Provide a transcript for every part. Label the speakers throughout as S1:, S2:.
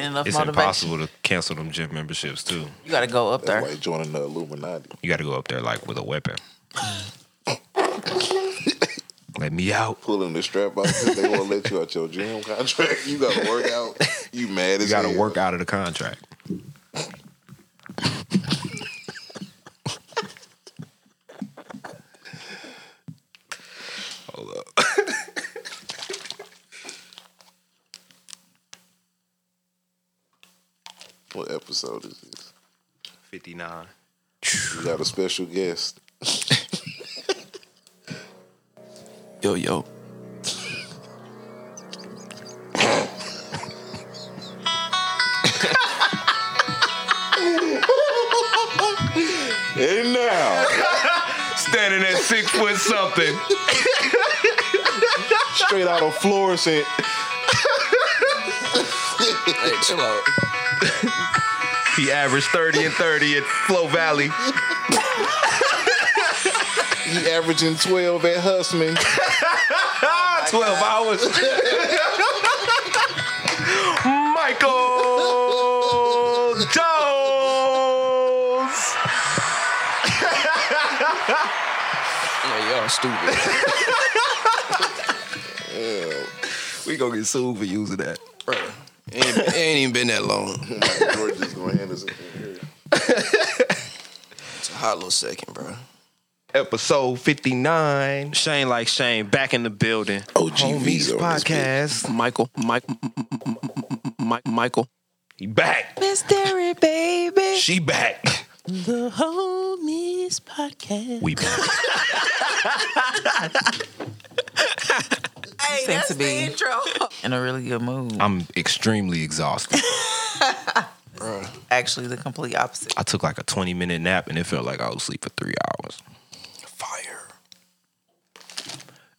S1: enough
S2: It's
S1: motivation.
S2: impossible to cancel them gym memberships too.
S1: You got to go up
S3: That's
S1: there.
S3: why he joining the Illuminati.
S2: You got to go up there like with a weapon. Let me out.
S3: Pulling the strap out because they won't let you out your gym contract. You got to work out. You mad as
S2: You got to
S3: hell.
S2: work out of the contract. Hold up.
S3: What episode is this?
S2: 59.
S3: We got a special guest.
S1: Yo, yo.
S3: And now,
S2: Standing at six foot something.
S3: straight out of Florissant,
S1: Hey, chill out.
S2: He averaged 30 and 30 at Flow Valley.
S3: he averaging 12 at Husman.
S2: 12 Ah, hours. Michael Jones.
S1: Yeah, y'all stupid.
S2: We gonna get sued for using that.
S1: Bro, it ain't, it ain't even been that long.
S3: Mike George is going to hand us a here.
S1: It's a hot little second, bro.
S2: Episode 59. Shane like Shane back in the building.
S3: OG
S2: Homies
S3: V's on this bitch.
S2: podcast.
S1: Michael, Mike, Mike, Michael.
S2: He back.
S1: Mystery baby.
S2: She back.
S1: The homies podcast.
S2: We back.
S4: Hey,
S1: Seem
S4: that's
S1: to
S4: the
S1: be-
S4: intro.
S1: In a really good mood.
S2: I'm extremely exhausted.
S4: Actually, the complete opposite.
S2: I took like a 20 minute nap and it felt like I was asleep for three hours.
S1: Fire.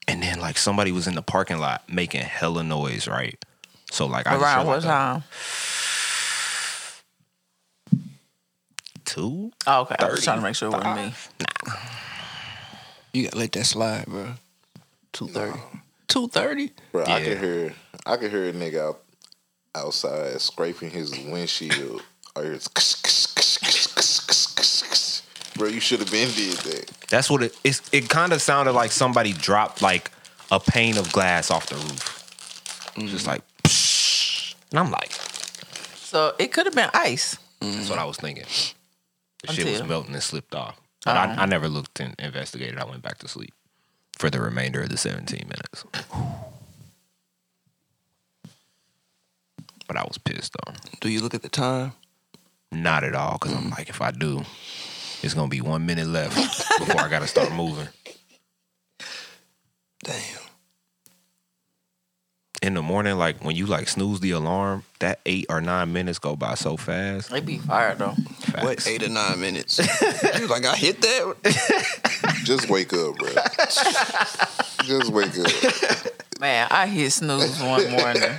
S2: And then like somebody was in the parking lot making hella noise, right? So like I just
S4: Around
S2: felt
S4: what
S2: like a
S4: time?
S2: two.
S4: Oh, okay, I was trying to make sure it wasn't me.
S1: You gotta let that slide, bro. Two thirty. Two thirty.
S3: Bro, I
S2: Yeah.
S3: can hear, I can hear a nigga out, outside scraping his windshield. I hear it's ksh, ksh, ksh, ksh, ksh, ksh, ksh, ksh. Bro, you should have been did that.
S2: That's what it it's, it kind of sounded like somebody dropped like a pane of glass off the roof. Just like psh. And I'm like,
S4: So it could have been ice.
S2: that's what I was thinking. The shit was
S4: Until-
S2: melting and slipped off. But I, I never looked and investigated. I went back to sleep for the remainder of the 17 minutes. But I was pissed off.
S1: Do you look at the time?
S2: Not at all, because I'm like, if I do, it's gonna be one minute left before I gotta start moving.
S1: Damn.
S2: In the morning, like when you like snooze the alarm, that eight or nine minutes go by so fast.
S4: It be fire though.
S2: Facts.
S1: What eight or nine minutes? you like I hit that?
S3: Just wake up, bro. Just wake up.
S4: Man, I hit snooze one morning.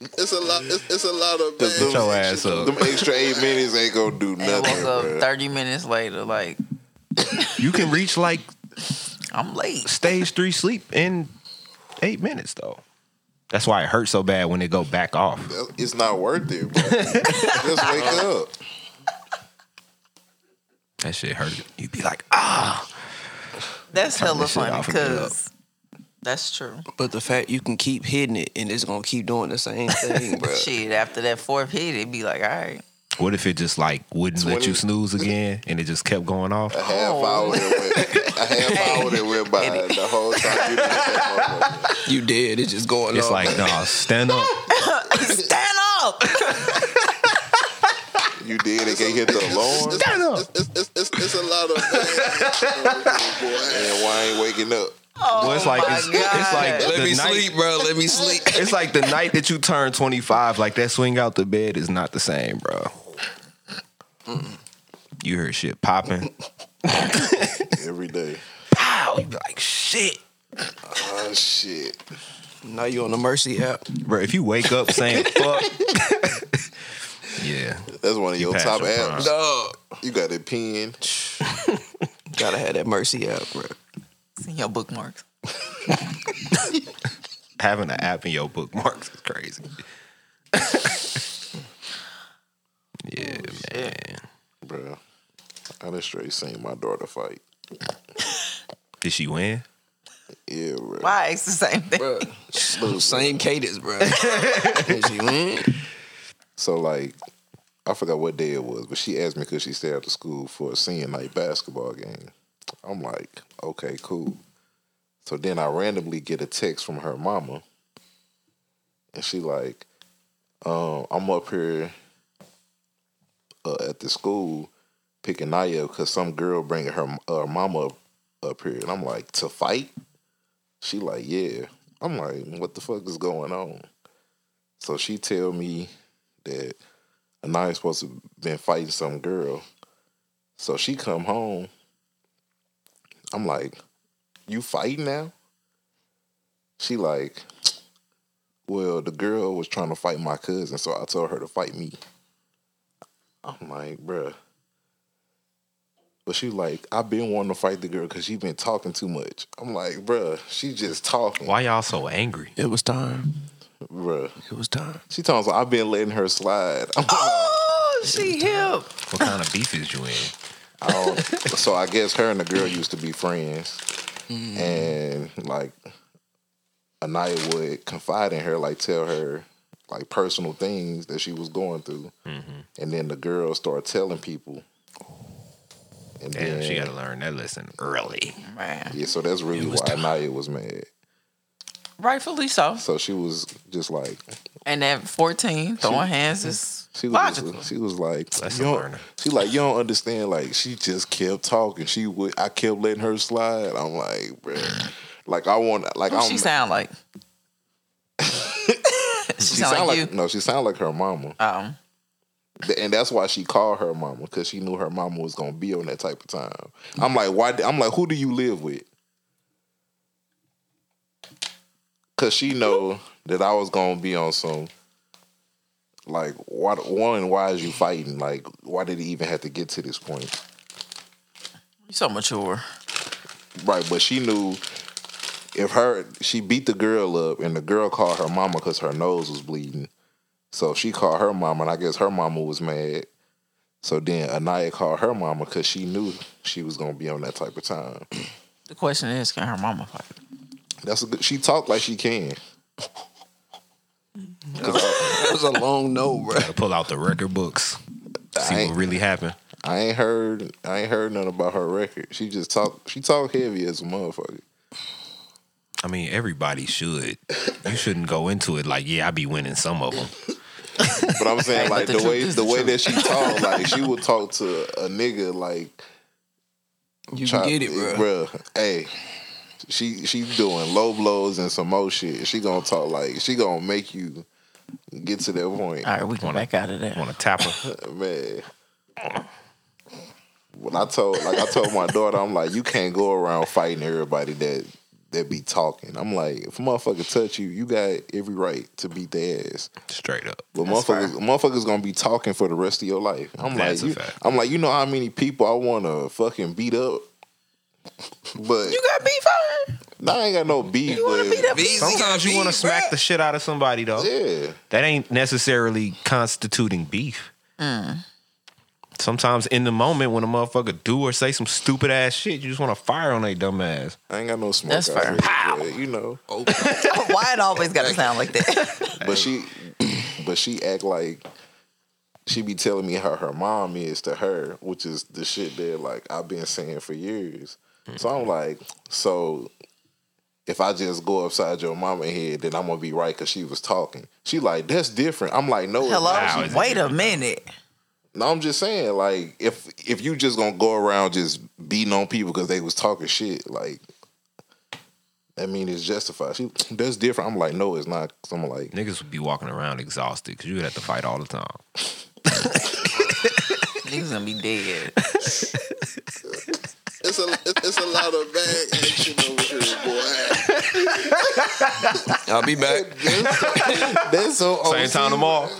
S3: It's a lot. It's, it's a lot of
S2: Just get your ass up.
S3: Them extra eight minutes ain't gonna do
S4: and
S3: nothing,
S4: woke up
S3: bro.
S4: thirty minutes later. Like
S2: You can reach like
S4: I'm late.
S2: stage three sleep in eight minutes though. That's why it hurts so bad when it go back off.
S3: It's not worth it, bro. Just wake up.
S2: That shit hurt. You'd be like, ah.
S4: That's
S2: Turn
S4: hella
S2: this shit
S4: funny
S2: off and get up.
S4: because that's true.
S1: But the fact you can keep hitting it and it's gonna keep doing the same thing, bro.
S4: Shit, after that fourth hit, it'd be like, all right.
S2: What if it just like wouldn't let
S3: 20.
S2: you snooze again and it just kept going off?
S3: A half
S4: Oh.
S3: hour that went. A half hour that went by the whole time. You didn't that motherfucker.
S1: You dead. It's just going.
S2: It's
S1: on.
S2: like, nah, stand up.
S4: Stand up.
S3: You did. It can't hit the alarm.
S2: Stand up.
S3: It's, it's, it's, it's a lot of. and why ain't waking up?
S2: Well, it's like
S4: Oh my
S2: it's, it's like
S4: God.
S1: let
S2: the
S1: me
S2: night-
S1: sleep, bro. Let me sleep.
S2: It's like the night that you turn 25, like that swing out the bed is not the same, bro. You heard shit popping.
S3: Every day.
S2: Pow! You be like, shit.
S3: Oh shit.
S1: now you on the mercy app.
S2: Bro, if you wake up saying fuck. yeah.
S3: That's one of your
S2: passed
S3: top
S2: your prime.
S3: apps.
S1: Dog.
S3: You got a pen.
S1: Gotta have that mercy app, bro.
S4: It's in your bookmarks.
S2: Having an app in your bookmarks is crazy.
S4: Shit.
S3: bro. I done straight seen my daughter fight.
S2: Did she win?
S3: Yeah, bro.
S4: Why? It's the same thing.
S3: Bro, look,
S1: Same cadence, bro. she went.
S3: So like, I forgot what day it was, but she asked me could she stay after school for a senior night basketball game. I'm like, okay, cool. So then I randomly get a text from her mama, and she like, um, I'm up here uh, at the school picking Naya because some girl bringing her uh, mama up, up here, and I'm like, to fight. She like, yeah. I'm like, what the fuck is going on? So she tell me that Anaya supposed to been fighting some girl. So she come home. I'm like, you fighting now? She like, well, the girl was trying to fight my cousin, so I told her to fight me. I'm like, bruh. But she like, I've been wanting to fight the girl because she been talking too much. I'm like, bruh, she just talking.
S2: Why y'all so angry?
S1: It was time.
S3: Bruh.
S1: It was time.
S3: She tells me I've been letting her slide. I'm like,
S4: Oh, she hip.
S2: What kind of beef is you in?
S3: I don't- Um, so I guess her and the girl used to be friends, and like Anaya would confide in her, like tell her like personal things that she was going through,
S2: Mm-hmm.
S3: and then the girl started telling people. And
S2: Damn,
S3: then
S2: she got to learn that lesson early.
S4: Man.
S3: yeah, so that's really
S2: was
S3: why Anaya was mad.
S4: Rightfully so.
S3: So she was just like
S4: And at 14, throwing hands is
S3: she was
S4: logical.
S3: just, she was like
S2: That's
S3: you
S2: a
S3: don't-
S2: learner.
S3: she like you don't understand like she just kept talking. She would I kept letting her slide. I'm like, bro. Like I want like
S4: Who
S3: I'm
S4: she sound like? she,
S3: Oh She
S4: sound,
S3: sound
S4: like, you.
S3: no, she sound like her mama,
S4: Um,
S3: Th- and that's why she called her mama because she knew her mama was gonna be on that type of time. I'm like, why? d- I'm like, who do you live with? Cause she know that I was gonna be on some. Like, why? One, why is you fighting? Like, why did it even have to get to this point?
S4: you so mature.
S3: Right, but she knew if her she beat the girl up and the girl called her mama because her nose was bleeding. So she called her mama and I guess her mama was mad. So then Anaya called her mama because she knew she was gonna be on that type of time.
S4: The question is, can her mama fight?
S3: That's a good she talked like she can.
S4: Mm-hmm.
S1: It was a long no, bro.
S2: Gotta pull out the record books,
S3: I
S2: see
S3: ain't-
S2: what really happened.
S3: I ain't heard I ain't heard nothing about her record. She just talk she talk heavy as a motherfucker.
S2: I mean, everybody should. You shouldn't go into it like, yeah, I be winning some of them.
S3: But I'm saying like
S4: the
S3: the,
S4: truth
S3: way
S4: is
S3: the
S4: the
S3: way
S4: truth.
S3: that she talk, like she would talk to a nigga like
S1: You
S3: Try-
S1: can get it, bro.
S3: bruh. Hey, she she doing low blows and some more shit. She gonna talk like she gonna make you get to that point,
S4: All right, we can back out of there.
S2: Want to tap her?
S3: man. When I told like I told my daughter, I'm like, you can't go around fighting everybody that that be talking. I'm like, if a motherfucker touch you, you got every right to beat their ass.
S2: Straight up.
S3: But
S4: That's
S3: motherfuckers, motherfuckers gonna be talking for the rest of your life. I'm
S2: That's a
S3: like, you,
S2: fact.
S3: I'm like, you know how many people I wanna fucking beat up, but
S4: You got beef on her?
S3: I ain't got no beef.
S4: You want
S3: but-
S4: to beat up?
S2: Sometimes you want to smack the shit out of somebody though.
S3: Yeah,
S2: That ain't necessarily constituting beef. Sometimes in the moment when a motherfucker do or say some stupid ass shit, you just want to fire on their dumb ass.
S3: I ain't got no smoke.
S4: That's
S3: out
S4: fair.
S3: here, but, you know,
S1: Oh,
S4: Why it always got to sound like that?
S3: but she, but she act like she be telling me how her mom is to her, which is the shit that like I've been saying for years. So
S4: Mm-hmm.
S3: I'm like, so if I just go upside your mama head, then I'm gonna be right because she was talking. She like that's different. I'm like, no, it's
S4: Hello.
S3: not.
S2: Wow, is it
S4: Wait a minute.
S3: No, I'm just saying, like, if if you just gonna go around just beating on people because they was talking shit, like, I mean, it's justified. She, that's different. I'm like, no, it's not. i I'm like,
S2: Niggas would be walking around exhausted because you would have to fight all the time.
S4: Niggas gonna be dead.
S3: it's a it's a lot of bad action over here, boy.
S1: I'll be back.
S3: That's so
S2: Same
S3: OC,
S2: time tomorrow.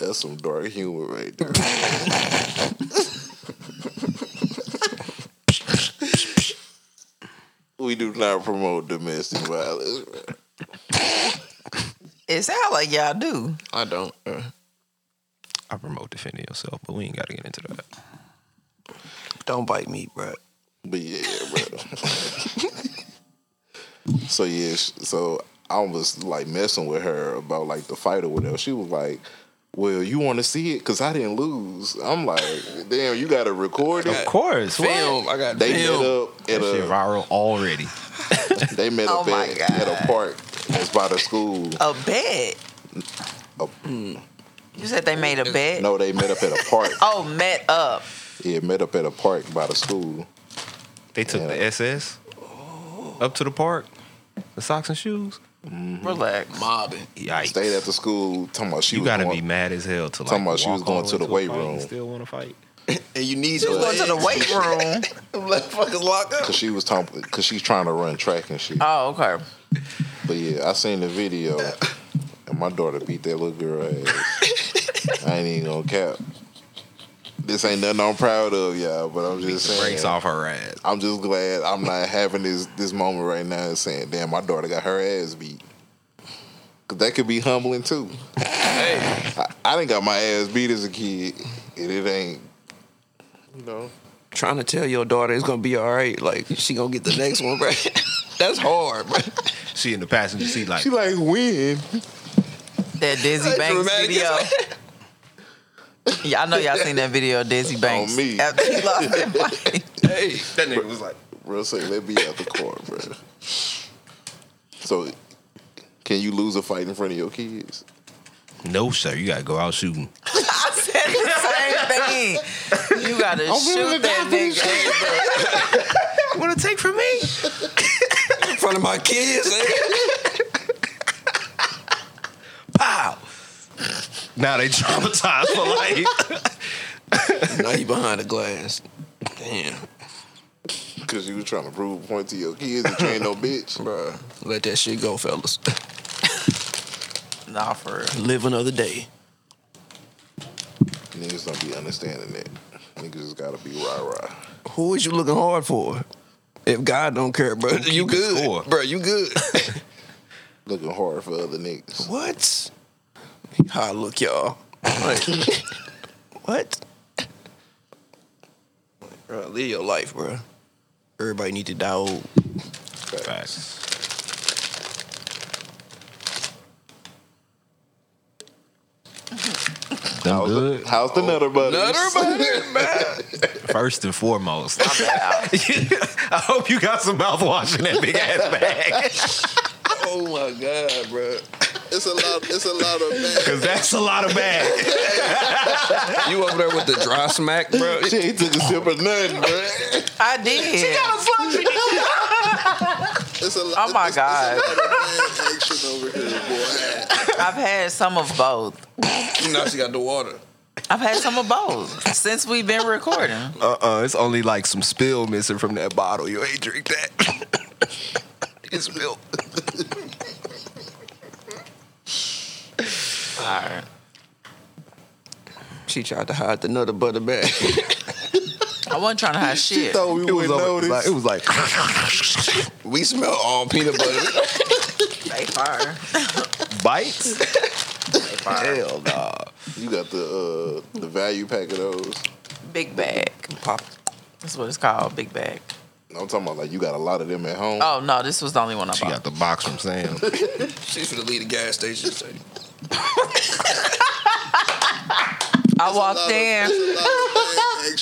S3: That's some dark humor right there. we do not promote domestic violence.
S4: It sound like y'all do.
S1: I don't. bruh.
S2: I promote defending yourself, but we ain't got to get into that.
S1: Don't bite me, bruh.
S3: But yeah, bro. so yeah, sh- so I was like messing with her about like the fight or whatever. She was like, "Well, you want to see it? Cause I didn't lose." I'm like, "Damn, you got to record
S2: Of
S3: it."
S2: course,
S1: Film. I got
S3: They
S1: film.
S3: met
S2: That
S3: up
S2: shit
S3: at
S2: viral already.
S3: a they met
S4: Oh
S3: up
S4: my
S3: at,
S4: God.
S3: at a park that's by the school.
S4: A bet. You said they made a bet.
S3: No, they met up at a park.
S4: Oh, met up.
S3: Yeah, met up at a park by the school.
S2: They took the
S3: Yeah.
S2: SS up to the park, the socks and shoes.
S4: Relax.
S1: Mobbing.
S2: Yikes.
S3: Stayed at the school. Talking about she
S2: you
S3: was
S2: gotta
S3: going,
S2: be mad as hell to like.
S3: Talking about she was
S2: walk
S3: going
S2: all the
S3: to the
S2: way
S3: weight
S2: a fight and
S3: room.
S2: Still want to fight?
S1: And you need
S4: You was going to the weight room.
S1: Motherfuckers lock up.
S3: Cause she was talking, cause she's trying to run track and shit.
S4: Oh, okay.
S3: But yeah, I seen the video, and my daughter beat that little girl ass. I ain't even gonna cap. This ain't nothing I'm proud of, y'all. But I'm just saying,
S2: Breaks off her ass.
S3: I'm just glad I'm not having this this moment right now and saying, "Damn, my daughter got her ass beat." Cause that could be humbling too.
S1: Hey,
S3: I, I didn't got my ass beat as a kid, and it ain't. You know,
S1: trying to tell your daughter it's gonna be all right. Like she gonna get the next one, bruh. That's hard, bruh.
S2: She in the passenger seat like.
S3: she like win.
S4: That Dizzy Banks
S1: dramatic
S4: video.
S1: as
S4: Yeah, I know y'all seen that video of Dizzy Banks.
S3: me.
S4: After he lost that fight.
S1: Hey,
S2: that nigga was like.
S3: Real say, let me out the court, bro. So, can you lose a fight in front of your kids?
S2: No, sir. You gotta go out shooting.
S4: I said the same thing. You gotta shoot that nigga.
S2: Want to take from me?
S1: in front of my kids. eh?
S2: Pow. Now they traumatized for life.
S1: now you behind the glass. Damn,
S3: Because you was trying to prove a point to your kids that you ain't no bitch.
S1: bruh. Let that shit go, fellas.
S4: Nah, for real.
S1: Live another day.
S3: Niggas don't be understanding that. Niggas just gotta be rah rah.
S1: Who is you looking hard for? If God don't care, bro, you
S2: keep the
S1: good,
S2: score.
S1: bro. You good.
S3: Looking hard for other niggas.
S1: what? How I look, y'all? Like, what? Bro, live your life, bro. Everybody need to die old.
S2: Facts. Them good.
S3: How's the Oh, Nutter Butters?
S2: First and foremost, I hope you got some mouthwash in that big ass bag
S3: Oh my god, bro. It's a lot. It's a lot of that.
S2: because that's a lot of bag.
S1: You over there with the dry smack, bro?
S3: She ain't took a sip
S1: Oh.
S3: of nothing, bro.
S4: I did.
S3: It's a lot.
S4: Oh my
S3: it's-
S4: God.
S3: It's a lot of man action over here, boy.
S4: I've had some of both.
S1: You know she got the water.
S4: I've had some of both since we've been recording.
S2: Uh uh it's only like some spill missing from that bottle. You ain't drink that. it's spilled.
S4: All right.
S1: She tried to hide the nutter butter bag.
S4: I wasn't trying to hide shit.
S3: Thought we wouldn't
S2: over-
S3: notice.
S2: like- it was like
S1: we smell all peanut butter.
S4: They fire.
S2: bites.
S4: They fire.
S2: Hell nah.
S3: You got the uh, the value pack of those.
S4: Big bag.
S1: Pop.
S4: That's what it's called. Big bag.
S3: I'm talking about like you got a lot of them at home.
S4: Oh no, this was the only one I
S2: She
S4: bought.
S2: got the box from Sam.
S1: She's gonna leave the gas station. say,
S4: I walked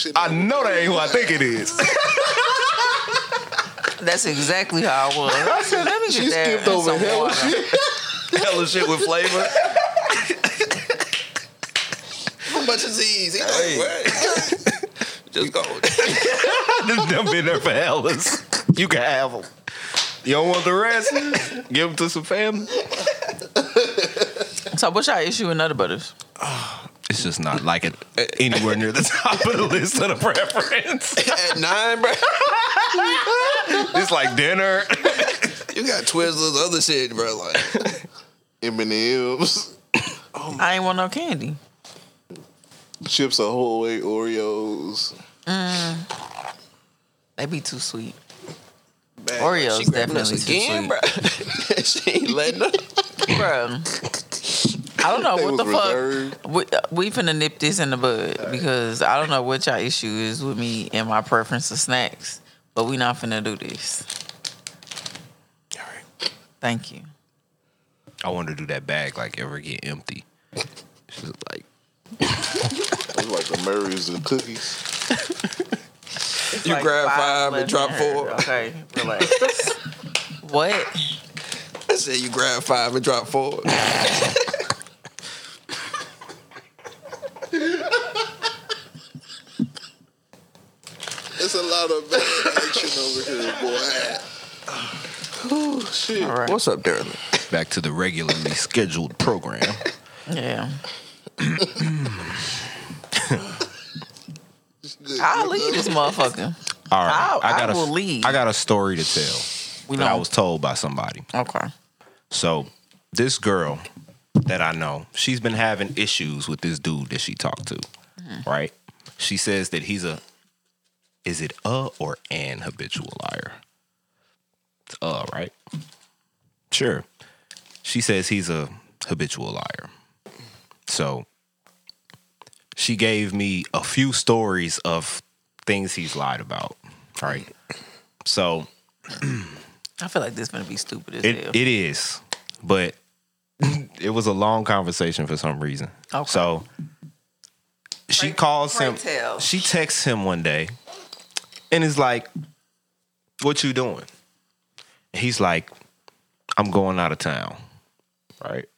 S4: in.
S2: I know that ain't who I think it is.
S4: That's exactly how I was. I said, let me get
S3: She
S4: that
S3: skipped
S4: and
S3: over
S4: some
S3: hell
S4: water.
S2: Hella shit with flavor.
S1: How much is these? He like, "What?" Just go.
S2: Them done been there for hellas. You can have them. You don't want the rest? Give them to some family.
S4: So what's your issue with Nutter Butters?
S2: It's just not like it anywhere near the top of the list of the preference.
S1: At nine, bro.
S2: It's like dinner.
S1: You got Twizzlers, other shit, bro. Like,
S3: M and M's,
S4: I ain't want no candy.
S3: chips ahoy, Oreos.
S4: They be too sweet.
S1: man,
S4: Oreos
S1: she grabbing us
S4: definitely too
S1: again, bro. she ain't letting up.
S4: Bruh. I don't know
S3: They
S4: what the
S3: was reserved.
S4: fuck. We, uh, we finna nip this in the bud because I don't know what y'all issue is with me and my preference of snacks, but we not finna do this.
S2: All right.
S4: Thank you.
S2: I want to do that bag like ever get empty. It's just like
S3: It's like the Murray's and cookies.
S1: You grab five and
S4: left
S1: drop
S4: in her.
S1: four.
S4: Okay, relax. what?
S1: I said you grab five and drop four.
S3: It's a lot of bad action over here, boy. Ooh, shit.
S4: All right.
S1: What's up, Darren?
S2: back to the regularly scheduled program.
S4: Yeah.
S3: Good.
S4: I'll leave this motherfucker.
S2: All right,
S4: I- I
S2: got a-
S4: will leave.
S2: I got a story to tell
S4: We
S2: that I
S4: don't-
S2: was told by somebody.
S4: Okay.
S2: So this girl that I know, she's been having issues with this dude that she talked to. Right? She says that he's a is it a or an habitual liar? It's a, right? Sure. She says he's a habitual liar. So she gave me a few stories of things he's lied about. Right. So
S4: I feel like this gonna be stupid as hell.
S2: it, it is, but it was a long conversation for some reason.
S4: Okay.
S2: So she calls
S4: pray
S2: him.
S4: tell.
S2: She texts him one day, and is like, "What you doing?" And he's like, "I'm going out of town." Right.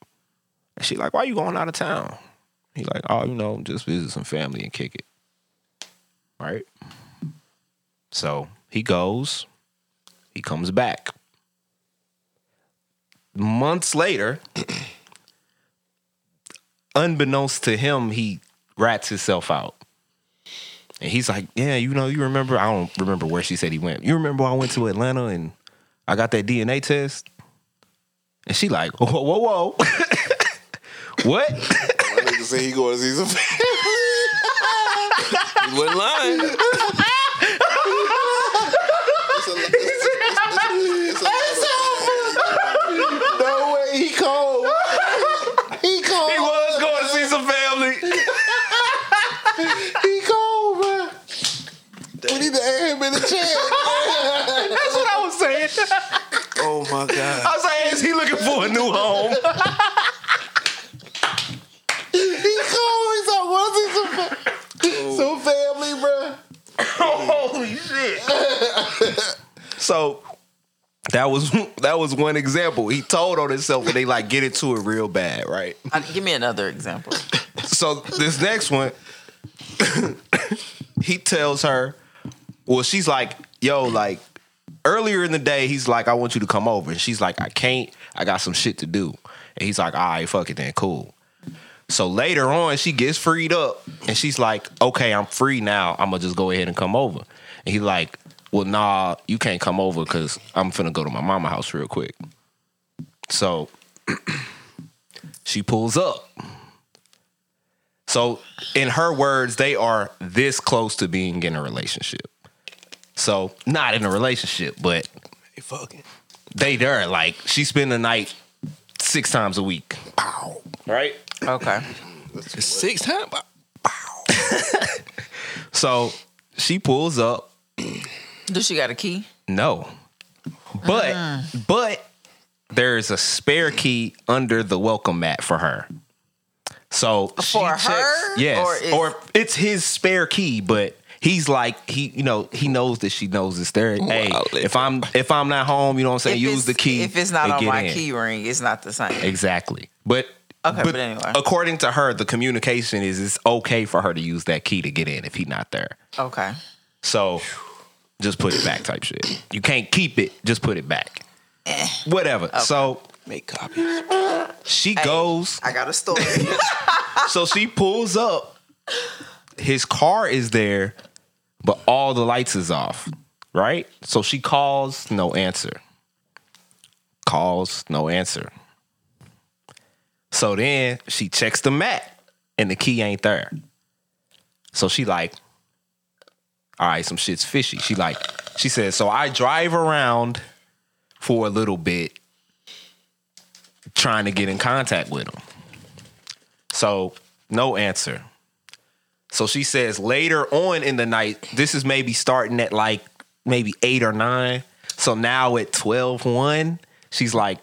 S2: And she like, "Why you going out of town?" He's like, "Oh, you know, just visit some family and kick it." Right. So he goes. He comes back months later, unbeknownst to him, he rats himself out. And he's like, Yeah, you know, you remember, I don't remember where she said he went. You remember I went to Atlanta and I got that DNA test? And she like, whoa, whoa, whoa. what?
S3: That nigga said he going to see some.
S1: You wasn't lying.
S3: It's a, it's, it's, it's, it's a no way, he cold. He cold. He,
S2: was going to see some family.
S3: cold, bro. We need to add him in the chat.
S2: That's what I was saying.
S1: Oh my god.
S2: I was like, is he looking for a new home?
S3: he cold. He's like, want to see some, fa- some family, bro.
S2: Holy shit. so that was that was one example. He told on himself and they like get into it real bad, right?
S4: I- give me another example.
S2: So this next one, he tells her, well, she's like, yo, like earlier in the day, he's like, I want you to come over. And she's like, I can't. I got some shit to do. And he's like, all right, fuck it then, cool. So later on, she gets freed up and she's like, okay, I'm free now. I'm gonna just go ahead and come over. And he's like, well, nah, you can't come over because I'm finna go to my mama house real quick. So she pulls up. So, in her words, they are this close to being in a relationship. So, not in a relationship, but
S1: Hey, fucking.
S2: they there. Like she spend the night six times a week. Right.
S4: Okay.
S1: Six times.
S2: So she pulls up.
S4: Do she got a key?
S2: No. But
S4: Ah.
S2: but there is a spare key under the welcome mat for her. So
S4: For her?
S2: she checks, yes,
S4: Or
S2: or
S4: is-
S2: it's, his spare key, but he's like he, you know, he knows that she knows it's there. Hey,
S1: Wow,
S2: if I'm if I'm not home, you know what I'm saying.
S4: If
S2: Use
S4: it's-
S2: the key.
S4: If it's not
S2: and
S4: on
S2: get
S4: my
S2: in.
S4: key ring, it's not the same.
S2: exactly. But
S4: Okay, but anyway.
S2: according to her, the communication is it's okay for her to use that key to get in if he's not there.
S4: Okay.
S2: So just put it back type shit. You can't keep it, just put it back. Whatever. So
S1: Eh. Make copies.
S2: she goes,
S4: I got a story.
S2: so she pulls up. His car is there, but all the lights is off, right? So she calls, no answer. Calls, no answer. So then she checks the mat and the key ain't there. So she like, all right, some shit's fishy. She like, she says, so I drive around for a little bit trying to get in contact with him. So no answer. So she says later on in the night, this is maybe starting at like maybe eight or nine. So now at 12 1, she's like,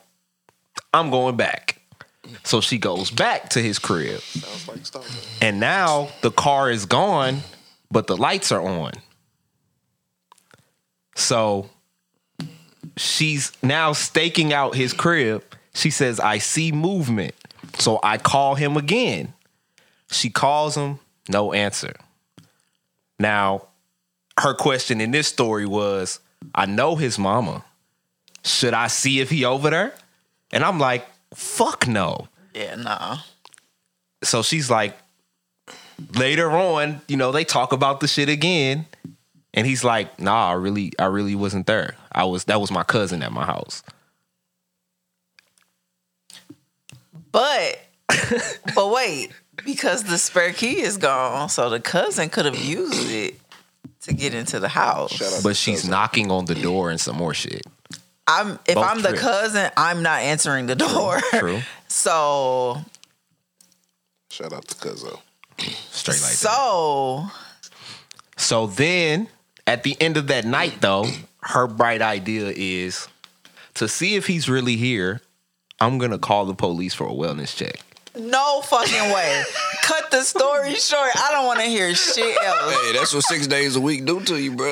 S2: I'm going back. So she goes back to his crib.
S3: Sounds like Star Wars.
S2: And now the car is gone, but the lights are on. So she's now staking out his crib. She says, I see movement. So I call him again. She calls him, no answer. Now, her question in this story was, I know his mama. Should I see if he over there? And I'm like, fuck no
S4: Yeah, nah.
S2: so she's like later on you know they talk about the shit again and he's like nah i really i really wasn't there i was that was my cousin at my house
S4: But but wait, because the spare key is gone, so the cousin could have used it to get into the house.
S3: Shout out
S2: but
S3: to
S2: she's
S3: Cousin.
S2: knocking on the door and some more shit
S4: I'm if
S2: Both
S4: I'm the
S2: trips.
S4: cousin, I'm not answering the door.
S2: true
S4: So
S3: Shout out to Cuzzo.
S2: straight like that
S4: so
S2: so then at the end of that night though her bright idea is to see if he's really here i'm gonna call the police for a wellness check
S4: no fucking way. Cut the story short. I don't want to hear shit else.
S1: Hey, that's what six days a week do to you, bro.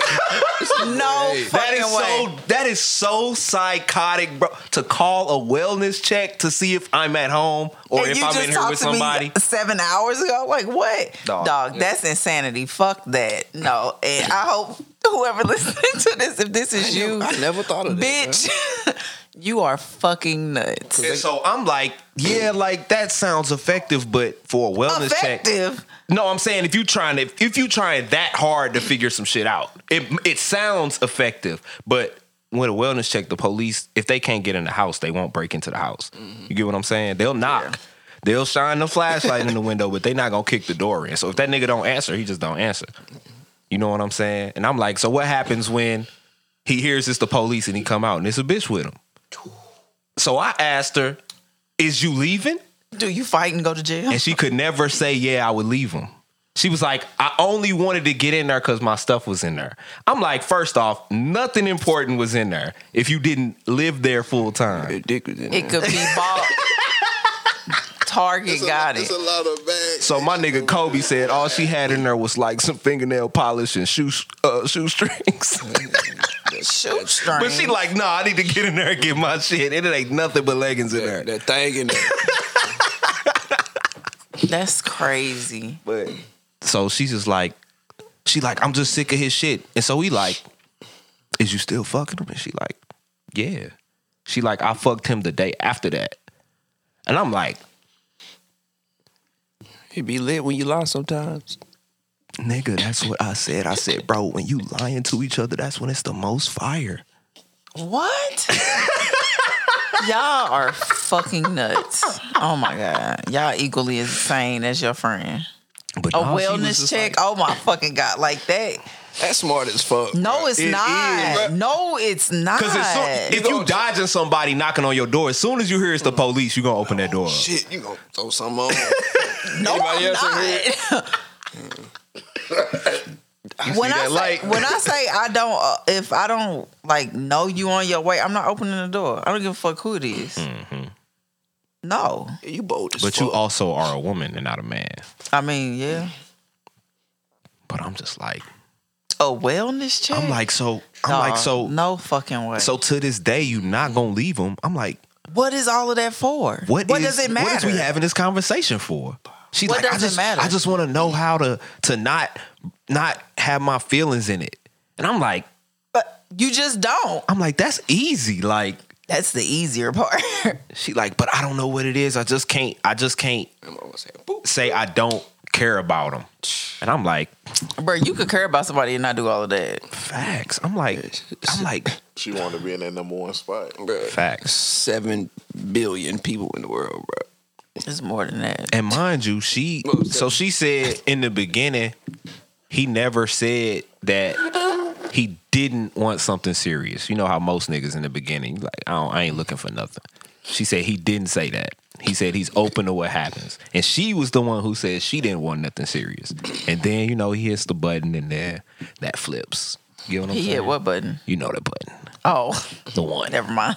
S4: No
S1: Hey,
S2: That
S4: fucking
S2: is
S4: way.
S2: so that is so psychotic, bro. To call a wellness check to see if I'm at home or
S4: And
S2: if
S4: you
S2: I'm
S4: just
S2: in here
S4: talked
S2: with
S4: to me
S2: somebody.
S4: seven hours ago. Like what,
S2: Dog.
S4: dog? that's insanity. Fuck that. No, and I hope whoever listening to this, if this is you,
S1: I never thought of that.
S4: bitch, you are fucking nuts.
S2: And so I'm like, yeah, like that sounds effective, but for a wellness check.
S4: Effective.
S2: No, I'm saying if you trying to if you trying that hard to figure some shit out, it it sounds effective, but with a wellness check, the police if they can't get in the house, they won't break into the house. You get what I'm saying? They'll knock. They'll shine the flashlight in the window, but they not gonna kick the door in. So if that nigga don't answer, he just don't answer. You know what I'm saying? And I'm like, so what happens when he hears it's the police and he come out and it's a bitch with him? So I asked her, "Is you leaving?"
S4: Do you fight and go to jail?
S2: and she could never say, "Yeah, I would leave him." She was like, "I only wanted to get in there because my stuff was in there." I'm like, first off, nothing important was in there if you didn't live there full time.
S1: Ridiculous. in
S4: It
S1: there.
S4: could be bought. Target got
S3: It's
S4: it.
S3: a lot of bags.
S2: So my nigga Kobe said all she had in there was like some fingernail polish and shoe uh, shoestrings.
S4: Shoot string.
S2: but she like, "Nah, I need to get in there and get my shit. And it ain't nothing but leggings in there."
S1: That thing in there.
S4: That's crazy.
S2: But so she's just like, she like, I'm just sick of his shit. And so he like, is you still fucking him? And she like, yeah. She like, I fucked him the day after that. And I'm like,
S1: It be lit when you lie sometimes.
S2: nigga, that's what I said. I said, bro, when you lying to each other, that's when it's the most fire.
S4: What? Y'all are fucking nuts. Oh my god. Y'all equally as sane as your friend.
S2: But
S4: A
S2: nah, she was
S4: wellness
S2: just
S4: check.
S2: like-
S4: oh my fucking god. Like that.
S1: That's smart as fuck.
S4: No,
S1: bruh.
S4: it's
S1: It is,
S4: not.
S1: bruh.
S4: no, it's not.
S2: Cause as soon, if you dodging somebody knocking on your door, as soon as you hear it's the police, you gonna open that door. up.
S1: Shit, you gonna throw something on.
S4: no,
S1: Anybody
S4: I'm
S1: else in here?
S4: not. when I
S2: that
S4: say,
S2: light.
S4: when I say I don't, uh, if I don't like know you on your way, I'm not opening the door. I don't give a fuck who it is.
S2: Mm-hmm.
S4: No,
S1: You bold as
S2: But
S1: fuck.
S2: you also are a woman and not a man.
S4: I mean, yeah,
S2: But I'm just like,
S4: a wellness check.
S2: I'm like, so I'm like,
S4: Mm. Nah,
S2: so
S4: no fucking way.
S2: So
S4: So
S2: to this day, you not gonna leave him. I'm like,
S4: what is all of that for?
S2: what?
S4: what
S2: is-
S4: does it matter?
S2: What is we having this conversation for? She's
S4: What
S2: like, I
S4: does it
S2: just,
S4: matter?
S2: I just want to know how to to not not have my feelings in it. And I'm like,
S4: But you just don't.
S2: I'm like, that's easy. Like
S4: That's the easier part.
S2: she like, but I don't know what it is. I just can't. I just can't
S1: I'm almost saying, boop.
S2: say I don't care about him. And I'm like,
S4: Bro, you could care about somebody and not do all of that.
S2: facts. I'm like, I'm like,
S3: She wanted to be in that number one spot.
S1: Bruh,
S2: facts.
S1: Seven billion people in the world, bro.
S4: It's more than that.
S2: And mind you, she so she said in the beginning, he never said that he didn't want something serious. You know how most niggas in the beginning, like I, don't, I ain't looking for nothing. She said he didn't say that. He said he's open to what happens. And she was the one who said she didn't want nothing serious. And then, you know, he hits the button and then that flips. You know what I'm
S4: He
S2: saying?
S4: hit what button?
S2: You know that button.
S4: Oh,
S2: The one.
S4: never mind.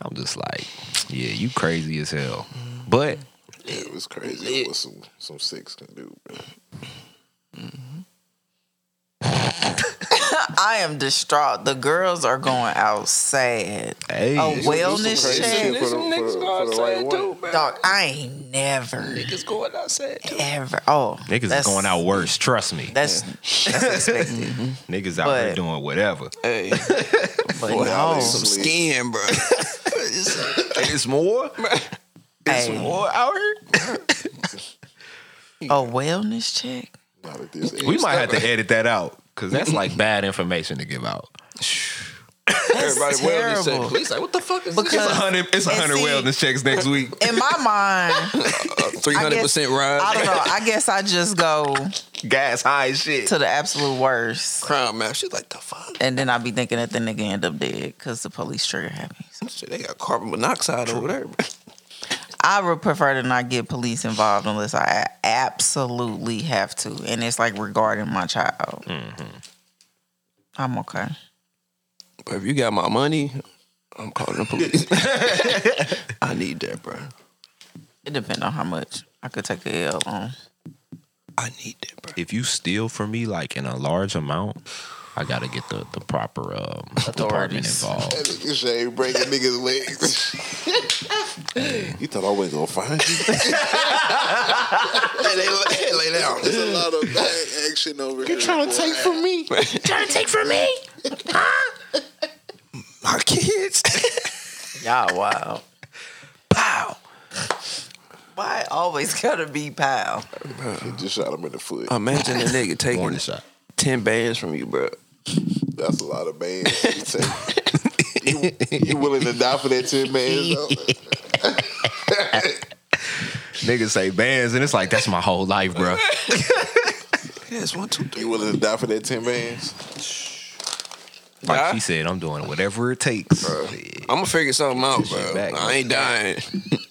S2: I'm just like, yeah, you crazy as hell. But
S3: Yeah, it was crazy what some some six can do, bro.
S4: I am distraught. The girls are going out sad.
S2: hey,
S4: A
S3: This some
S4: wellness
S3: crazy
S4: check.
S3: shit for the, for the, for the right one.
S4: Dog, I ain't never,
S1: Niggas going outside too.
S4: ever. Oh,
S2: niggas is
S4: that's-
S2: going out worse. Trust me,
S4: That's that's expected.
S2: niggas out here
S4: but-
S2: doing whatever.
S1: Hey,
S4: But
S1: boy, I
S4: no,
S1: need some
S3: Sleep.
S1: skin, bro. It's-
S2: It's more, it's
S4: Hey.
S2: more out here.
S4: a wellness check.
S3: Not at this age.
S2: We might have to edit that out because that's like bad information to give out.
S1: Everybody wellness check.
S4: terrible.
S1: Police like, what the fuck is
S4: Because-
S1: this?
S2: It's a hundred. It's a
S4: And
S2: hundred
S4: see-
S2: wellness checks next week.
S4: In my mind,
S1: Uh, Three hundred percent rise.
S4: I don't know. I guess I just go
S2: Gas high as shit.
S4: to the absolute worst,
S1: Crown mouth. She's like, the fuck?
S4: and then I be thinking that the nigga end up dead because the police trigger happy. So
S1: Shit, they got carbon monoxide over there, bro.
S4: I would prefer to not get police involved unless I absolutely have to, and it's like regarding my child.
S1: Mm-hmm.
S4: I'm okay.
S1: But if you got my money, I'm calling the police. I need that, bro.
S4: It depends on how much I could take a L on.
S1: I need that, bro.
S2: If you steal from me like in a large amount, I gotta get the the proper um, department
S4: Authorities.
S2: involved.
S3: That nigga Shane breaking niggas' legs. you thought I wasn't gonna find you?
S1: Hey, they, hey, lay down.
S3: There's a lot of bad action over here. boy.
S1: me? trying to take from me? My kids?
S4: Y'all wow. Pow. Why it always gotta be pow?
S3: Just shot him in the foot.
S1: Imagine a nigga taking
S2: Warning shot.
S1: ten bands from you, bro.
S3: That's a lot of bands. You, take. you, you willing to die for that ten bands? though?
S2: Niggas say bands, and it's like that's my whole life, bro.
S1: Yes, one, two, three.
S3: You willing to die for that ten bands?
S2: Like
S1: Yeah.
S2: she said, I'm doing whatever it takes. Yeah.
S1: I'm gonna figure something out,
S2: Shit
S1: bro.
S2: back,
S1: I ain't dying.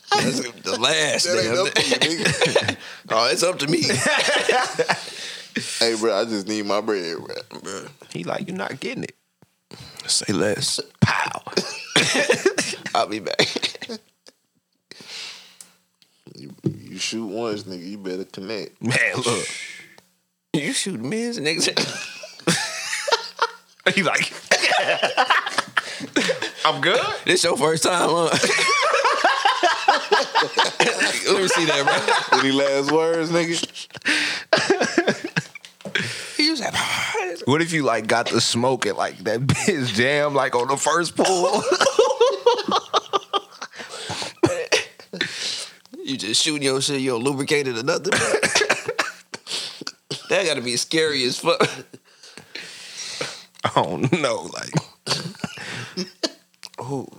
S1: That's the last
S3: That ain't up
S1: thing.
S3: to you, nigga.
S1: Oh, it's up to me.
S3: hey, bro, I just need my bread, bro.
S2: He like, you're not getting it.
S1: Say less.
S2: Pow.
S1: I'll be back.
S3: You, you shoot once, nigga. You better connect.
S2: Man, look.
S1: You shoot men's niggas.
S2: He like, I'm good.
S1: This your first time, huh? Let me see that,
S3: Any last words, nigga?
S1: bro. He was like, "Ah."
S2: What if you like got the smoke and like that bitch jam like on the first pull?
S1: you just shooting your shit, you don't lubricate it or nothing. bro. that gotta be scary as fuck.
S2: oh no, like
S1: Oh,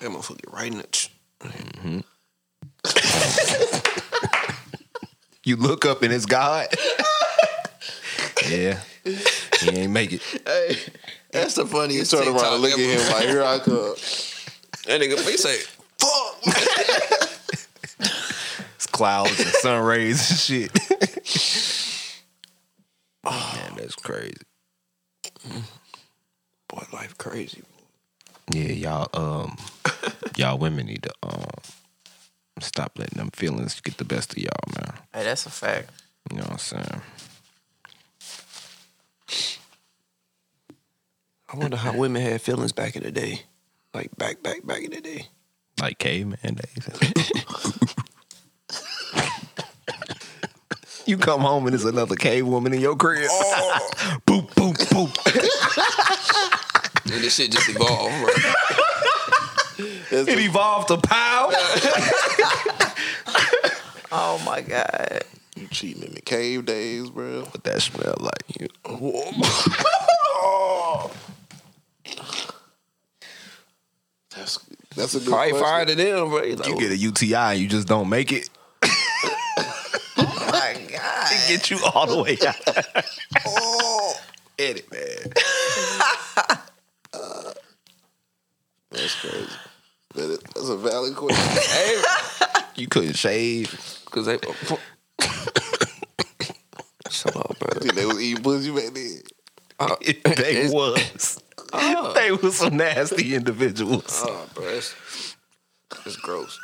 S1: that motherfucker right in it.
S2: you look up and it's God. yeah, he ain't make it.
S1: Hey, that's the funniest
S3: Turn
S1: TikTok
S3: around and look at
S1: ever.
S3: him like, here I come.
S1: That nigga face say, fuck.
S2: It's clouds and sun rays and shit. Man, that's crazy.
S1: Boy, life crazy.
S2: Yeah, y'all, um, y'all women need to um stop letting them feelings get the best of y'all, man.
S4: Hey, that's a fact.
S2: You know what I'm saying?
S1: I wonder how women had feelings back in the day. Like back, back, back in the day.
S2: Like caveman days. you come home and there's another cave woman in your crib. Oh. boop, boop, boop.
S1: And this shit just evolved, bro.
S3: That's
S2: It
S3: the,
S2: evolved to pow.
S4: Oh my god.
S3: you cheating in the cave days, bro.
S2: What that smell like? You
S3: That's that's a good
S1: Probably
S3: question.
S1: fired at them, bro. He's Like,
S2: you get a UTI and you just don't make it.
S4: Oh my god.
S2: Get you all the way out. oh, edit, man.
S3: That's crazy. But it- That's a valid question.
S2: You couldn't shave.
S1: Cause they. uh, Shut up, bro.
S3: they was eating pussy back then.
S2: they was. They was some nasty individuals.
S1: Oh, bro, it's, it's gross.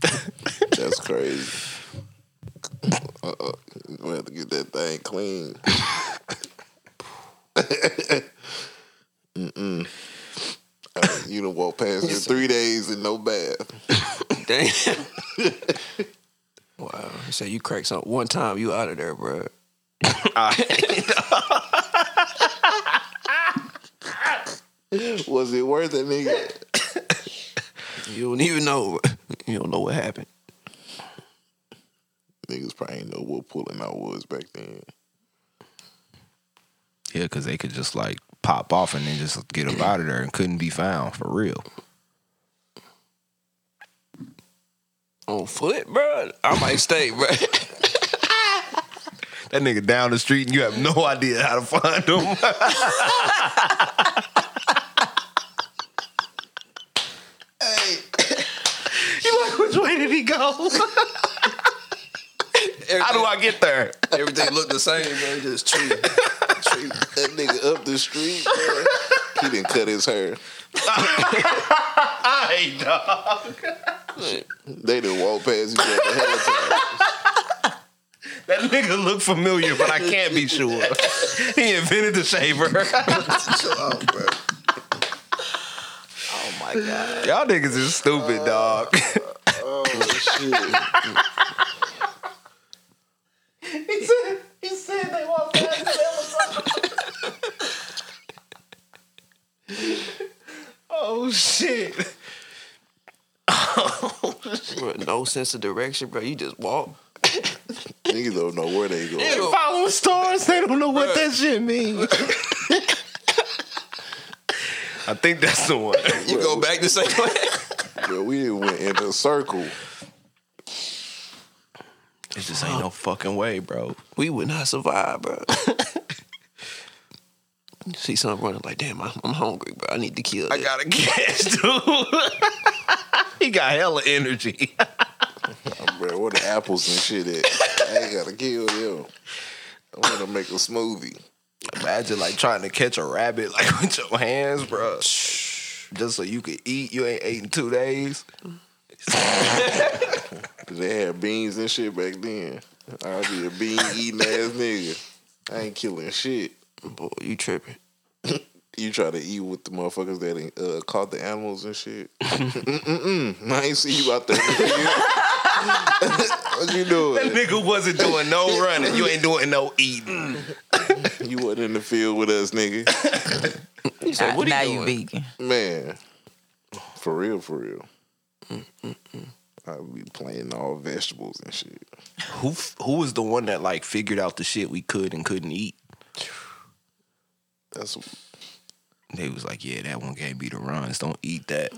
S3: That's crazy. Uh-uh. We have to get that thing clean. Mm-mm. Uh, you done walk past it three days and no bath.
S1: Damn. wow. So you crack something one time, you out of there, bro.
S3: Was it worth it, nigga?
S1: You don't even know. You don't know what happened.
S3: Niggas probably ain't know what pulling out was back then.
S2: Yeah, because they could just like pop off and then just get up out of there and couldn't be found for real.
S1: On foot, bro. I might stay, bro.
S2: That nigga down the street and you have no idea how to find him.
S3: Hey,
S2: you like, which way did he go? how do I get there?
S1: Everything looked the same, bro. Just tree.
S3: treat that nigga up the street, man. He didn't cut his hair.
S2: Hey, dog.
S3: They didn't walk past each other hell of time.
S2: That nigga look familiar, but I can't be sure. he invented the shaver.
S3: Chill out, bro.
S4: Oh my god.
S2: Y'all niggas is stupid, dog.
S3: Oh shit.
S2: he said, he said they walked past the Oh shit.
S1: bro. No sense of direction, bro. You just walk.
S3: Niggas don't know where they going.
S2: Following stars, they don't know what that shit means. I think that's the one.
S1: You go back the same way.
S3: Bro, we didn't went in a circle.
S2: It just ain't no fucking way, bro.
S1: we would not survive, bro. You See something running like, damn, I'm, I'm hungry, bro. I need to kill.
S2: I
S1: this.
S2: gotta guess, dude. he got hella energy.
S3: Bro, where the apples and shit at? I ain't gotta kill them. I'm gonna make a smoothie.
S2: Imagine like trying to catch a rabbit like with your hands, bro. Just so you could eat. You ain't ate in two days.
S3: They had beans and shit back then. I'd be a bean eating ass nigga. I ain't killing shit.
S1: Boy, you tripping?
S3: You try to eat with the motherfuckers that ain't, uh, caught the animals and shit. Mm-mm-mm. I ain't see you out there. nigga. what you doing?
S2: Nigga wasn't doing no running. You ain't doing no eating.
S3: You wasn't in the field with us, nigga.
S1: You said, what
S4: now
S1: are you
S4: you
S1: doing?
S4: vegan.
S3: Man. For real, for real. I'd be playing all vegetables and shit.
S2: Who f- who was the one that like figured out the shit we could and couldn't eat?
S3: That's
S2: They was like, yeah, that one can't be the runs. Don't eat that.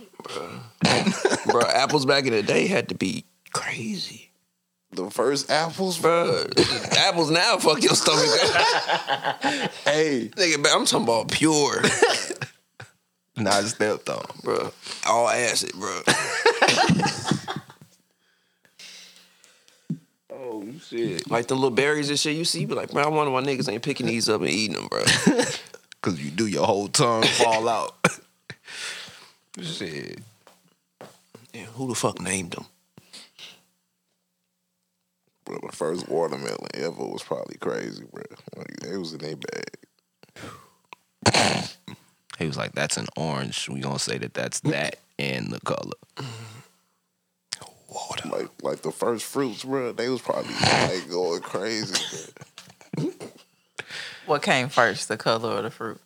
S1: bro? Apples back in the day had to be crazy,
S3: the first apples, bro.
S1: bro. apples now fuck your stomach.
S3: Hey,
S1: Nigga, bro, I'm talking about pure,
S2: Not stepped on.
S1: bro. All acid, bro.
S2: Oh shit.
S1: Like the little berries and shit. You see, you be like, man, I wonder why niggas ain't picking these up and eating them, bro.
S2: Cause you do your whole tongue fall out. shit.
S1: Yeah, who the fuck named them?
S3: bro, the first watermelon ever was probably crazy, bro. Like, they was in their bag.
S2: He was like, "That's an orange. We gonna say that that's that and the color."
S3: Like, like the first fruits, bro. They was probably like going crazy. Bro.
S4: What came first, the color or the fruit?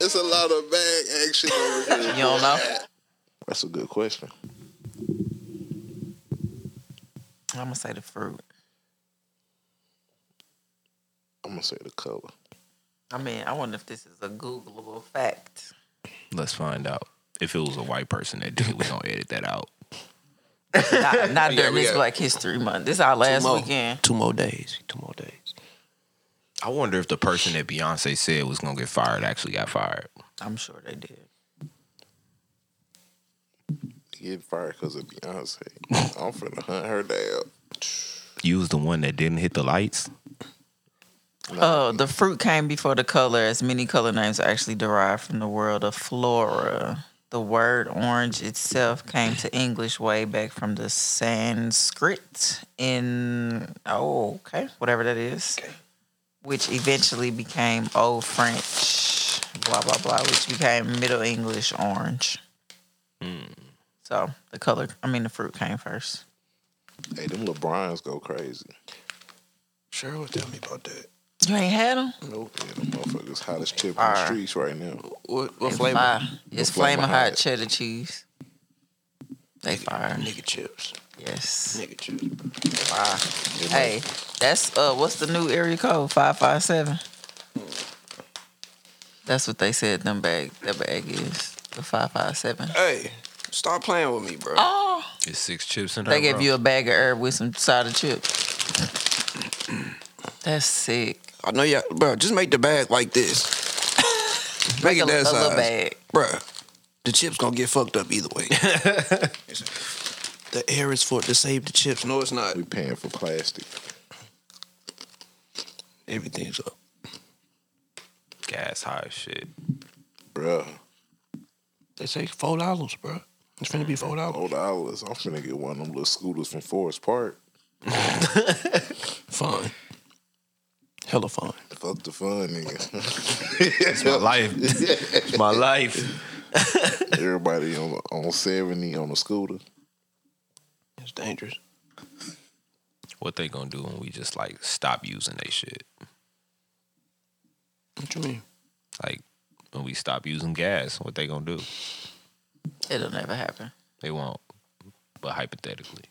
S3: It's a lot of bag action over
S4: You
S3: here.
S4: don't know?
S3: That's a good question.
S4: I'm gonna say the fruit.
S3: I'm gonna say the color.
S4: I mean, I wonder if this is a Googleable fact.
S2: Let's find out. If it was a white person that did, it, we gonna edit that out.
S4: Not, not during
S1: we
S4: this
S1: got-
S4: Black History Month. This our last
S1: Two more-
S4: weekend.
S1: Two more days. Two more days.
S2: I wonder if the person that Beyonce said was gonna get fired actually got fired.
S4: I'm sure they did.
S3: Get fired because of Beyonce. I'm finna hunt her down.
S2: You was the one that didn't hit the lights.
S4: Oh, the fruit came before the color, as many color names are actually derived from the world of flora. The word orange itself came to English way back from the Sanskrit in, oh, okay, whatever that is, which eventually became Old French, blah, blah, blah, which became Middle English orange. So the color, I mean, the fruit came first.
S3: Hey, them LeBrons go crazy.
S1: Cheryl would tell me about that.
S4: You ain't had them?
S3: Nope. Yeah, them motherfuckers hottest chip on the
S4: Fire.
S3: streets right now.
S1: What, what
S4: It's
S1: flavor?
S4: fire. It's
S3: flavor
S4: flaming hot
S3: hot.
S4: cheddar cheese. They fire.
S1: Nigga chips.
S4: Yes.
S1: Nigga chips.
S4: Fire. Hey, that's uh what's the new area code? Five five seven. That's what they said them bag that bag is. The five five seven.
S1: Hey, stop playing with me, bro.
S4: Oh
S2: It's six chips in
S4: they gave you a bag of herb with some cider chips. That's sick.
S1: I know y'all, bro. Just make the bag like this.
S4: Like
S1: make it
S4: a, a
S1: that
S4: little
S1: size,
S4: bag.
S1: bro. The chips gonna get fucked up either way. the air is for to save the chips. No, it's not.
S3: We paying for plastic.
S1: Everything's up.
S2: gas high as shit.
S3: Bruh.
S1: They say four dollars, bro. It's gonna be four dollars.
S3: Four dollars. I'm finna get one of them little scooters from Forest Park.
S1: Fun. Hella fun.
S3: Fuck the fun, nigga.
S2: My life, it's my life.
S3: Everybody on on 70 on a scooter.
S1: It's dangerous.
S2: What they gonna do when we just like stop using they shit?
S1: What you mean?
S2: Like when we stop using gas, what they gonna do?
S4: It'll never happen.
S2: They won't. But hypothetically,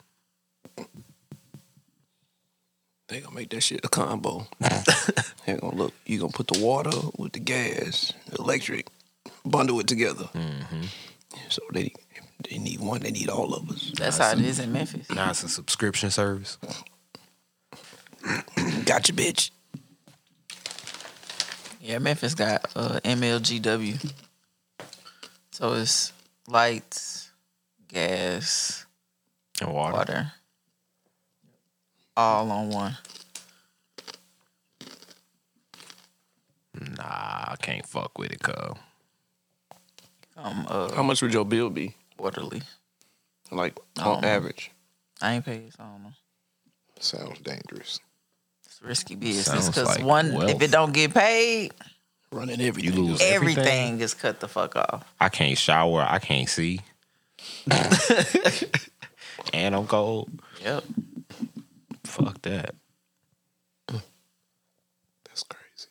S1: They gonna make that shit a combo.
S2: Mm.
S1: they gonna look. You gonna put the water with the gas, electric, bundle it together.
S2: Mm-hmm.
S1: So they they need one. They need all of us.
S4: That's how it is in Memphis.
S2: now it's a subscription service.
S1: Gotcha, bitch.
S4: Yeah, Memphis got uh, MLGW. So it's lights, gas,
S2: And water.
S4: water, all on one.
S2: Nah, I can't fuck with it, cuz.
S4: I'm uh,
S1: How much would your bill be?
S4: quarterly.
S1: Like on
S4: Oh.
S1: average?
S4: I ain't paid, so I don't know.
S3: Sounds dangerous.
S4: It's risky business
S2: Sounds
S4: because
S2: like
S4: one, if
S2: wealth.
S4: it don't get paid,
S1: Running everything.
S2: You lose.
S4: everything,
S2: Everything.
S4: is cut the fuck off.
S2: I can't shower. I can't see. and I'm cold.
S4: Yep.
S2: Fuck that.
S3: That's crazy.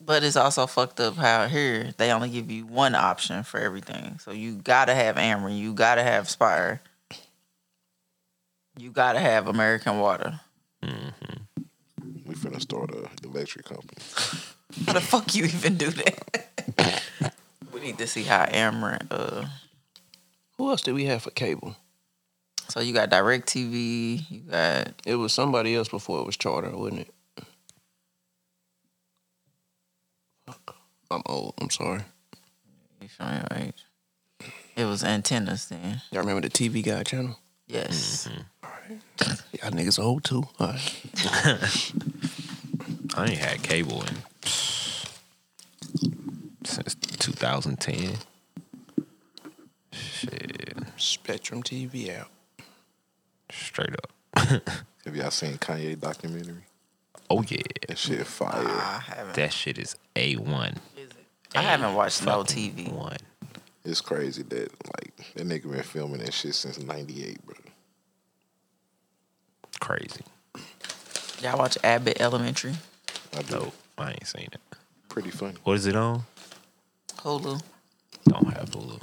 S4: But it's also fucked up how here they only give you one option for everything. So you gotta have Ameren, you gotta have Spire, you gotta have American Water.
S3: We finna start a electric company.
S4: How the fuck you even do that? we need to see how Ameren. Uh,
S1: Who else did we have for cable?
S4: so you got Direct TV, you got
S1: It was somebody else before it was Charter, wasn't it? Fuck. I'm old. I'm sorry.
S4: you feel me, right? It was antennas then.
S1: Y'all remember the TV Guide channel?
S4: Yes.
S2: Mm-hmm.
S1: Y'all niggas old too. All right.
S2: I ain't had cable in since 2010. Shit.
S1: Spectrum TV out.
S2: Straight up.
S3: Have y'all seen Kanye documentary?
S2: Oh yeah.
S3: That shit fire.
S4: I haven't.
S2: That shit is A1.
S4: I haven't watched no
S2: Fucking
S4: TV.
S2: One.
S3: It's crazy that like that nigga been filming that shit since '98, bro.
S2: Crazy.
S4: Y'all watch Abbott Elementary,
S3: I do.
S2: Nope. I ain't seen it.
S3: Pretty funny.
S2: What is it on?
S4: Hulu.
S2: Don't have Hulu.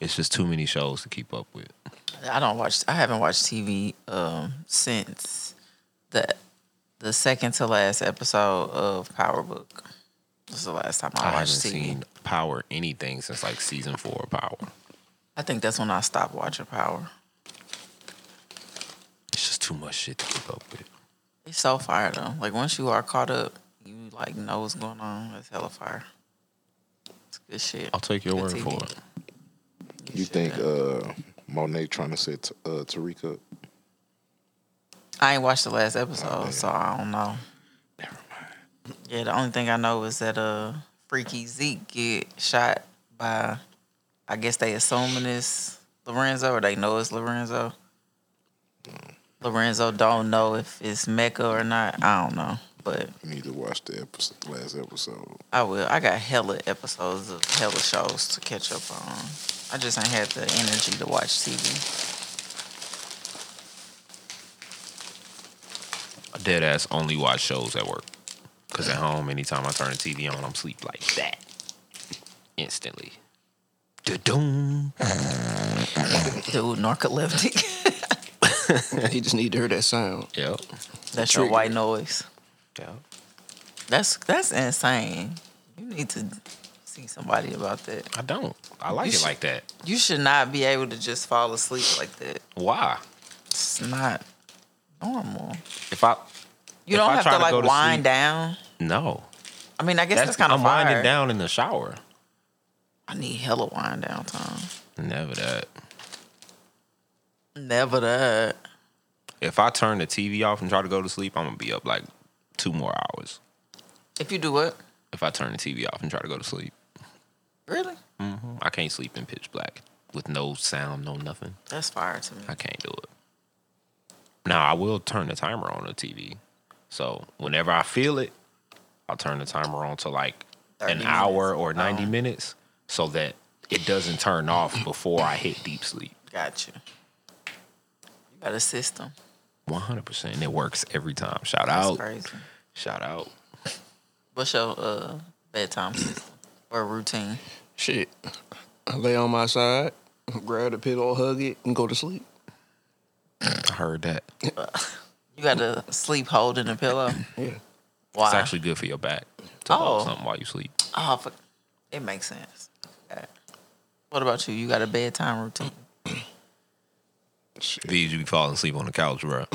S2: It's just too many shows to keep up with.
S4: I don't watch. I haven't watched TV um, since the the second to last episode of Power Book. This is the last time
S2: I
S4: I,
S2: haven't
S4: watched TV.
S2: seen Power anything since like season four of Power.
S4: I think that's when I stopped watching Power.
S2: too much shit to keep up with.
S4: It's so fire though. Like once you are caught up, you like know what's going on. That's hella fire. It's good shit.
S2: I'll take your
S4: Good
S2: word
S4: TV.
S2: for it.
S4: Good
S3: You
S4: shit,
S3: think
S4: man.
S3: uh, Monet trying to set uh, Tariq up?
S4: I ain't watched the last episode, so I don't know.
S3: Never
S4: Yeah, the only thing I know is that uh Freaky Zeke get shot by I guess they assuming it's Lorenzo or they know it's Lorenzo. Lorenzo don't know if it's Mecca or not. I don't know. But
S3: You need to watch the episode, last episode.
S4: I will. I got hella episodes of hella shows to catch up on. I just ain't had the energy to watch TV.
S2: Dead ass only watch shows at work. Cause at home, anytime I turn the TV on, I'm sleep like that. Instantly. Da-doom.
S4: Dude, narcoleptic.
S1: he just need to hear that sound.
S2: Yep.
S4: That's your white noise.
S2: Yep.
S4: That's that's insane. You need to see somebody about that.
S2: I don't. I like
S4: You
S2: it
S4: should-
S2: like that.
S4: You should not be able to just fall asleep like that.
S2: Why?
S4: It's not normal.
S2: If I
S4: You
S2: If
S4: don't
S2: I
S4: have
S2: try
S4: to,
S2: to go
S4: like
S2: to
S4: wind
S2: sleep-
S4: down.
S2: no,
S4: I mean, I guess that's, kind of
S2: I'm winding
S4: fire. Down.
S2: down in the shower.
S4: I need hella wind down time.
S2: Never that.
S4: Never that.
S2: If I turn the TV off and try to go to sleep, I'm gonna be up like two more hours.
S4: If you do what?
S2: If I turn the TV off and try to go to sleep,
S4: Really?
S2: hmm I can't sleep in pitch black with no sound, no nothing.
S4: That's fire to me.
S2: I can't do it. Now I will turn the timer on the TV. So whenever I feel it, I'll turn the timer on to like
S4: 30
S2: an
S4: minutes.
S2: hour or 90
S4: Oh.
S2: minutes so that it doesn't turn off before I hit deep sleep.
S4: Got you. You got a system.
S2: 100%. And it works every time. Shout
S4: That's
S2: out.
S4: crazy.
S2: Shout out.
S4: What's your uh, bedtime system or routine?
S1: Shit. I lay on my side, grab the pillow, hug it, and go to sleep.
S2: I heard that. It's
S4: You got to sleep holding the pillow.
S1: Yeah.
S4: Why?
S2: actually good for your back to hold
S4: Oh.
S2: something while you sleep.
S4: oh, fuck. it makes sense. Okay. What about you? You got a bedtime routine?
S3: Shit.
S2: These you be falling asleep on the couch, bro.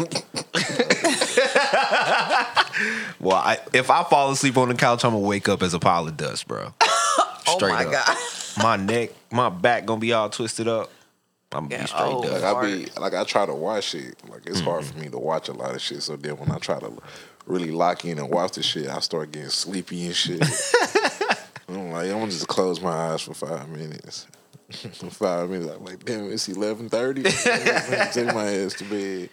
S2: well, I, if I fall asleep on the couch, I'm gonna wake up as a pile of dust, bro. Straight
S4: oh my
S2: up.
S4: god!
S2: My neck, my back gonna be all twisted up. I'm gonna
S4: Yeah,
S2: be straight
S4: oh.
S2: dust.
S3: Like I be like I try to watch it. Like it's hard for me to watch a lot of shit. So then when I try to really lock in and watch the shit, I start getting sleepy and shit. I'm like, I'm gonna just close my eyes for five minutes. For five minutes, I'm like, damn, it's eleven thirty. Take my ass to bed.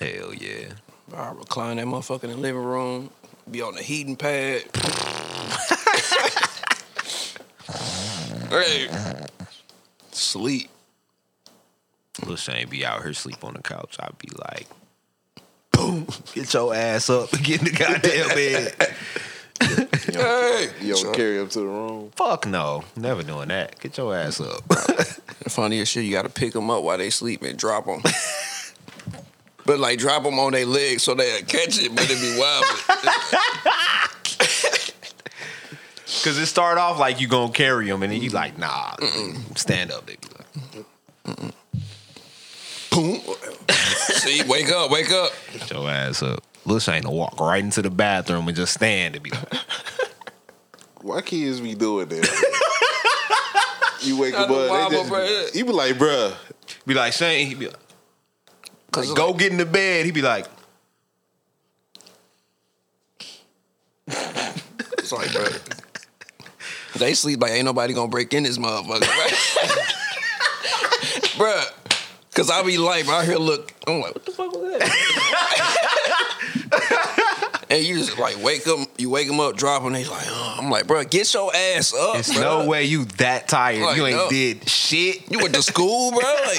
S2: Hell yeah.
S1: Bro, I recline that motherfucker in the living room, be on the heating pad. hey. Sleep.
S2: Lil Shane be out here sleep on the couch. I'd be like, boom, get your ass up and get in the goddamn bed.
S1: Hey.
S3: You don't carry him to the room.
S2: Fuck no, never doing that. Get your ass up.
S1: The funniest shit, you gotta pick them up while they sleep and drop them. but like drop them on their legs so they'll catch it, but it be wild.
S2: Cause it start off like you gonna carry him, and then you like, nah, stand up, nigga.
S1: Boom. See, wake up, wake up.
S2: Get your ass up. Lil Shane to walk right into the bathroom and just stand and be like,
S3: Why kids be doing that? you wake
S1: I
S3: up,
S1: know why
S3: up, they
S1: I'm up right
S3: just, you be like, bruh,
S2: be like Shane, he be like,
S1: Cause
S2: go get in the bed. He be like,
S1: It's like, bro. They sleep like ain't nobody gonna break in this motherfucker, right? Bruh. Cause I be like, bro, I hear look, I'm like, what the fuck was that? and you just like wake them, you wake them up, drop them, they like, oh. I'm like, bro, get your ass up.
S2: it's
S1: bruh.
S2: no way you that tired.
S1: Like,
S2: you ain't
S1: no.
S2: did shit.
S1: You went to school, bro. Like,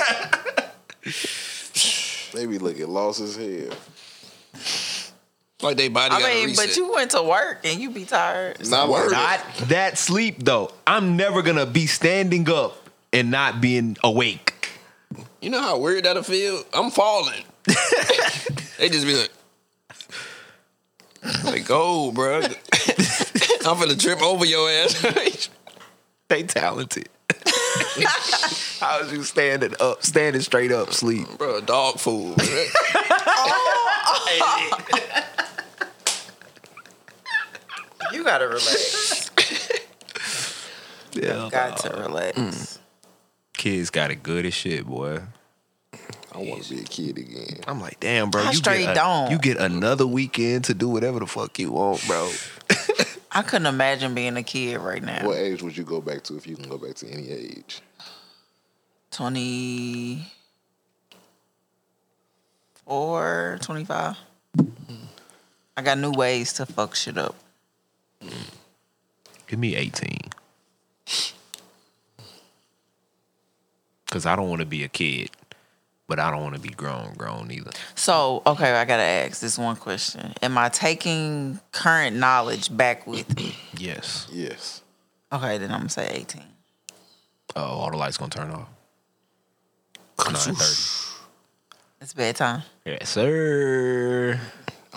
S3: they be looking lost as hell.
S1: like they body.
S4: I
S1: gotta
S4: mean,
S1: reset.
S4: but you went to work and you be tired.
S3: Not
S1: Word.
S3: like
S2: Not that sleep though. I'm never gonna be standing up and not being awake.
S1: you know how weird that'll feel. I'm falling. they just be like, like, go, bro. I'm finna trip over your ass.
S2: They talented. How's you standing up, standing straight up, sleep?
S1: Bro, dog food. bruh.
S4: gotta relax.
S2: Yeah.
S4: Got to relax.
S2: Kids got it good as shit, boy.
S3: I want to be a kid again.
S2: I'm like, damn, bro.
S4: I
S2: you
S4: straight
S2: get a-
S4: don't.
S2: You get another weekend to do whatever the fuck you want, bro.
S4: I couldn't imagine being a kid right now.
S3: What age would you go back to if you can go back to any age?
S4: Twenty four, twenty five. I got new ways to fuck shit up.
S2: Give me 18. Cause I don't want to be a kid, but I don't want to be grown, grown either.
S4: So, okay, I gotta ask this one question. Am I taking current knowledge back with me?
S2: Yes.
S3: Yes.
S4: Okay, then I'm gonna say 18.
S2: Oh, all the lights gonna turn off. Nine thirty.
S4: It's bedtime.
S2: Yes, sir.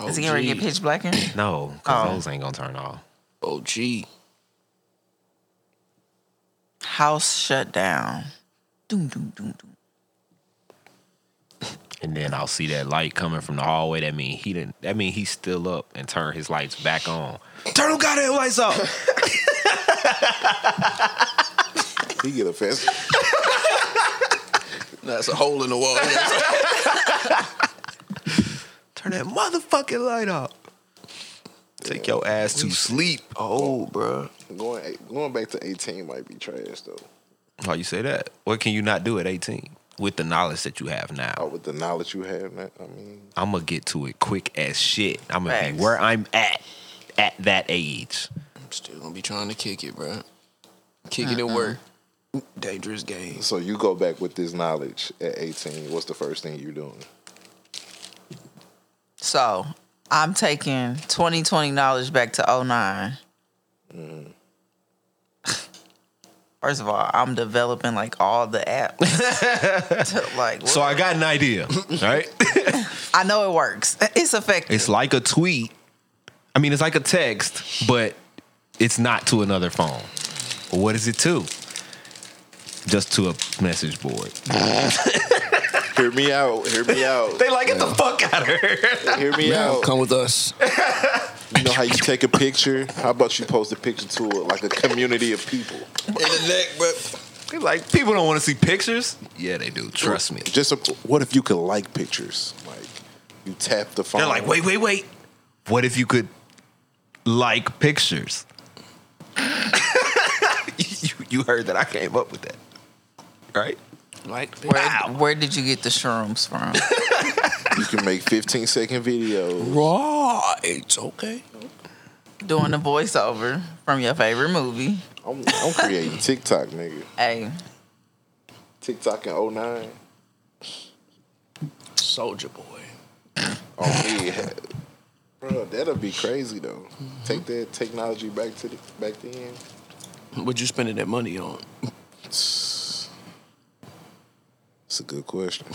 S4: Is it getting ready to get pitch black in?
S2: No, cause
S4: Oh.
S2: those ain't gonna turn off.
S1: Oh, gee.
S4: House shut down. Doom, doom, doom, doom.
S2: And then I'll see that light coming from the hallway. That mean he didn't. That mean he's still up and turn his lights back on. Turn them goddamn lights off.
S3: He get offensive.
S1: That's a hole in the wall.
S2: turn that motherfucking light off. Take your ass to sleep.
S1: oh, bro.
S3: going going back to eighteen might be trash though.
S2: Why you say that? What can you not do at 18 with the knowledge that you have
S3: Out
S2: now?
S3: Uh, with the knowledge you have, man. I mean,
S2: I'm gonna get to it quick as shit. I'm gonna
S4: Facts.
S2: be where I'm at at that age.
S1: I'm still gonna be trying to kick it, bro. Kick it at work. Dangerous games.
S3: so you go back with this knowledge at eighteen. What's the first thing you're doing?
S4: So, I'm taking 2020 knowledge back to 09.
S2: Mm.
S4: First of all, I'm developing like all the apps. To, like,
S2: So I got an idea, right?
S4: I know it works. It's effective.
S2: It's like a tweet. I mean, it's like a text, but it's not to another phone. What is it to? Just to a message board.
S3: Hear me out. Hear me out.
S2: They like get the fuck out of here.
S3: Hear me
S1: Now
S3: out.
S1: come with us.
S3: You know how you take a picture? How about you post a picture to it like a community of people?
S1: in the neck, bro.
S2: They like people don't want to see pictures. Yeah, they do. Trust me.
S3: Just a, what if you could like pictures? Like you tap the phone.
S2: They're like, wait, wait, wait. What if you could like pictures? you, you heard that I came up with that, right?
S1: Like,
S4: where, where did you get the shrooms from?
S3: You can make 15 second videos.
S1: right. Okay.
S4: Doing the voiceover from your favorite movie.
S3: I'm, I'm creating TikTok, nigga.
S4: Hey,
S3: TikTok in 09.
S1: Soldier boy.
S3: on Oh, me. Bro, that'll be crazy though. Take that technology back to the back then.
S1: What you spending that money on?
S3: It's a good question.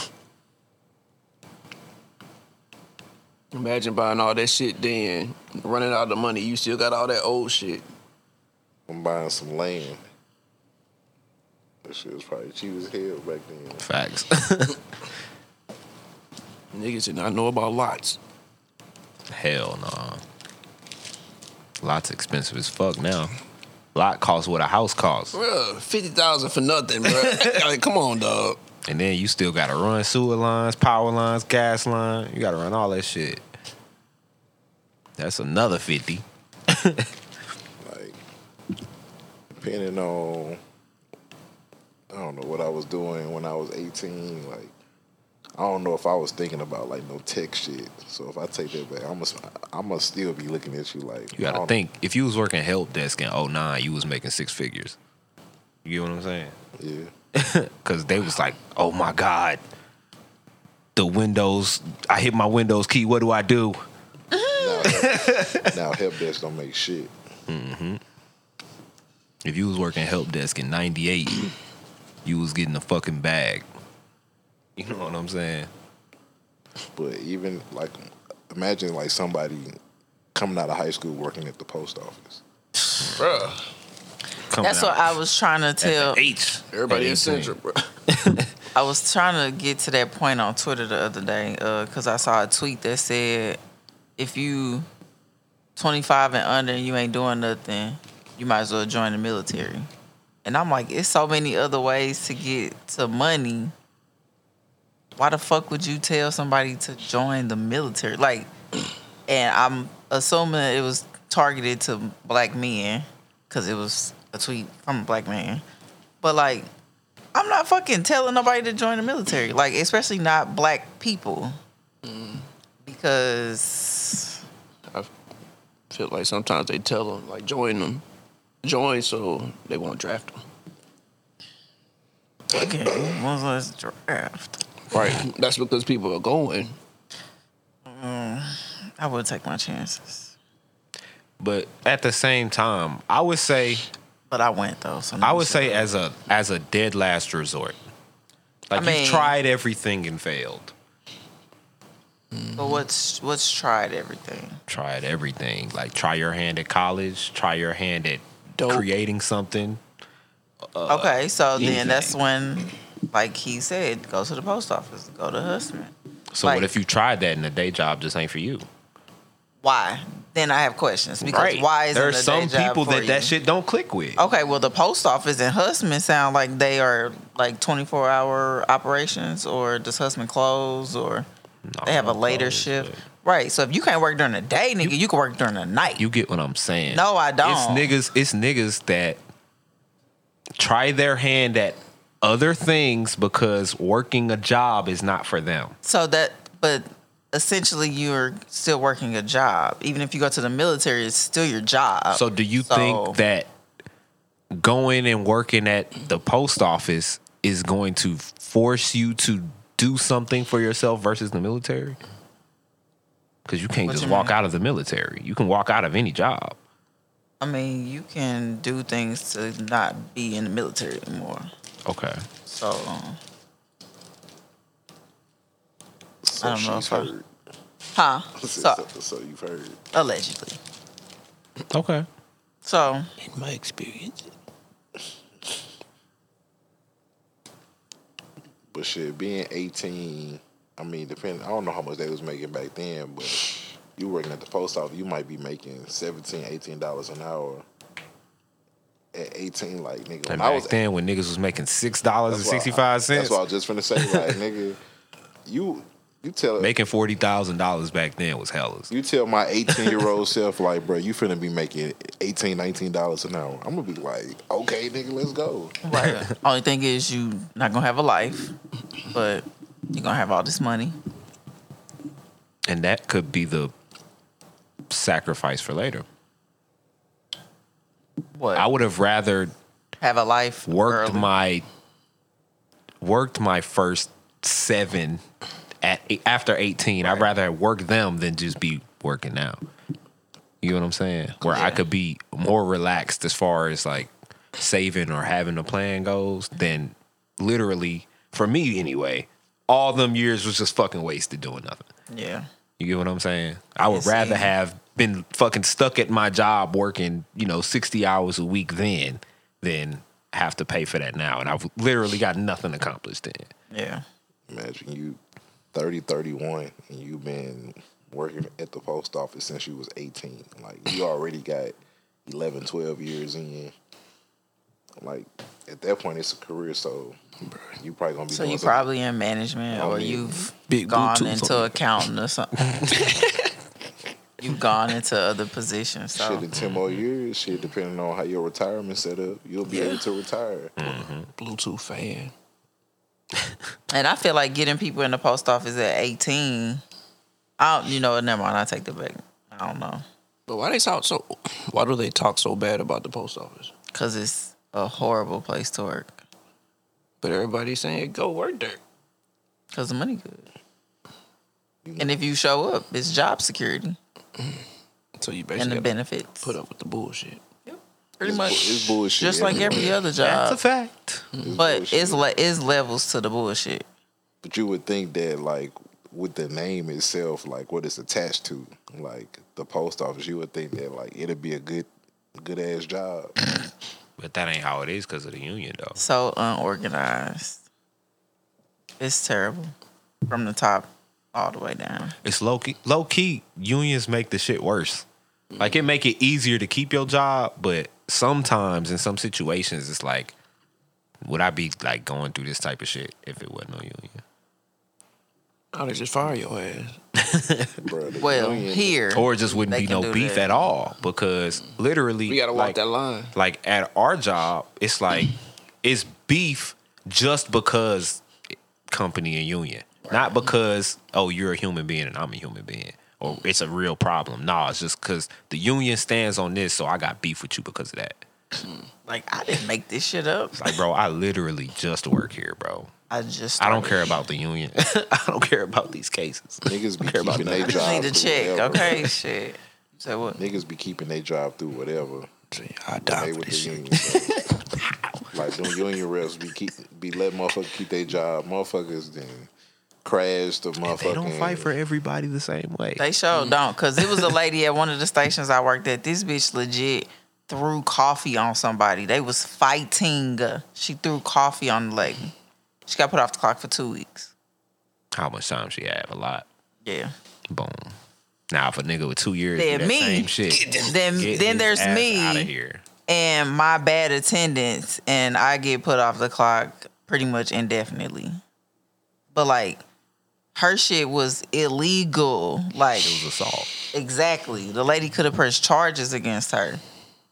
S1: Imagine buying all that shit then, running out of money. You still got all that old shit.
S3: I'm buying some land. That shit was probably cheap as hell back then.
S2: Facts.
S1: Niggas did not know about lots.
S2: Hell no. Nah. Lots expensive as fuck now. Lot costs what a house costs,
S1: Bruh, 50000 for nothing, bruh. like, come on, dog.
S2: and then you still gotta run sewer lines, power lines, gas line. You gotta run all that shit. That's another fifty.
S3: Like, depending on, I don't know what I was doing when I was 18. Like, I don't know if I was thinking about like no tech shit. So if I take that back, I'm gonna, I'm gonna still be looking at you like
S2: You
S3: I
S2: gotta
S3: don't-
S2: think. If you was working help desk in 09, you was making six figures. You get what I'm saying?
S3: Yeah.
S2: Cause they was like, oh my God. The windows, I hit my windows key, what do I do?
S3: now, help- now help desk don't make shit.
S2: If you was working help desk in 98, you was getting a fucking bag. You know what I'm saying?
S3: But even like, imagine like somebody coming out of high school working at the post office.
S1: Bruh.
S2: Coming
S4: that's what
S2: out
S4: I was trying to
S2: at the
S4: tell.
S2: H.
S1: Everybody
S2: at
S1: in
S2: 18.
S1: Central, bro.
S4: I was trying to get to that point on uh, Twitter the other day because I saw a tweet that said, if you 25 and under and you ain't doing nothing, you might as well join the military. And I'm like, it's so many other ways to get to money. Why the fuck would you tell somebody to join the military? Like, and I'm assuming it was targeted to black men because it was a tweet from a black man. But like, I'm not fucking telling nobody to join the military. Like, especially not black people. Because
S1: I feel like sometimes they tell them like join them, join so they won't draft them.
S4: Okay, was last draft?
S1: Right. That's because people are going.
S4: I would take my chances,
S2: But at the same time, I would say
S4: but I went though. So
S2: I would say as a as a dead last resort. Like
S4: I
S2: you've
S4: mean-
S2: tried everything and failed.
S4: But what's what's tried everything?
S2: Tried everything. Like try your hand at college, try your hand at
S1: Dope.
S2: creating something. Uh,
S4: okay, so then that's when, like he said, go to the post office, go to Hustman.
S2: So
S4: Like-
S2: what if you tried that and the day job just ain't for you?
S4: Why? Then I have questions because why is
S2: there's
S4: it a
S2: some
S4: day job
S2: people
S4: for
S2: that
S4: you? Oh,
S2: that shit don't click with.
S4: Okay, well the post office and Hustman sound like they are like twenty four hour operations, or does Hustman close, or
S2: No,
S4: they have a
S2: no
S4: later
S2: clothes,
S4: shift.
S2: but-
S4: Right. So if you can't work during the day, nigga, you, can work during the night.
S2: You get what I'm saying?
S4: No, I don't.
S2: It's niggas. It's niggas that try their hand at other things because working a job is not for them.
S4: so that, but essentially, you're still working a job. Even if you go to the military, it's still your
S3: Uh,
S4: job.
S2: So, do you
S4: So-
S2: think that going and working at the post office is going to force you to do something for yourself versus the military? Because you can't
S4: What
S2: just
S4: you
S2: walk
S4: mean?
S2: out of the military. You can walk out of any job.
S4: I mean, you can do things to not be in the military anymore.
S2: Okay.
S4: So
S3: So
S4: I don't know
S3: she's
S4: if I-
S3: heard.
S4: huh?
S3: So,
S4: So
S3: so you've heard.
S4: allegedly.
S2: Okay.
S4: So
S1: In my experience,
S3: But shit, being 18, I mean, depending, I don't know how much they was making back then, but you working at the post office, you might be making 17 dollars an hour. At 18, like nigga,
S2: And
S3: when
S2: back
S3: I was
S2: then, when niggas was making six dollars and
S3: that's why I-
S2: sixty five
S3: That's
S2: cents,
S3: what I was just finna say, like nigga, you you tell
S2: making forty thousand dollars back then was hellas.
S3: you tell my 18 year old self like, bro, you finna be making 18, 19 dollars an hour. I'm gonna be like, okay, nigga, let's go.
S4: right. Only thing is, you not gonna have a life, but you're gonna have all this money.
S2: and that could be the sacrifice for later.
S4: What?
S2: I would have rather
S4: have a life.
S2: worked
S4: early.
S2: my worked my first seven at after eighteen. I'd rather work them than just be working now. You know what I'm saying? Where I
S4: Yeah.
S2: could be more relaxed as far as like saving or having a plan goes than literally for me anyway. All them years was just fucking wasted doing nothing.
S4: yeah.
S2: You get what I'm saying? I would
S4: Yes,
S2: rather
S4: and-
S2: have been fucking stuck at my job working, you know, 60 hours a week then than have to pay for that now. And I've literally got nothing accomplished then.
S4: Yeah.
S3: Imagine you 30, 31, and you've been working at the post office since you was 18. Like, you already got 11, 12 years in. Like, at that point, it's a career, so you probably gonna be
S4: So
S3: doing
S4: you
S3: something-
S4: probably in management,
S3: I
S4: or
S3: mean,
S4: you've
S1: big
S4: gone
S1: Bluetooth
S4: into
S1: on.
S4: accounting or something. you've gone into other positions. So
S3: Shit, in 10
S4: Mm-hmm.
S3: more years, shit, depending on how your retirement set up, you'll be able to retire.
S1: Bluetooth fan.
S4: And I feel like getting people in the post office at 18, I don't, you know, never mind, I take that back. I don't know.
S1: But why they talk so? Why do they talk so bad about the post office?
S4: Because it's a horrible place to work.
S1: But everybody's saying go work there.
S4: Because the money good. And if you show up, it's job security
S1: So you
S4: and
S1: basically
S4: the
S1: gotta
S4: benefits.
S1: put up with the bullshit.
S4: Pretty
S3: It's
S4: much.
S3: bu- it's bullshit
S4: Just like every
S3: everywhere.
S4: other
S2: That's
S4: job.
S2: a fact.
S4: but
S3: bullshit.
S4: it's le- it's levels to the bullshit.
S3: But you would think that, like, with the name itself, like what it's attached to, like the post office, you would think that, like, it'd be a good, good ass job.
S2: But that ain't how it is because of the union, though.
S4: So unorganized. It's terrible. From the top all the way down.
S2: It's low key, low key, unions make the shit worse. Like it make it easier to keep your job, but sometimes in some situations it's like, would I be like going through this type of shit if it wasn't on union?
S1: I'd just fire your ass.
S3: bro. the
S4: Well,
S3: union-
S4: here
S2: Or it just wouldn't
S4: They
S2: be
S4: can
S2: no
S4: do
S2: beef
S4: that.
S2: at all because literally
S1: We gotta walk
S2: like,
S1: that line.
S2: like at our job, it's like it's beef just because company and union, not because oh you're a human being and I'm a human being or it's a real problem. Nah, it's just because the union stands on this, so I got beef with you because of that.
S4: Like I didn't make this shit up.
S2: Like, bro, I literally just work here, bro.
S4: I just
S2: I don't
S4: started.
S2: care about the union. I don't care about these cases.
S3: Niggas be
S2: care about
S3: keeping
S2: that.
S3: their
S4: I just
S3: job.
S4: need to
S3: through
S4: check.
S3: whatever.
S4: Okay, shit. Say what?
S3: Niggas be keeping their job through whatever.
S1: See, I
S3: They
S1: die for
S3: with the
S1: this shit.
S3: union. bro. like them union reps be keep be let motherfuckers keep their job. Motherfuckers then crash the motherfucking.
S2: They don't fight for everybody the same way.
S4: They sure don't. Cause it was a lady at one of the stations I worked at. This bitch legit threw coffee on somebody. They was fighting. She threw coffee on the lady. She got put off the clock for two weeks.
S2: How much time she have? A lot.
S4: Yeah.
S2: Boom. Now, if a nigga with two years, do
S4: Then
S2: that
S4: me.
S2: same shit.
S4: Then
S2: Get
S4: then
S2: his
S4: there's
S2: ass
S4: me.
S2: Out of here.
S4: and my bad attendance and I get put off the clock pretty much indefinitely. But like her shit was illegal. Like
S2: It was assault.
S4: exactly. The lady could have pressed charges against her.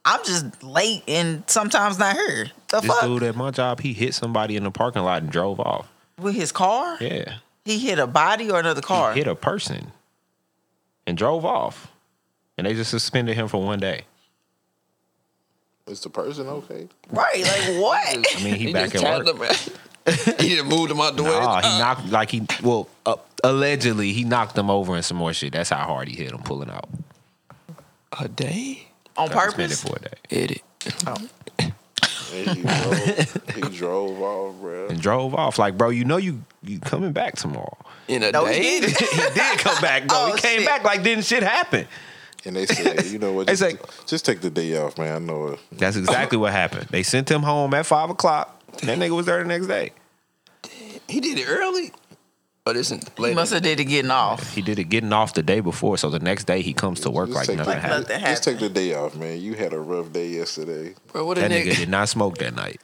S4: I'm just late and sometimes not here. The
S2: This
S4: fuck
S2: dude at my job, he hit somebody in the parking lot and drove off.
S4: with his car?
S2: Yeah,
S4: He hit a body or another car?
S2: he hit a person and drove off, and they just suspended him for one day.
S3: Is the person okay?
S4: right. Like what?
S2: I mean, he,
S1: He
S2: back
S1: just
S2: at
S1: tied
S2: work.
S1: them. He just moved them out the way.
S2: Nah, he
S1: Uh,
S2: knocked like he well uh, allegedly he knocked him over and some more shit. That's how hard he hit him pulling out.
S1: a day?
S4: On
S2: Got suspended
S4: purpose?
S2: for a day
S1: Edit.
S3: And he, drove, he drove off, bro.
S2: and drove off. Like bro, you know you you coming back tomorrow.
S1: In a
S4: No, he
S1: day?
S4: didn't.
S2: he did come back, bro.
S4: Oh,
S2: he came
S4: shit.
S2: back like didn't shit happen.
S3: And they said, you know what?
S2: It's
S3: Just,
S2: like-
S3: just take the day off, man. I know it.
S2: That's exactly what happened. They sent him home at five o'clock. That nigga was there the next day.
S1: He did it early? Oh, this isn't
S4: He
S1: late.
S4: must have did it getting off.
S2: He did it getting off the day before, so the next day he comes to work
S3: Just
S2: like
S3: take
S2: nothing
S3: the,
S2: happened.
S4: Nothing
S3: Just take
S4: happened.
S3: the day off, man. You had a rough day yesterday.
S1: Bro, what a
S2: That nigga
S1: nigga.
S2: did not smoke that night.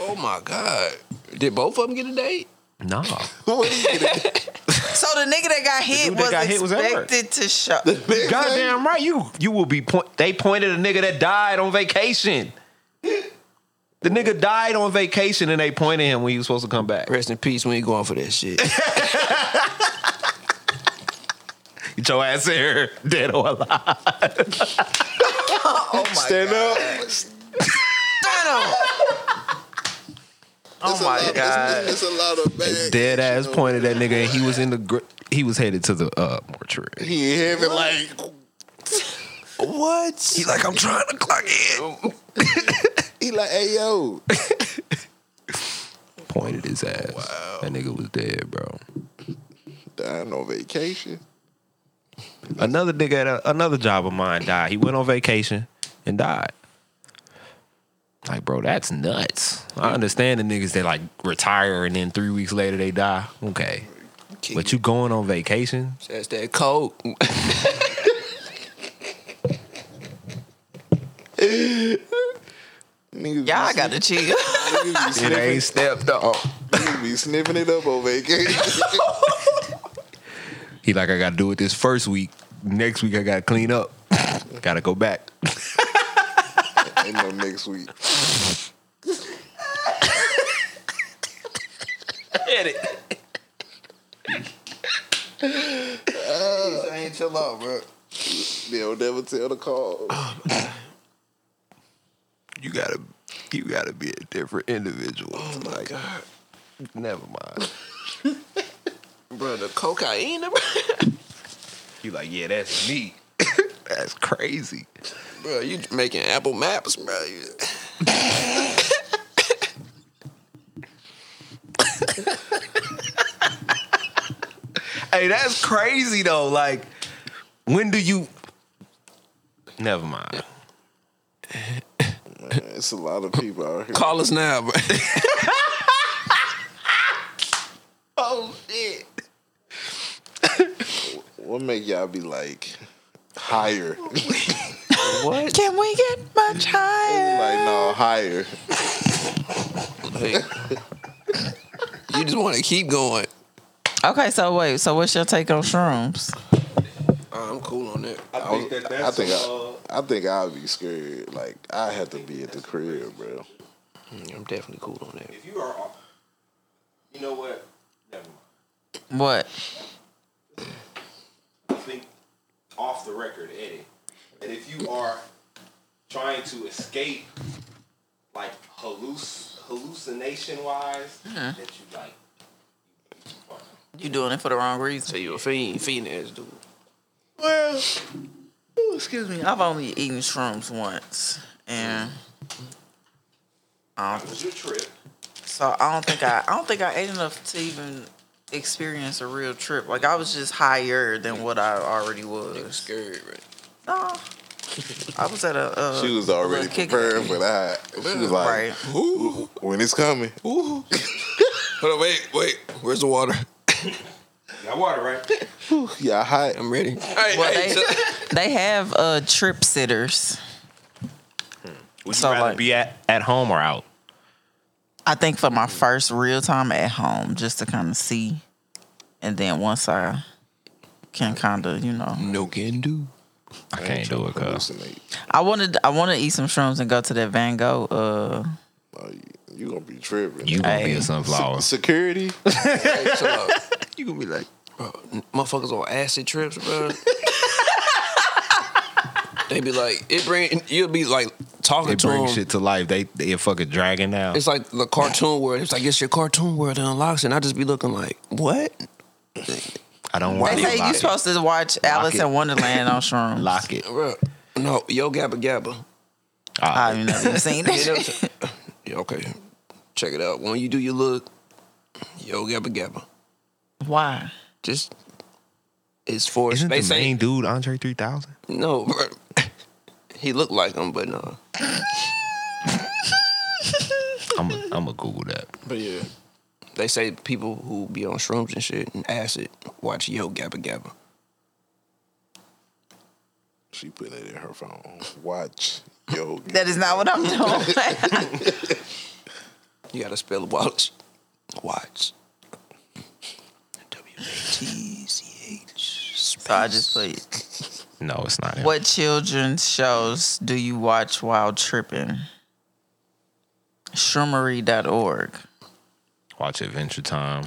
S1: Oh my God. Did both of them get a date?
S2: Nah,
S3: What do you get it?
S4: So the nigga that got hit,
S2: dude that
S4: was,
S2: got hit was at work.
S4: expected to show.
S2: goddamn right. You you will be point. They pointed a nigga that died on vacation. The nigga died on vacation, and they pointed him when he was supposed to come back.
S1: Rest in peace. We ain't going for that shit.
S2: Get your ass in here, dead or alive.
S4: Oh my
S3: Stand up.
S4: Oh my god.
S3: It's a lot of bad.
S2: Dead ass pointed that nigga, and he was in the gr- he was headed to the uh, mortuary.
S3: He ain't having like
S1: what? He like, I'm trying to clock
S2: Oh,
S1: in.
S3: he like, hey yo,
S2: Pointed his ass. That nigga was dead, bro.
S3: dying on vacation.
S2: Another nigga at a, another job of mine died. He went on vacation and died. Like, bro, that's nuts. I understand the niggas that like retire and then three weeks later they die. Okay. But you going on vacation?
S1: That's that cold.
S3: Niggas
S4: Y'all
S3: be,
S4: gotta chill.
S3: niggas be
S2: It
S3: sniffing,
S2: ain't stepped on.
S3: niggas be sniffing it up on vacation.
S2: He like, I gotta do it this first week. Next week I gotta clean up. gotta go back.
S3: ain't no next week.
S1: I ain't chill out, bro.
S3: They'll never tell the call.
S2: Oh, You gotta you gotta be a different individual. Oh my like, God. Never mind.
S1: Bro, the cocaine. bro.
S2: You like, yeah, that's me. that's crazy.
S1: Bro, you making Apple Maps, bro. You-
S2: Hey, that's crazy though. Like, when do you? Never mind.
S3: Man, it's a lot of people out here.
S1: Call us now, bro.
S2: Oh shit!
S3: What What make y'all be like higher?
S1: What?
S4: Can we get much higher?
S3: like no higher.
S1: Like, you just want to keep going.
S4: Okay, so wait, so what's your take on shrooms?
S1: I'm cool on that.
S2: I think that
S3: I
S2: that's uh,
S3: think I, I think I'd be scared. Like I have to be at the crib, bro.
S1: mm, I'm definitely cool on that.
S2: if you are, you know what? Never mind.
S4: What?
S2: I think off the record, Eddie, that if you are trying to escape, like halluc- hallucination wise, that you like.
S4: You doing it for the wrong
S1: So
S4: reason.
S1: you a fiend, fiend ass dude.
S4: Well, ooh, excuse me, I've only eaten shrooms once, and um,
S2: That was your trip.
S4: so I don't think I, I don't think I ate enough to even experience a real trip. Like I was just higher than what I already was.
S1: Scared, right?
S4: No, I was at a. Uh,
S3: She was already
S4: a kick-
S3: prepared for that. She was like,
S4: Right.
S3: "Ooh, when it's coming.
S1: Ooh. Hold on, wait, wait. Where's the water?
S2: Got water, right?
S3: Ooh, y'all hot.
S1: I'm ready. Hey,
S4: Well,
S1: hey,
S4: they-
S1: so-
S4: They have uh, trip sitters.
S2: Would you
S4: So,
S2: rather
S4: like-
S2: be at, at home or out?
S4: I think for my first real time at home, just to kind of see, and then once I can kind of, you know,
S1: no can do.
S2: I can't do it, cuz.
S3: Hallucinate.
S4: I wanted I want to eat some shrooms and go to that Van Gogh. Uh,
S3: Oh, you, you gonna be tripping.
S2: You gonna be
S4: Hey.
S2: a sunflower.
S3: Security?
S1: Hey, chill out. You gonna be like, bro, n- motherfuckers on acid trips, bro. they be like, it bring. You'll be like talking
S2: They
S1: to
S2: bring
S1: them.
S2: shit to life. They they a fucking dragon now.
S1: It's like the cartoon world. It's like it's your cartoon world that unlocks, it. and I just be looking like, what?
S2: I don't
S4: they
S2: want
S4: say
S2: to
S4: you're
S2: lock it.
S4: supposed to watch Alice
S2: it.
S4: in Wonderland on shrooms.
S2: Lock it.
S1: Bruh. No, yo gabba gabba.
S2: Ah,
S4: I've never seen that.
S1: You know what I'm
S4: shit.
S1: saying? Yeah, okay, check it out. When you do your look, yo gabba gabba.
S4: Why?
S1: Just it's for
S2: Isn't
S1: they
S2: the
S1: say-
S2: main dude Andre 3000?
S1: No, bruh. he looked like him, but no.
S2: I'm i I'm gonna Google that.
S1: But yeah. They say people who be on shrooms and shit and acid watch Yo Gabba Gabba.
S3: She putting it in her phone. Watch. Yo.
S4: That is not what I'm doing.
S1: You gotta spell watch. Watch. W A T C H.
S4: so I just put
S2: No, it's not. Him.
S4: what children's shows do you watch while tripping? Shroomery.org.
S2: Watch Adventure Time.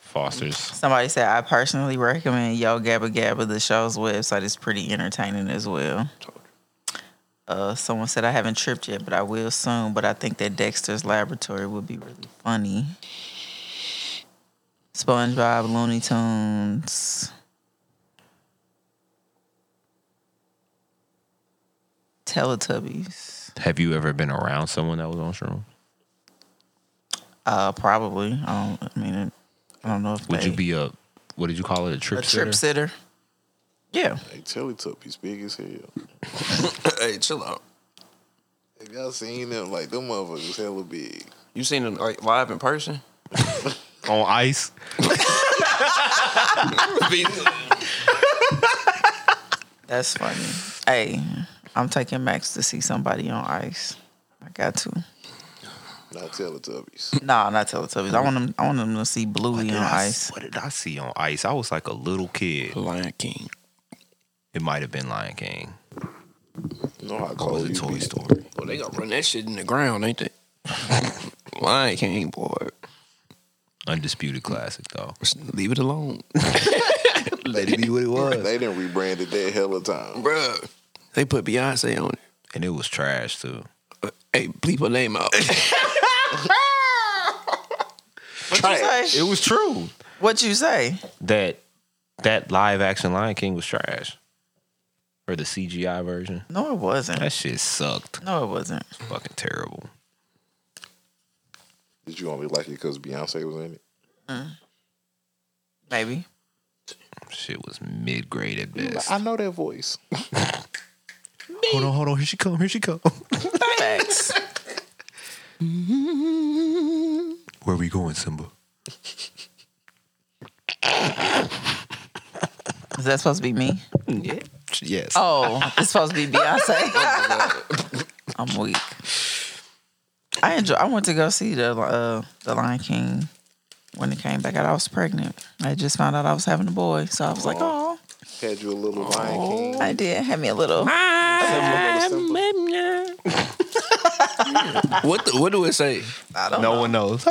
S2: Foster's.
S4: Somebody said I personally recommend Yo Gabba Gabba. The show's website is pretty entertaining as well. Uh, someone said I haven't tripped yet, but I will soon. But I think that Dexter's Laboratory would be really funny. SpongeBob, Looney Tunes. Teletubbies.
S2: Have you ever been around someone that was on shrooms?
S4: Uh, probably. I don't. I mean, it- I don't know if
S2: Would you
S4: they-
S2: be a what did you call it? A trip
S4: a trip
S2: sitter?
S4: sitter? Yeah.
S3: Hey, Teletubbies big as hell.
S1: hey, chill out.
S3: Have y'all seen them? Like, them motherfuckers hella big.
S1: You seen him like live in person?
S2: on ice.
S4: That's funny. Hey, I'm taking Max to see somebody on ice. I got to.
S3: Not Teletubbies.
S4: Nah, not Teletubbies. I want them. I want them to see Bluey on
S2: I-
S4: ice.
S2: What did I see on ice? I was like a little kid.
S1: Lion King.
S2: It might have been Lion King.
S3: You know how
S2: Or was
S3: cold
S2: it
S3: you
S2: Toy
S3: be.
S2: Story?
S1: Well, they gonna run that shit in the ground, ain't they? Lion King, boy.
S2: Undisputed classic though.
S1: Just leave it alone.
S2: Let it be what it was.
S3: They didn't rebrand it that hella time.
S1: Bruh. They put Beyonce on it.
S2: And it was trash too.
S1: Uh, Hey, bleep her name out.
S4: What you say?
S2: It was true
S4: What you say?
S2: that that live action Lion King was trash. Or the CGI version.
S4: No, it wasn't.
S2: That shit sucked.
S4: No, it wasn't.
S2: Fucking terrible.
S3: Did you only like it because Beyonce was in it?
S4: Maybe.
S2: Shit was mid grade at
S3: You
S2: best.
S3: like, I know that voice.
S2: Hold on, hold on. Here she come. Here she come.
S4: Facts.
S2: Where we going, Simba?
S4: Is that supposed to be me?
S2: Yeah. Yes.
S4: Oh, it's supposed to be Beyonce. I'm weak. I enjoy. I went to go see the uh, the Lion King when it came back out. I was pregnant. I just found out I was having a boy, so I was like, oh,
S3: Had you a little Lion King?
S4: I did. Had me a little.
S1: What the, what do it say?
S2: no one knows.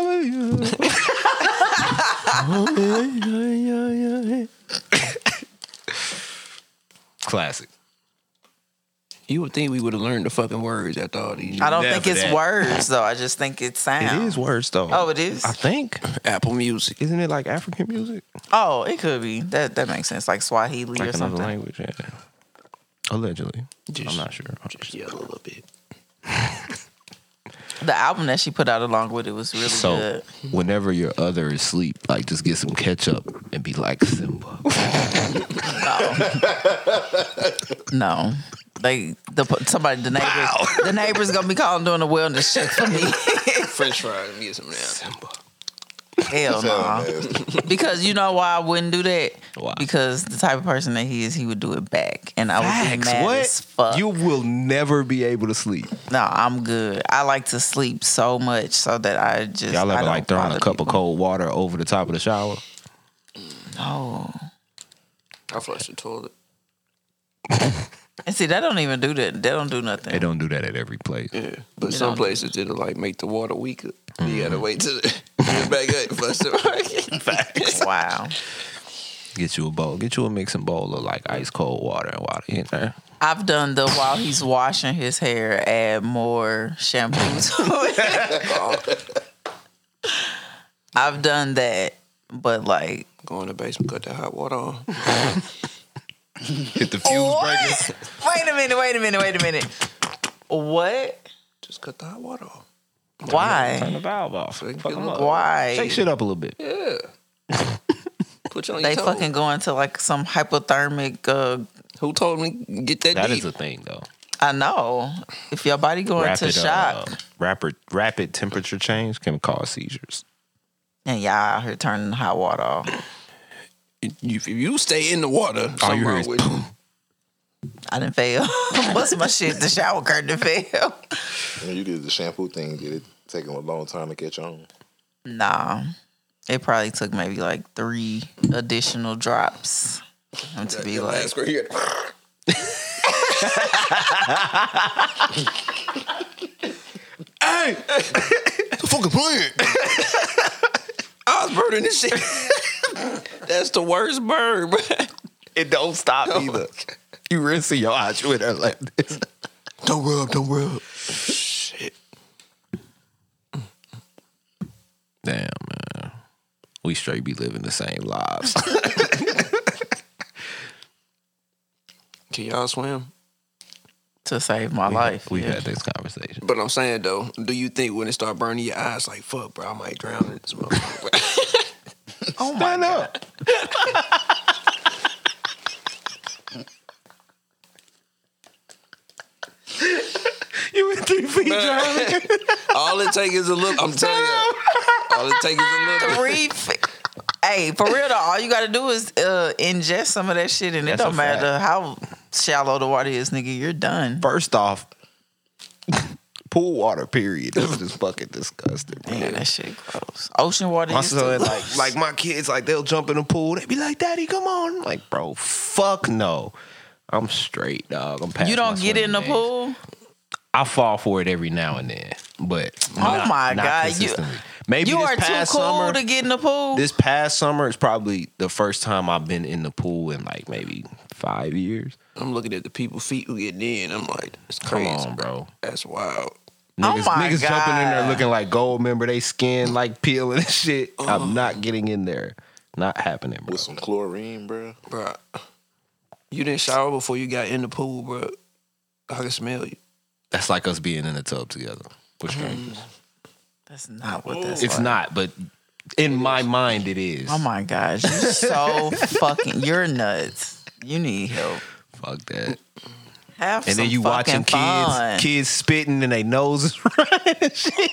S2: Classic.
S1: You would think we would have learned the fucking words after all these.
S4: I don't
S2: Never
S4: think it's
S2: that.
S4: words though. I just think it's sound.
S2: It is words though.
S4: Oh, it is?
S2: I think.
S1: Apple Music.
S2: Isn't it like African music?
S4: Oh, it could be. That that makes sense. Like Swahili or
S2: Like another
S4: something.
S2: language, yeah. Allegedly.
S1: Just-
S2: I'm not sure.
S1: Just yell a little bit.
S4: The album that she put out along with it was really
S2: So
S4: good.
S2: whenever your other is asleep, like just get some ketchup and be like Simba.
S4: No. They the somebody the neighbors the neighbors gonna be calling doing a wellness check for me.
S1: French fries. Let me get some of that.
S4: Hell no.
S3: Sound nasty.
S4: Because you know why I wouldn't do that?
S2: Why?
S4: Because the type of person that he is, he would do it back. And I would be mad as fuck.
S2: You will never be able to sleep.
S4: no, I'm good. I like to sleep so much so that I just
S2: Y'all
S4: I
S2: ever
S4: don't
S2: like throwing
S4: bother
S2: a cup
S4: people.
S2: of cold water over the top of the shower?
S4: No.
S1: I flush the toilet.
S4: And see, they don't even do that. They don't do nothing.
S2: They don't do that at every place.
S1: Yeah, but
S4: You
S1: some
S4: know.
S1: places it'll like make the water weaker.
S2: Mm-hmm.
S1: You gotta wait till it get back up and flush it.
S4: Wow.
S2: Get you a bowl. Get you a mixing bowl of like ice cold water and water in there.
S4: I've done the while he's washing his hair, add more shampoo to it. I've done that, but like
S1: Go in the basement, cut that hot water on.
S2: Hit the fuse breaker.
S4: what? Wait a minute! Wait a minute! Wait a minute! What?
S1: Just cut the hot water off.
S2: Turn
S4: Why?
S2: the valve off.
S1: So you
S2: Fuck
S1: can
S2: 'em
S1: look-
S2: up.
S4: Why?
S2: Shake shit up a little bit.
S1: Yeah. Put you on
S4: They
S1: your toe.
S4: fucking go into like some hypothermic. Uh,
S1: Who told me to get that,
S2: That
S1: deep?
S2: is a thing though.
S4: I know if your body going to shock,
S2: uh, rapid rapid temperature change can cause seizures.
S4: and y'all out here turning the hot water off.
S1: You- if you stay in the water,
S2: All
S1: something
S2: you hear
S1: wrong
S2: is
S1: with you.
S4: I didn't fail. What's my shit? The shower curtain fail.
S3: When you did the shampoo thing, did it take him a long time to catch on?
S4: Nah, it probably took maybe like three additional drops. I'm to be
S1: Your
S4: like,
S1: last grade. hey, the fucking plan. I was burning this shit. That's the worst bird, bro.
S2: It don't stop either. You rinsing your eyes with her like this.
S1: Don't rub, don't rub. Shit.
S2: Damn man. We straight be living the same lives.
S1: Can y'all swim?
S4: to save my life.
S2: We've
S4: yeah.
S2: had this conversation.
S1: But I'm saying though, do you think when it start burning your eyes, like fuck, bro, I might drown in this motherfucker?
S4: Oh my god.
S2: You went three feet driving.
S1: all it take is a little. I'm telling you, all it take is a little.
S4: Three fi- hey, for real though, all you gotta do is uh, ingest some of that shit, and
S2: That's
S4: it
S2: a
S4: don't matter how shallow the water is, nigga. You're done.
S2: First off, pool water. Period. This is fucking disgusting. bro.
S4: Damn, that shit gross. Ocean water.
S2: My
S4: Used to,
S2: son, like, like my kids, like they'll jump in the pool. They be like, "Daddy, come on!" I'm like, bro, fuck no. I'm straight, dog. I'm past
S4: you
S2: my
S4: don't get in
S2: swimming
S4: the
S2: days.
S4: pool.
S2: I fall for it every now and then, but oh
S4: my God, you-
S2: maybe
S4: You
S2: this
S4: are too
S2: past
S4: cool
S2: summer,
S4: to get in the pool.
S2: this past summer is probably the first time I've been in the pool in like maybe five years.
S1: I'm looking at the people feet who getting in. I'm like, it's
S2: Come
S1: crazy.
S2: on, bro.
S1: That's wild.
S4: Oh
S2: Niggas,
S4: my
S2: niggas jumping in there
S4: God.
S2: looking like gold member, they skin like peeling and shit. I'm not getting in there. Not happening, bro.
S3: With some chlorine, bro.
S1: Bruh. You didn't shower before you got in the pool, bro. I can smell you.
S2: That's like us being in a
S4: Mm,
S2: tub together. With strangers.
S4: that's not what that's.
S2: It's
S4: like.
S2: not, but in my mind it is.
S4: Oh my gosh, you're so fucking. You're nuts. You need help.
S2: Fuck that.
S4: Have
S2: And then
S4: some
S2: you
S4: fucking
S2: watching kids
S4: fun.
S2: kids spitting and they noses running and shit.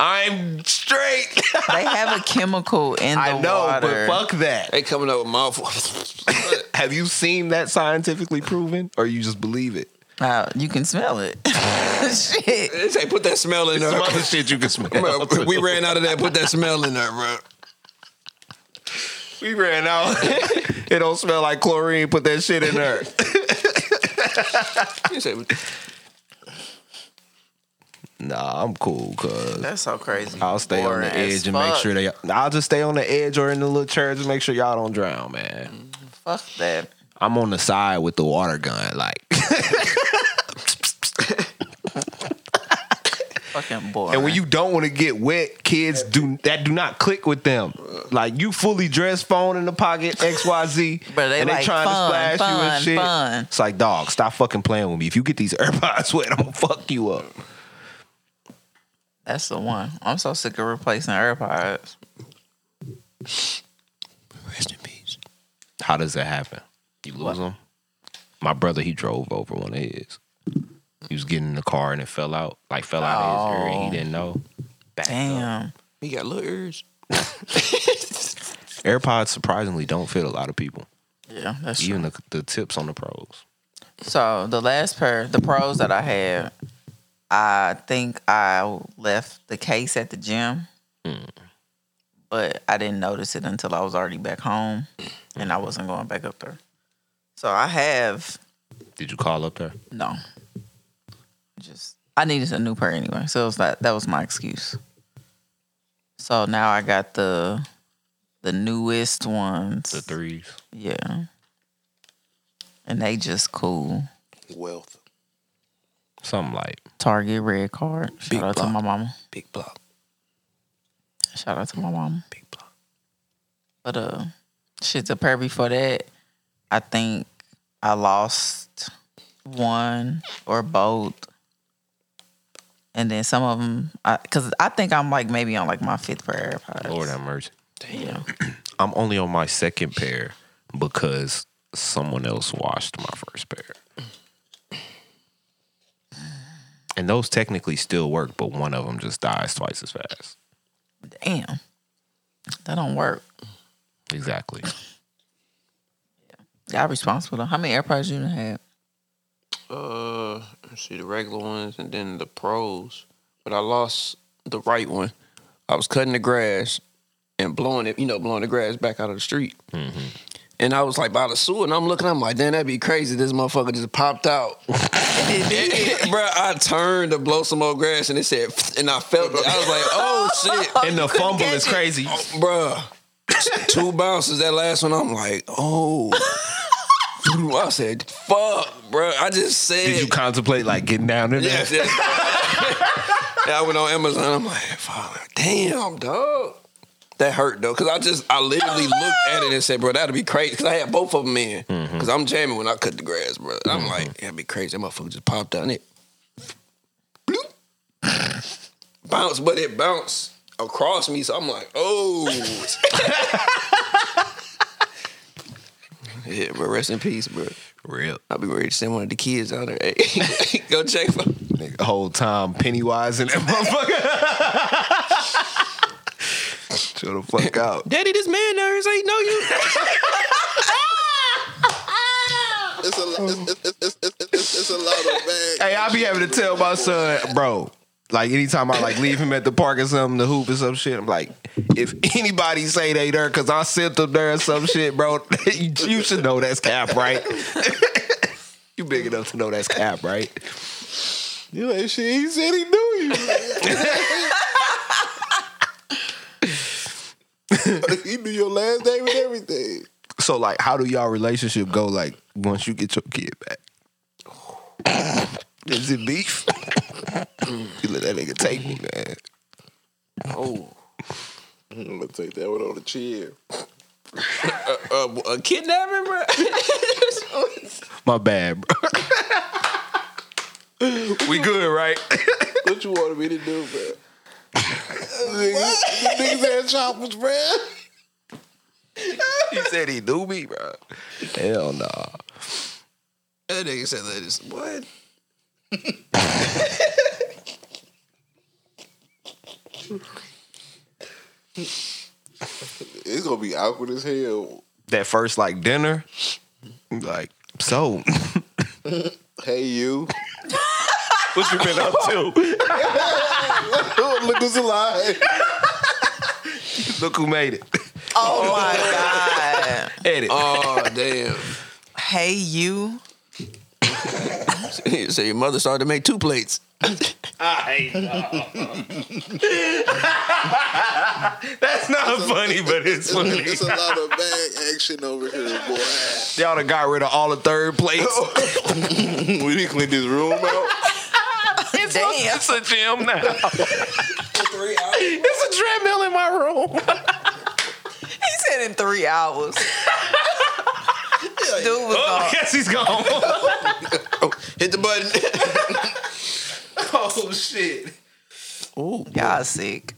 S2: I'm straight.
S4: They have a chemical in the
S2: I know,
S4: water.
S2: but fuck that.
S1: They coming up with mouthful.
S2: Have you seen that scientifically proven, or you just believe it?
S4: Uh, you can smell it. Shit.
S1: they say put that smell in
S2: Some
S1: there.
S2: other shit you can smell.
S1: Bro,
S2: too.
S1: we ran out of that. Put that smell in there, bro.
S2: we ran out. it don't smell like chlorine. Put that shit in there.
S1: You say,
S2: nah, I'm cool, cuz.
S4: That's so crazy.
S2: I'll stay on
S4: Boring
S2: the
S4: as
S2: edge and make
S4: fuck.
S2: sure they. I'll just stay on the edge or in the little church and make sure y'all don't drown, man.
S4: Fuck that.
S2: I'm on the side with the water gun, like,
S4: Fucking boring.
S2: and when you don't want to get wet, kids do that do not click with them. Like you fully dressed, phone in the pocket, X Y Z,
S4: But they
S2: and they
S4: like,
S2: trying
S4: "Fun,
S2: to splash you and
S4: fun,
S2: shit.
S4: fun.
S2: It's like, dog, stop fucking playing with me. If you get these AirPods wet, I'm gonna fuck you up.
S4: That's the one. I'm so sick of replacing AirPods.
S1: rest in peace.
S2: How does that happen? You lose them. My brother, he drove over one of his. He was getting in the car and it fell out, like fell out of his ear. And he didn't know. Backed up.
S4: Damn.
S1: He got little ears.
S2: AirPods surprisingly don't fit a lot of people,
S4: Yeah, that's true.
S2: even the, the tips on the pros.
S4: So the last pair, the pros that I had, I think I left the case at the gym, but I didn't notice it until I was already back home, and I wasn't going back up there. So I have
S2: Did you call up there?
S4: no. Just I needed a new pair anyway, so it was not that was my excuse. So now I got the the newest ones.
S2: The threes.
S4: Yeah. And they just cool.
S3: Wealth.
S2: Something like
S4: Target red card. Shout
S1: Big
S4: out to
S1: block.
S4: my mama.
S1: Big block.
S4: Shout out to my mama.
S1: Big block.
S4: But uh shit the pair before that, I think I lost one or both. And then some of them, because I, think I'm like maybe on like my fifth pair of AirPods.
S2: Lord have mercy.
S4: Yeah.
S2: I'm only on my second pair because someone else washed my first pair. And those technically still work, but one of them just dies twice as fast.
S4: Damn. That don't work.
S2: Exactly.
S4: Y'all responsible though. How many AirPods you done had?
S1: Uh, let's see the regular ones and then the pros. But I lost the right one. I was cutting the grass and blowing it, you know, blowing the grass back out of the street.
S2: Mm-hmm.
S1: And I was like by the sewer, and I'm looking. I'm like, damn, that'd be crazy. This motherfucker just popped out, bro. I turned to blow some more grass, and it said, and I felt it. I was like, oh shit.
S2: and the fumble is crazy.
S1: Oh, bruh. Two bounces that last one, I'm like, oh. I said, fuck, bruh. I just said.
S2: Did you contemplate like getting down in there?
S1: yes, yes. Yeah, I went on Amazon. I'm like, fuck, damn, dog. That hurt though, cause I just I literally looked at it and said, bro, that'd be crazy. Cause I had both of them in, cause I'm jamming when I cut the grass, bro. And I'm like, that'd be crazy. That motherfucker just popped out and it, bloop, bounced, but it bounced across me. So I'm like, oh, yeah, bro. Rest in peace, bro.
S2: Real.
S1: I'll be ready to send one of the kids out there. Hey, go check for.
S2: The whole time Pennywise and that motherfucker. Chill the fuck out.
S1: Daddy, this man nerds ain't know you.
S3: It's a, it's, it's, it's, it's, it's, it's a lot of bad.
S2: Hey, I be having to tell my son, bro. Like anytime I like leave him at the park or something to hoop or some shit, I'm like, if anybody say they there because I sent them there or some shit, bro, you, you should know that's cap, right? you big enough to know that's cap, right?
S3: You like shit. He said he knew you. he knew your last name and everything.
S2: So like, how do y'all relationship go? Like once you get your kid back, is it beef? you let that nigga take me, man.
S1: Oh,
S3: I'm gonna take that one on the chin.
S1: uh, a kidnapping, bro.
S2: My bad, bro. we good, right?
S3: What you wanted me to do, bro? niggas, niggas had choppers, bro.
S2: he said he knew me, bro. Hell no.
S1: that nigga said that is what.
S3: It's gonna be awkward as hell.
S2: That first like dinner, like so.
S3: Hey you,
S2: what you been up to?
S3: look who's alive.
S2: Look who made it.
S4: Oh my god.
S2: Edit.
S1: Oh damn!
S4: Hey you.
S1: so your mother started to make two plates.
S2: That's not funny, but it's funny.
S3: It's a lot of bag action over here, boy.
S2: Y'all done got rid of all the third plates.
S3: we didn't clean this room out.
S4: Damn.
S2: It's a gym now. It's a treadmill in my room.
S4: He said in three hours. Dude was
S2: Oh, I
S4: gone.
S2: guess he's gone.
S1: Hit the button.
S2: oh shit.
S1: Ooh,
S4: Y'all sick.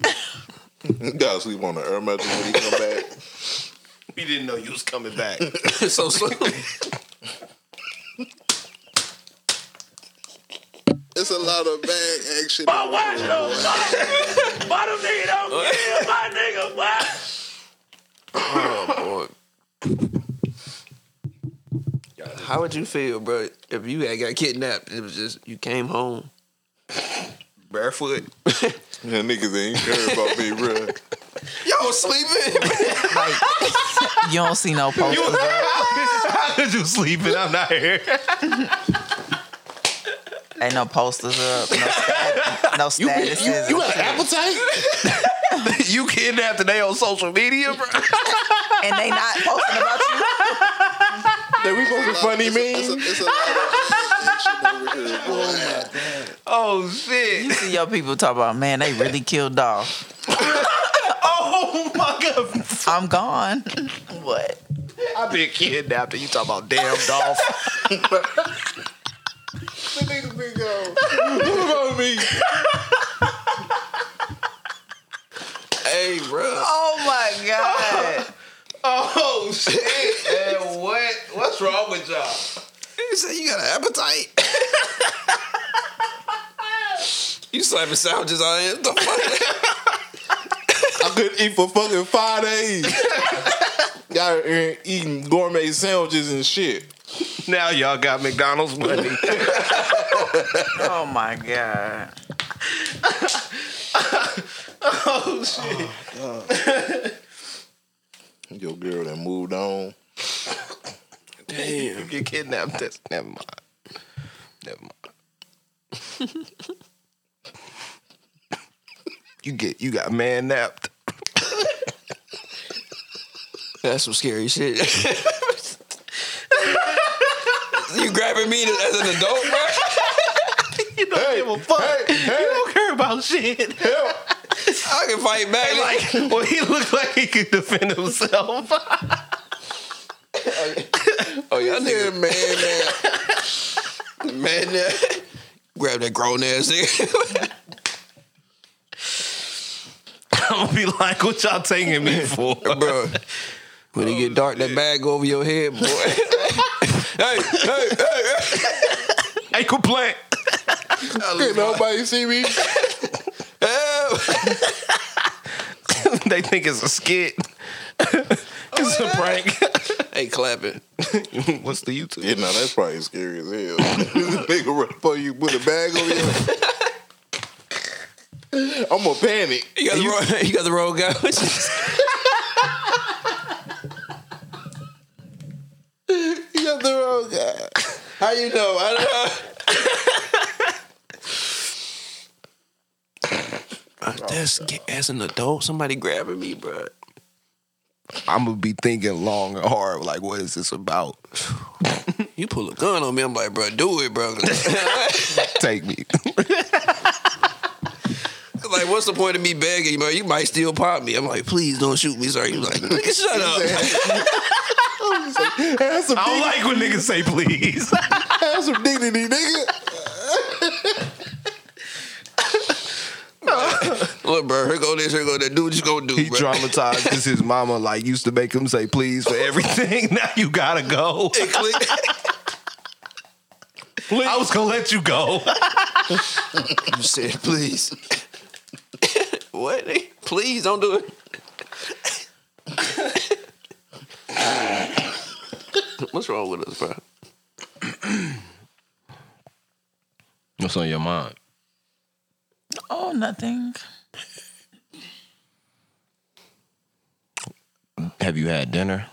S3: You gotta sleep on the air mattress when you come back.
S2: We didn't know you was coming back.
S1: so slowly.
S3: It's a lot of bag action. over
S2: Watch
S3: here,
S2: them.
S3: boy.
S2: Bottom nigga don't kill my nigga. What?
S1: Boy. How would you feel, bro, if you had got kidnapped? It was just you came home barefoot.
S3: Yeah, niggas ain't care about me, bro.
S1: Yo, sleeping.
S4: Like you don't see no posters.
S2: How could you sleep and I'm not here?
S4: Ain't no posters up. No, stat- no statuses. and shit.
S1: appetite?
S2: you kidnapped today on social media, bro?
S4: and they not posting about you.
S3: That we supposed to
S2: funny
S3: It's a, it's a lot of bag action over here, boy.
S2: Oh shit.
S4: You see your people talk about, man, they really killed off.
S2: Oh my god.
S4: I'm gone. What?
S2: I've been kidnapped and you talking about damn Dolph.
S3: The niggas been gone. What about me?
S1: hey, bro.
S4: Oh my god.
S2: Oh shit. Man, what? What's wrong with y'all?
S1: You said you got an appetite. you slapping sandwiches on him. The fuck?
S3: I couldn't eat for fucking five days. Y'all are eating gourmet sandwiches and shit.
S2: Now y'all got McDonald's money.
S4: Oh my god.
S2: oh shit.
S3: Your girl that moved on.
S1: Damn.
S2: If you kidnapped, that's never mind. Never mind. you get you got man napped.
S1: That's some scary shit. you grabbing me as an adult, bro?
S2: You don't give a fuck. You don't care about shit.
S1: I can fight back. Like,
S2: Like, well, he looked like he could defend himself.
S1: oh, y'all nigga, man, man. Man, man. Grab that grown ass nigga.
S2: I'm gonna be like, what y'all taking me for?
S1: bro. When it get dark, that bag go over your head, boy. hey, hey, hey, hey.
S2: Ain't complain.
S3: Can't nobody see me.
S1: Help.
S2: they think it's a skit. it's a prank.
S1: Hey, clapping.
S2: What's the YouTube?
S3: Yeah, no, that's probably scary as hell. this nigga run for you, put a bag on you. I'm gonna panic.
S1: You got the wrong, you got the wrong guy.
S3: You got the wrong guy.
S1: How you know? I don't know. that's Uh, as an adult, somebody grabbing me, bro.
S2: I'm gonna be thinking long and hard. Like, what is this about?
S1: You pull a gun on me, I'm like, bro, do it, bro.
S2: Take me.
S1: like, what's the point of me begging you, bro? You might still pop me. I'm like, please don't shoot me, sir. You like, nigga, shut up.
S3: Have some,
S2: I don't like when niggas say please.
S3: have some dignity, nigga.
S1: Look, bro, here go this, here go that. Do what you gonna do,
S2: He
S1: bro.
S2: traumatized because his mama like used to make him say please for everything. now you gotta go.
S1: It click.
S2: I was gonna let you go.
S1: You said, please. What? Please don't do it. What's wrong with us, bro?
S2: What's on your mind?
S4: Oh, nothing.
S2: Have you had dinner?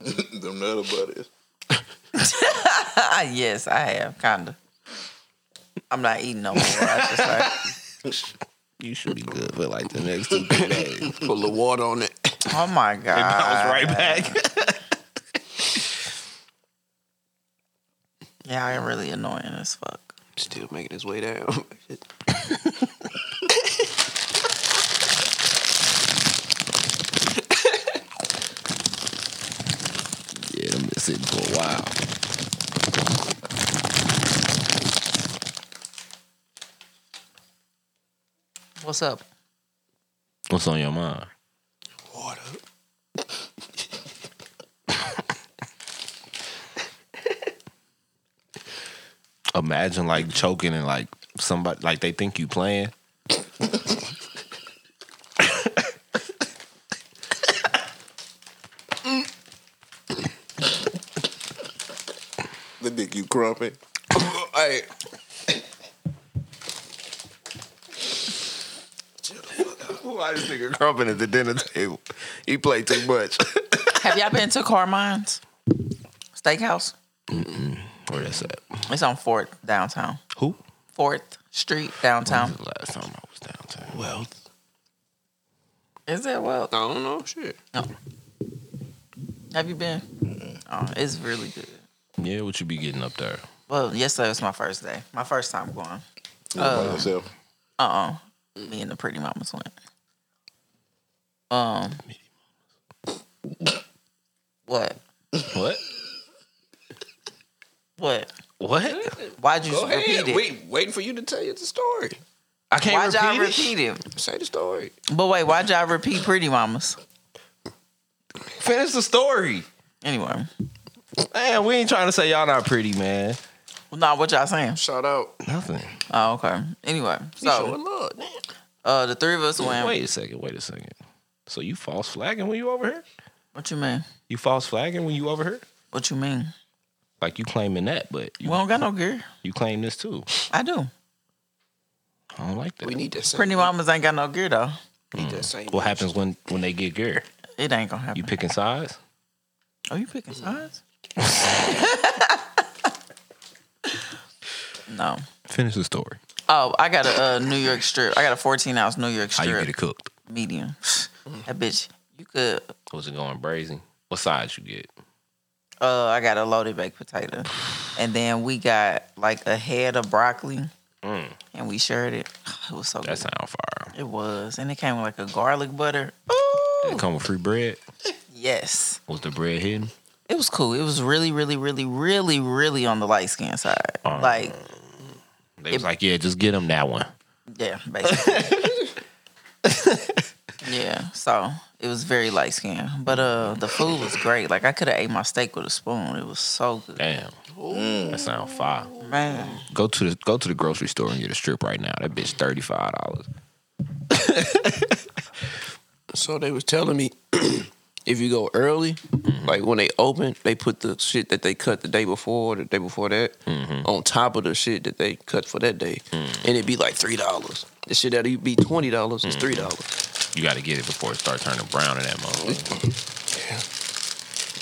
S3: Them nutter buddies.
S4: Ah, yes, I have kinda. I'm not eating no more. I just like,
S2: You should be good for like the next two three days.
S1: Put a little water on it.
S4: oh my god.
S2: I was right back.
S4: Yeah, I'm really annoying as fuck.
S1: Still making his way down.
S2: yeah, I'm sitting for a while.
S4: What's up?
S2: What's on your mind?
S1: water.
S2: Imagine like choking and like somebody like they think you playing.
S3: They think you crumping.
S1: hey.
S2: Why this nigga crumping at the dinner table? He played too much.
S4: Have y'all been to Carmine's Steakhouse?
S2: Where that's at?
S4: It's on Fourth downtown.
S2: Who?
S4: Fourth Street
S2: When
S4: downtown.
S2: was the last time I was downtown.
S1: Well,
S4: Is it well?
S1: I don't know. Shit.
S4: Have you been? Oh, it's really good.
S2: Yeah, what you be getting up there?
S4: Well, yesterday was my first day. My first time going.
S3: You by yourself.
S4: Uh uh Me and the pretty mamas went. Um. What?
S2: What?
S4: What?
S2: What?
S4: Why'd you
S1: Go
S4: repeat
S1: ahead.
S4: it?
S1: We waiting for you to tell you the story.
S2: I can't
S4: Why'd y'all
S2: repeat it?
S4: repeat it?
S1: Say the story.
S4: But wait, why'd y'all repeat pretty mamas?
S2: Finish the story.
S4: Anyway.
S2: Man, we ain't trying to say y'all not pretty, man.
S4: Well, nah, what y'all saying?
S1: Shout out.
S2: Nothing.
S4: Oh, okay. Anyway, so
S1: love.
S4: uh, the three of us went.
S2: Wait a second. Wait a second. So you false flagging when you over here?
S4: What you mean?
S2: You false flagging when you over here?
S4: What you mean?
S2: Like you claiming that, but
S4: We
S2: you,
S4: don't got no gear.
S2: you claim this too.
S4: I do.
S2: I don't like that.
S1: We need that same.
S4: Pretty mamas ain't got no gear though.
S1: we need that
S4: Mm.
S1: same.
S2: what happens when when they get gear?
S4: It ain't gonna happen.
S2: You picking sides?
S4: oh, you picking sides? no.
S2: Finish the story.
S4: Oh, I got a uh, New York strip. I got a 14 ounce New York
S2: How you get
S4: strip
S2: it cooked?
S4: medium. that bitch. You could.
S2: Was it going brazen? What sides you get?
S4: Uh, I got a loaded baked potato, and then we got like a head of broccoli,
S2: Mm.
S4: and we shared it. It was so
S2: That
S4: good.
S2: sound fire.
S4: It was, and it came with like a garlic butter. Ooh,
S2: Did it come with free bread?
S4: yes,
S2: Was the bread hidden?
S4: it was cool. It was really, really, really, really, really on the light skin side.
S2: Um.
S4: like,
S2: They was like, yeah, just get them that one.
S4: yeah, basically. yeah, so it was very light skin, but uh, the food was great. Like, I could have ate my steak with a spoon. It was so good,
S2: Damn. That sound fire.
S4: man.
S2: Go to the go to the grocery store and get a strip right now. That bitch thirty five dollars.
S1: So they was telling me if you go early,
S4: Mm-hmm.
S1: like when they open, they put the shit that they cut the day before, or the day before that,
S4: Mm-hmm.
S1: on top of the shit that they cut for that day,
S4: Mm.
S1: and it'd be like three dollars. The shit that'll be twenty dollars is
S4: Mm-hmm.
S1: three dollars.
S2: You got to get it before it starts turning brown in that motherfucker.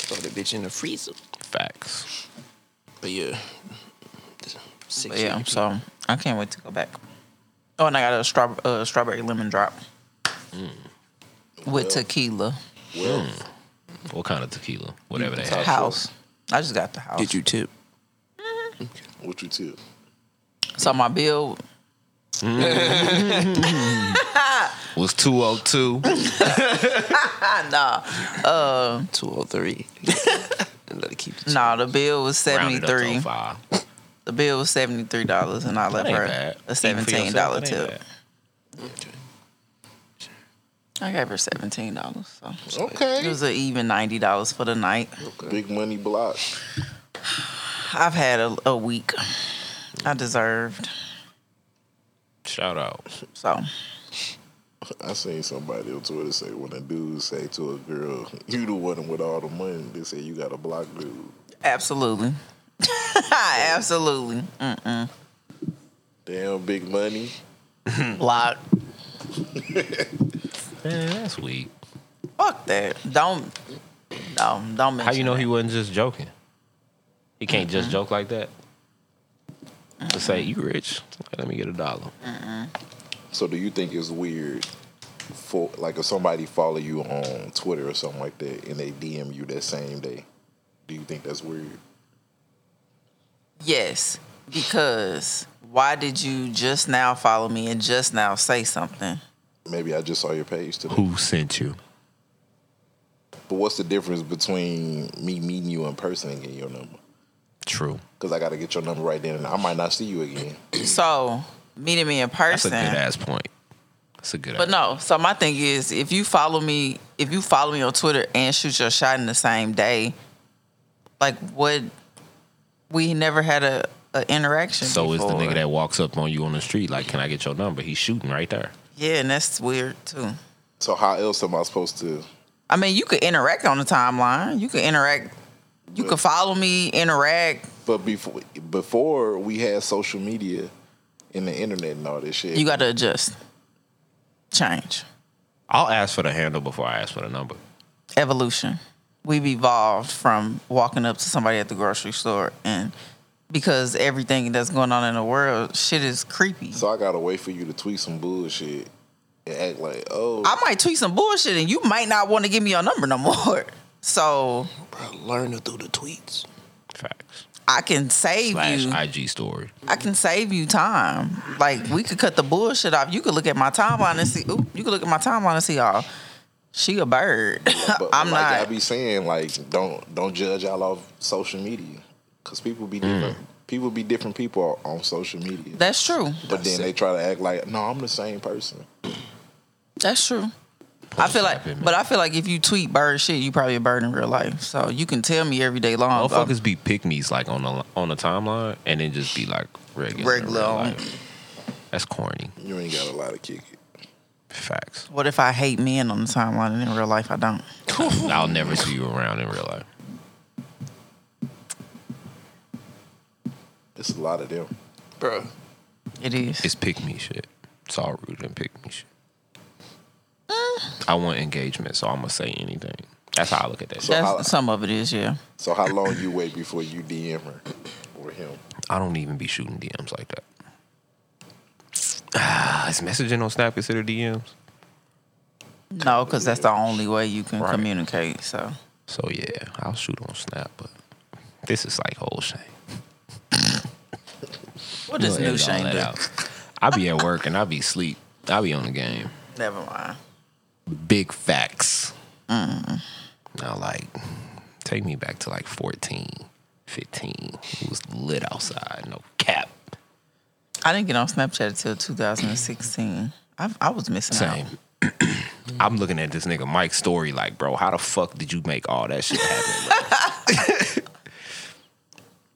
S1: Throw the bitch in the freezer.
S2: Facts.
S1: But yeah, six.
S4: But yeah, so I can't wait to go back. Oh, and I got a straw, uh, strawberry lemon drop with tequila.
S3: Well,
S2: What kind of tequila? Whatever they
S3: Top
S2: have.
S4: house. I just got the house.
S1: Did you tip?
S3: what you tip?
S4: So my bill,
S2: Was two oh two.
S4: ah, nah,
S1: Two oh three. And let it keep. The
S4: nah, the bill was seventy three.
S2: Five.
S4: The bill was seventy three dollars, and I left
S2: ain't
S4: her
S2: bad.
S4: a
S2: Eating for yourself,
S4: seventeen dollar
S2: that ain't
S4: tip.
S2: bad.
S4: I gave her seventeen dollars, so it
S3: Okay.
S4: was an even ninety dollars for the night.
S3: Big money block.
S4: I've had a, a week. I deserved.
S2: Shout out.
S4: So
S3: I seen somebody on Twitter say when a dude say to a girl, "You the one with all the money," they say you got to block dude.
S4: absolutely, absolutely, Mm-mm.
S3: Damn big money.
S4: block.
S2: Man, that's weak.
S4: Fuck that. Don't. No, don't. Mention
S2: How you know
S4: that.
S2: he wasn't just joking? He can't just joke like that. To say you rich, let me get a dollar.
S3: So do you think it's weird for like if somebody follow you on Twitter or something like that and they DM you that same day? Do you think that's weird?
S4: Yes, because why did you just now follow me and just now say something?
S3: Maybe I just saw your page today.
S2: Who sent you?
S3: But what's the difference between me meeting you in person and getting your number?
S2: True.
S3: Because I got to get your number right then, and I might not see you again.
S4: So meeting me in
S2: That's
S4: person.
S2: a good ass point. That's a good.
S4: But
S2: ass.
S4: no, so my thing is if you follow me, if you follow me on Twitter and shoot your shot in the same day, like what we never had a, a interaction.
S2: So is the
S4: before.
S2: nigga that walks up on you on the street like, "Can I get your number?" He's shooting right there.
S4: Yeah, and that's weird too.
S3: So how else am I supposed to?
S4: I mean you could interact on the timeline. You could interact you could follow me, interact.
S3: But before before we had social media and the internet and all this shit,
S4: You gotta adjust. Change.
S2: I'll ask for the handle before I ask for the number.
S4: evolution. We've evolved from walking up to somebody at the grocery store and because everything that's going on in the world, shit is creepy.
S3: so I gotta wait for you to tweet some bullshit and act like, oh,
S4: I might tweet some bullshit and you might not want to give me your number no more. So
S1: Bro, learning through the tweets.
S2: Facts.
S4: I can save
S2: Slash
S4: you. I-,
S2: IG story.
S4: can save you time. Like we could cut the bullshit off. You could look at my timeline and see. Ooh, you could look at my timeline and see. Oh, she a bird.
S3: But
S4: I'm
S3: like I
S4: not.
S3: be saying like don't don't judge y'all off social media because people be different. People be different people on social media.
S4: Mm. that's true.
S3: but then they try to act like no, I'm the same person.
S4: That's true. I feel like,
S2: Stop it, man.
S4: but I feel like if you tweet bird shit, you probably a bird in real life. So you can tell me every day long. um,
S2: Motherfuckers be pick me's like on the on the timeline and then just be like regular. in
S4: Regular
S2: real
S4: on-
S2: life. That's corny.
S3: You ain't got a lot of kick it.
S2: Facts.
S4: what if I hate men on the timeline and in real life I don't?
S2: I'll never see you around in real life.
S3: It's a lot of them.
S1: Bro,
S4: It is.
S2: It's pick me shit. It's all rooted in pick me shit.
S4: Uh.
S2: I want engagement, so I'm gonna say anything. That's how I look at that. shit.
S4: That's,
S3: how-
S4: some of it is, yeah.
S3: So how long you wait before you DM her or him?
S2: I don't even be shooting DMs like that. Ah, is messaging on Snap considered DMs?
S4: No, because that's the only way you can
S2: Right.
S4: communicate. So
S2: So yeah, I'll shoot on Snap, but this is like whole shame.
S4: what does new
S2: Edit all
S4: Shane
S2: that
S4: do?
S2: out. I be at work and I be sleep. I be on the game.
S4: Never mind.
S2: Big facts. Now like, take me back to like 14, 15. It was lit outside, no cap.
S4: I didn't get on Snapchat until 2016. I, I was missing out.
S2: Same. I'm looking at this nigga Mike's story like, bro, how the fuck did you make all that shit happen?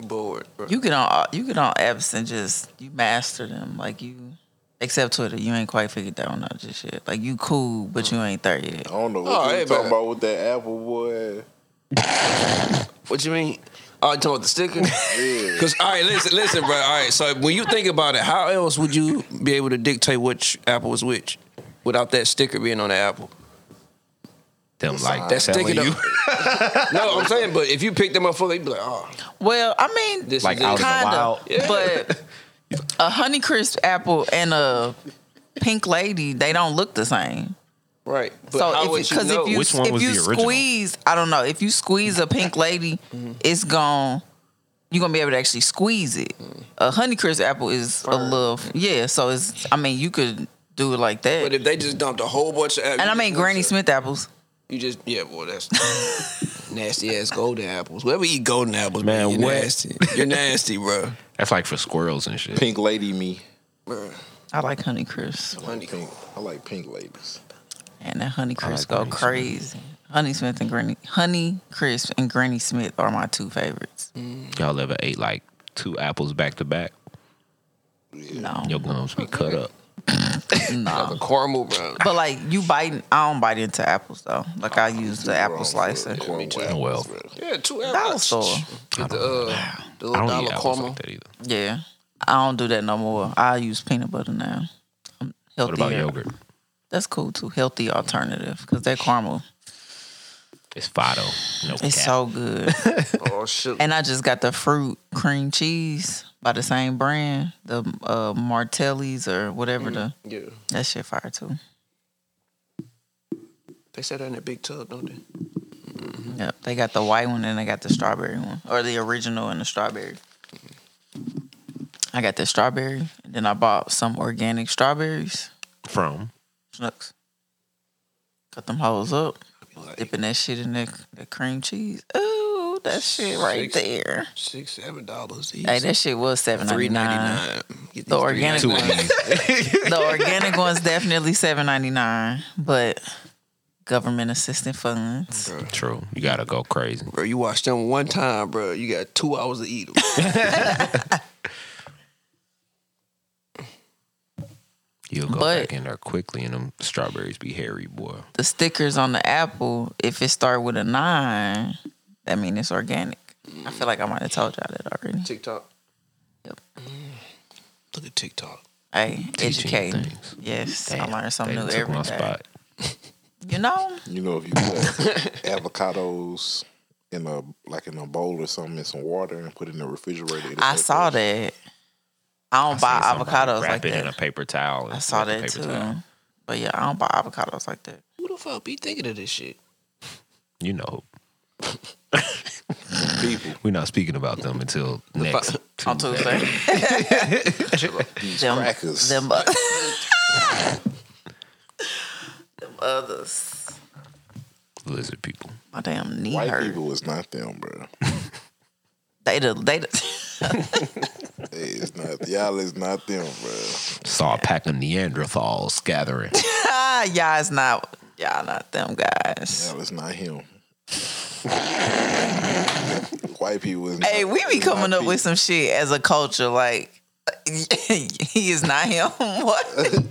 S2: bro?
S1: bored, bro.
S4: You get on all- you get on apps and just you master them like you. Except Twitter, you ain't quite figured that one out just yet. Like you cool, but you ain't there yet.
S3: I don't know
S1: Oh,
S3: what you
S1: hey,
S3: you talking
S1: man.
S3: about with that Apple boy.
S1: What you mean? Oh, you talking about the sticker?
S3: Yeah.
S1: Cause all right, listen, listen, bro. All right, so when you think about it, how else would you be able to dictate which apple is which without that sticker being on the apple?
S2: Them like
S1: That
S2: telling
S1: sticker.
S2: you.
S1: don't- no, I'm saying, but if you pick them up for, they'd be like, oh,
S4: Well, I mean,
S1: This
S2: Like
S1: is it.
S2: out in the
S4: kind
S2: wild.
S4: of, but a Honeycrisp apple and a Pink Lady, they don't look the same.
S1: right. But how
S4: so
S1: would
S4: if
S1: you
S4: because
S1: know?
S4: if you
S2: Which one
S4: if
S2: was
S4: you
S2: the original?
S4: squeeze, I don't know. If you squeeze a Pink Lady,
S1: Mm-hmm.
S4: it's gone. You're gonna be able to actually squeeze it. A Honeycrisp apple is a little, yeah. So it's, I mean, you could do it like that.
S1: but if they just dumped a whole bunch of apples,
S4: and I mean, Granny
S1: you just-
S4: Smith apples.
S1: You just yeah, boy, that's nasty ass golden apples. Whoever eat golden apples,
S2: Man,
S1: man, you're
S2: what?
S1: nasty. You're nasty, bro.
S2: That's like for squirrels and shit.
S3: Pink lady me.
S1: Bro,
S4: I like Honeycrisp,
S1: honey,
S3: Pink. I like pink ladies.
S4: and that Honeycrisp
S2: I
S4: go
S2: like Granny Smith.
S4: crazy. Honey Smith and Granny Honey Crisp and Granny Smith are my two favorites.
S2: Y'all ever ate like two apples back to back?
S4: No,
S2: Your gums be cut up.
S1: Nah. The caramel brown.
S4: But like you bite, I don't bite into apples though. Like I use the apple slicer.
S3: Yeah, me too.
S2: Well,
S1: Yeah, two
S4: Dollar
S1: apples.
S4: store.
S1: Get the, uh, the
S2: I
S1: little
S2: don't eat
S1: dollar
S2: apples
S1: caramel.
S2: like that either.
S4: Yeah, I don't do that no more. I use peanut butter now. I'm
S2: What about
S4: healthier.
S2: yogurt?
S4: That's cool too. Healthy alternative because that caramel
S2: It's Fido. No
S4: is
S2: cap.
S4: so good.
S1: Oh, shit.
S4: and I just got the fruit cream cheese by the same brand, the uh, Martellis or whatever.
S3: Mm.
S4: The
S1: Yeah.
S4: that shit fire too.
S1: They sat in that big tub, don't they?
S4: Yep, they got the white one and they got the strawberry one, or the original and the strawberry. I got the strawberry, and then I bought some organic strawberries.
S2: from
S4: Schnucks. Cut them hoes up.
S1: Like
S4: Dipping that shit in that, that cream cheese. Ooh, that shit right
S1: Six.
S4: there.
S1: six, seven dollars each.
S4: Hey, that shit was seven ninety
S1: Three
S4: nine.
S1: ninety nine.
S4: The organic
S2: two
S4: one.
S2: of these.
S4: The organic one's definitely seven ninety nine, but government assistant funds.
S2: True. You gotta go crazy.
S1: Bro, you watch them one time, bro. You got two hours to eat them.
S2: You'll go
S4: But-
S2: back in there quickly, and them strawberries be hairy, boy.
S4: The stickers on the apple, if it start with a nine, that mean it's organic. I feel like I might have told y'all that already.
S1: TikTok.
S4: Yep.
S1: Look at TikTok.
S4: Hey,
S2: Teaching you
S4: educating.
S2: things.
S4: Yes,
S2: Damn,
S4: I learned something
S2: they
S4: new
S2: took
S4: every
S2: my
S4: day.
S2: spot.
S4: You know,
S3: You know, if you put avocados in a like in a bowl or something in some water and put it in the refrigerator, it'll
S4: I
S3: stay
S4: saw
S3: fresh.
S4: that. I don't buy
S2: Seen somebody
S4: avocados
S2: wrap
S4: like
S2: it in a
S4: that.
S2: paper towel. and
S4: I saw
S2: wrap the
S4: that
S2: paper
S4: too.
S2: towel.
S4: But yeah, I don't buy avocados like that.
S1: Who the fuck be thinking of this shit?
S2: You know,
S3: People,
S2: we're not speaking about them until next.
S4: On Tuesday,
S3: these
S4: them,
S3: crackers.
S4: them, o- them others.
S2: Lizard people.
S4: My damn knee
S3: White
S4: hurt.
S3: people was not them, bro.
S4: They the they the,
S3: Hey, it's not y'all. Is not them, bro.
S2: Saw a pack of Neanderthals gathering.
S4: y'all is not y'all not them guys.
S3: Y'all is not him. White people is.
S4: Hey,
S3: not-
S4: we be
S3: is
S4: coming
S3: not
S4: up with some shit as a culture. Like he is not him.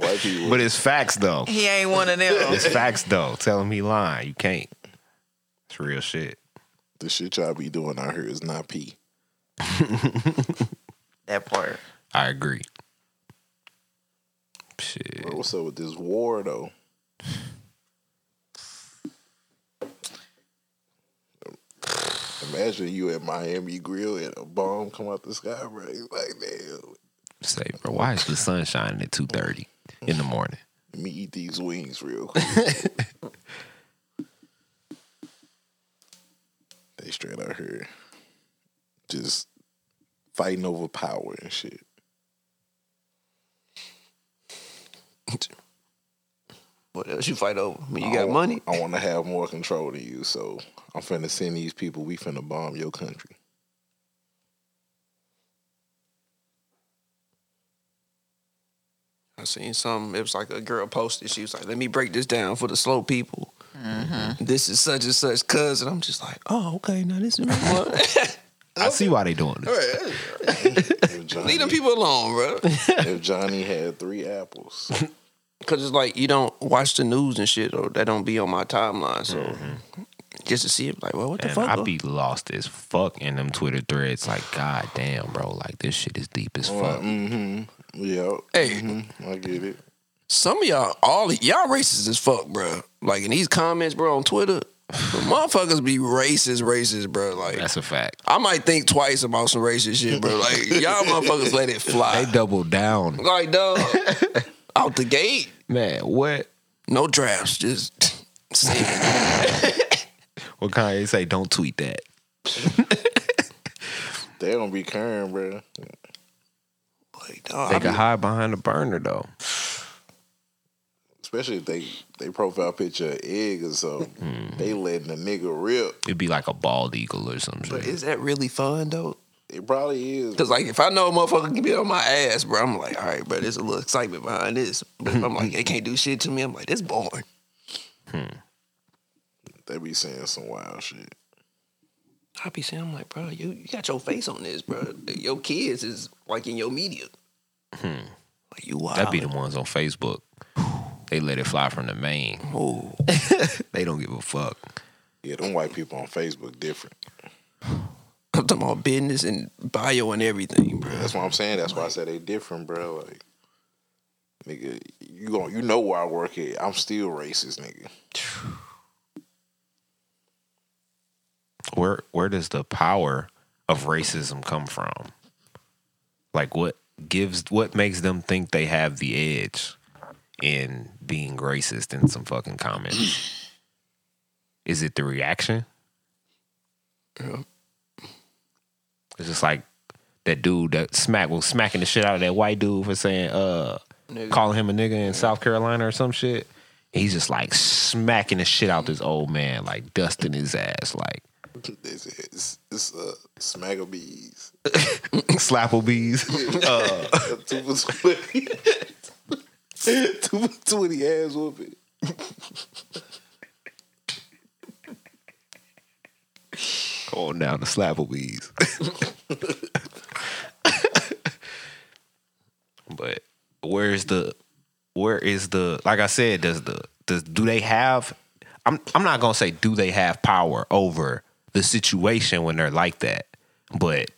S4: What?
S3: people. white people.
S2: but it's facts though.
S4: He ain't one of them.
S2: It's facts though. Tell him he lying. You can't. It's real shit.
S3: the shit y'all be doing out here is not pee.
S4: That part.
S2: I agree. Shit.
S3: Bro, what's up with this war though? Imagine you at Miami Grill and a bomb come out the sky, bro. It's like, damn,
S2: Say, bro, why is the sun shining at two thirty in the morning?
S3: let me eat these wings real quick. they straight out here just fighting over power and shit.
S1: What else you fight over? I mean, you
S3: I
S1: got
S4: Oh.
S3: wa-
S1: money?
S3: I want to have more control than you, so I'm finna send these people. We finna bomb your country.
S1: I seen some. It was like a girl posted. She was like, "Let me break this down for the slow people.
S2: Mm-hmm.
S1: This is such and such cousin." I'm just like, "Oh, okay. Now this is what."
S2: I see why they doing this.
S3: If Johnny-
S1: Leave them people alone, bro.
S3: if Johnny had three apples,
S1: Because it's like you don't watch the news and shit, or that don't be on my timeline. So just to see it, like, well, what the
S2: Mm-hmm. And
S1: fuck?
S2: I
S1: bro?
S2: be lost as fuck in them Twitter threads. Like, god damn, bro. Like this shit is deep as fuck.
S3: mm-hmm. yeah,
S1: Hey.
S3: mhm, I get it.
S1: Some of y'all, all y'all racist as fuck, bro. Like in these comments, bro, on Twitter, motherfuckers be racist, racist, bro. Like
S2: That's a fact.
S1: I might think twice about some racist shit, bro. Like y'all motherfuckers let it
S2: They
S1: fly.
S2: double down.
S1: Like dog, out the gate,
S2: Man, what?
S1: no drafts, just see.
S2: What Kanye say? Don't tweet that.
S3: They don't be caring, bro.
S1: Like dog,
S2: They
S1: I be-
S2: can hide behind a burner though.
S3: Especially if they they profile picture an egg or something.
S1: Mm-hmm.
S3: They letting the nigga rip.
S2: It'd be like a bald eagle or something.
S1: but is that really fun though?
S3: It probably is.
S1: Cause like if I know a motherfucker can be on my ass, bro, I'm like, all right, bro, there's a little excitement behind this. But if I'm
S2: Mm-hmm.
S1: like, they can't do shit to me. I'm like, this boring.
S3: They be saying some wild shit.
S1: I be saying, I'm like, bro, you, you got your face on this, bro. Your kids is like in your media. Like You wild.
S2: Hmm. That'd be the ones on Facebook. They let it fly from the main.
S1: Oh,
S2: They don't give a fuck.
S3: Yeah, them white people on Facebook different.
S1: I'm talking about business and bio and everything, bro.
S3: That's what I'm saying. That's why I said they different, bro. Like, nigga, you gon' you know where I work at. I'm still racist, nigga.
S2: Where where does the power of racism come from? Like what gives what makes them think they have the edge in being racist in some fucking comments? Is it the reaction?
S1: Yeah.
S2: It's just like that dude that smack was smacking the shit out of that white dude for saying uh calling him a nigga in South Carolina or some shit. He's just like smacking the shit out this old man, like dusting his ass, like
S3: It's it's, it's uh, smaggle bees.
S2: Slapplebees.
S3: two for twenty. two for twenty ass whooping.
S2: Come on down to Slapplebees. but where's the where is the like I said, does the does do they have I'm I'm not gonna say do they have power over the situation when they're like that, but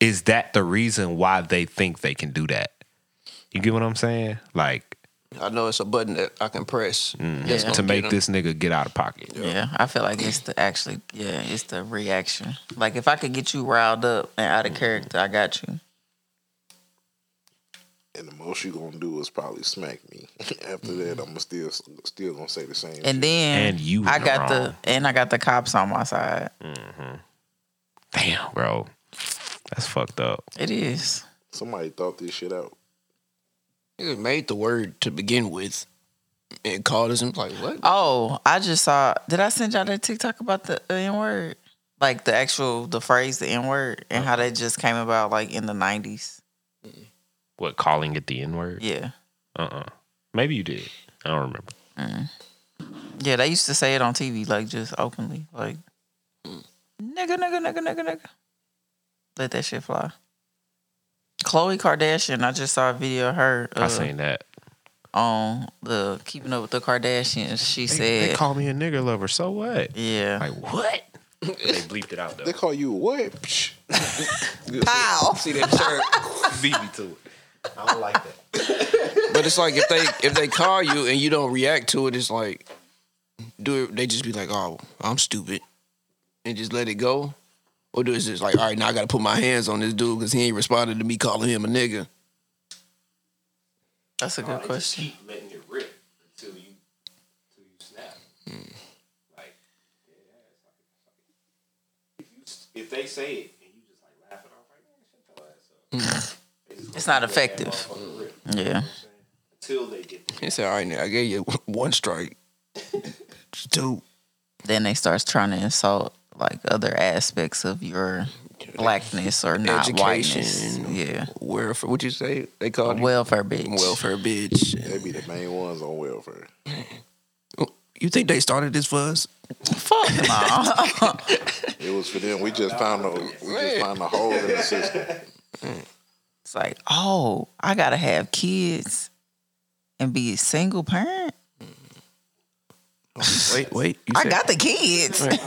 S2: is that the reason why they think they can do that? You get what I'm saying? Like
S1: I know it's a button that I can press that's gonna
S2: to
S1: get
S2: make
S1: 'em.
S2: this nigga get out of pocket.
S4: Yeah, I feel like it's the actually, yeah, it's the reaction. Like if I could get you riled up and out
S2: Mm-hmm.
S4: of character, I got you.
S3: And the most you gonna do is probably smack me. After that, I'm still still gonna say the same.
S4: And then
S2: And you
S4: I
S2: in the
S4: got the
S2: wrong.
S4: and I got the cops on my side.
S2: Damn, bro. That's fucked up.
S4: It is.
S3: Somebody thought this shit out.
S1: Niggas made the word to begin with and called us and was like, what?
S4: Oh, I just saw. Did I send y'all that TikTok about the N word? Like the actual the phrase the N word and
S2: Oh.
S4: how that just came about like in the nineties.
S2: What calling it the N word?
S4: Yeah,
S2: Uh-uh. Maybe you did. I don't remember.
S4: mm. yeah. They used to say it on TV like just openly like nigga nigga nigga nigga nigga. Let that shit fly. Khloe Kardashian. I just saw a video of her
S2: I
S4: uh,
S2: seen that.
S4: on the Keeping Up with the Kardashians. She
S2: They,
S4: said,
S2: call me a nigger lover. So what?
S4: "Yeah,
S2: Like what? they bleeped it out though.
S3: They call you what? Psh.
S4: pow."
S1: See that shirt?
S2: Beat me to it. I don't like that.
S1: but it's like if they if they call you and you don't react to it, it's like do it, they just be like, oh, I'm stupid, and just let it go, or do it's just like, all right, now I gotta put my hands on this dude because he ain't responded to me calling him a nigga.
S4: That's a good question.
S2: letting it rip until you until you snap. Like, if, you, if they say it and you just like laugh it off, like,
S4: It's not effective. Yeah.
S2: until they get
S1: He said, all right, now I gave you one strike, It's two.
S4: then they starts trying to insult like other aspects of your blackness or not whiteness.
S1: Education.
S4: Yeah.
S1: Welfare, what'd you say? They called you
S4: Welfare bitch.
S1: welfare bitch.
S3: They be the main ones on welfare.
S1: You think they started this for us?
S4: Fuck no.
S3: It was for them. We just found a we just found a hole in the system.
S4: it's like, oh, I gotta have kids and be a single parent.
S1: Wait, wait. You
S4: I
S1: said-
S4: got the kids.
S1: Right.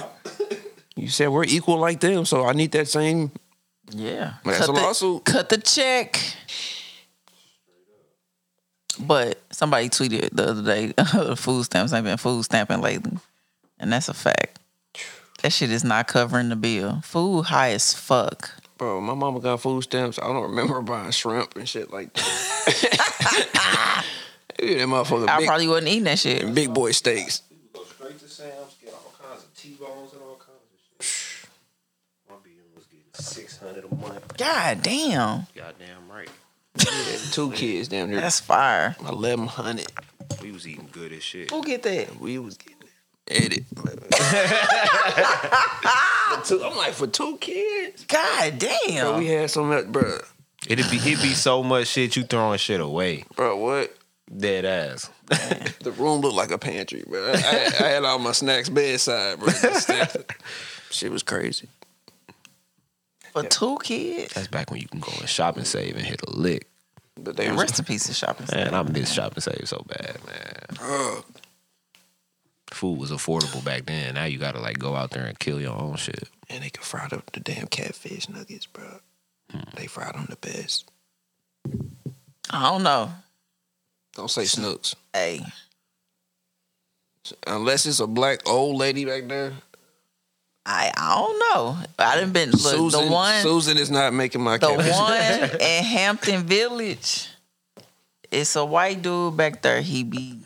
S1: You said we're equal like them, so I need that same.
S4: Yeah.
S1: Well, that's
S4: cut
S1: a lawsuit.
S4: The, cut the check. But somebody tweeted the other day, food stamps ain't been food stamping lately. And that's a fact. That shit is not covering the bill. Food high as fuck.
S1: Bro, my mama got food stamps. I don't remember buying shrimp and shit like that. Dude, that motherfucker
S4: I
S1: big,
S4: probably wasn't eating that shit.
S1: big boy steaks.
S2: go straight to Sam's, get all kinds of T-bones and all kinds of shit. My BM was getting six hundred a month.
S4: God damn.
S2: Goddamn right.
S1: Two kids down there.
S4: That's fire.
S1: Eleven hundred.
S2: We was eating good as shit.
S4: Who get that?
S1: We was getting edit. two, I'm like for two kids.
S4: God damn.
S1: Bro, we had so much, bro.
S2: It'd be it be so much shit you throwing shit away.
S1: Bro, what?
S2: Dead ass.
S1: The room looked like a pantry, bro. I, I- I had all my snacks bedside, bro. Shit was crazy.
S4: For two kids?
S2: That's back when you can go and shop and save and hit a lick.
S1: But they
S4: And
S1: was,
S4: rest in peace to shopping.
S2: Man, I miss Shop and Save so bad, man. Food was affordable back then. Now you gotta like go out there and kill your own shit.
S1: and they can fry the, the damn catfish nuggets, bro. They fry them the best.
S4: I don't know.
S1: Don't say snooks.
S4: Hey,
S1: Unless it's a black old lady back there.
S4: I I don't know. I didn't been look
S1: Susan,
S4: the one
S1: Susan is not making my
S4: the
S1: catfish.
S4: one in Hampton Village. It's a white dude back there. He be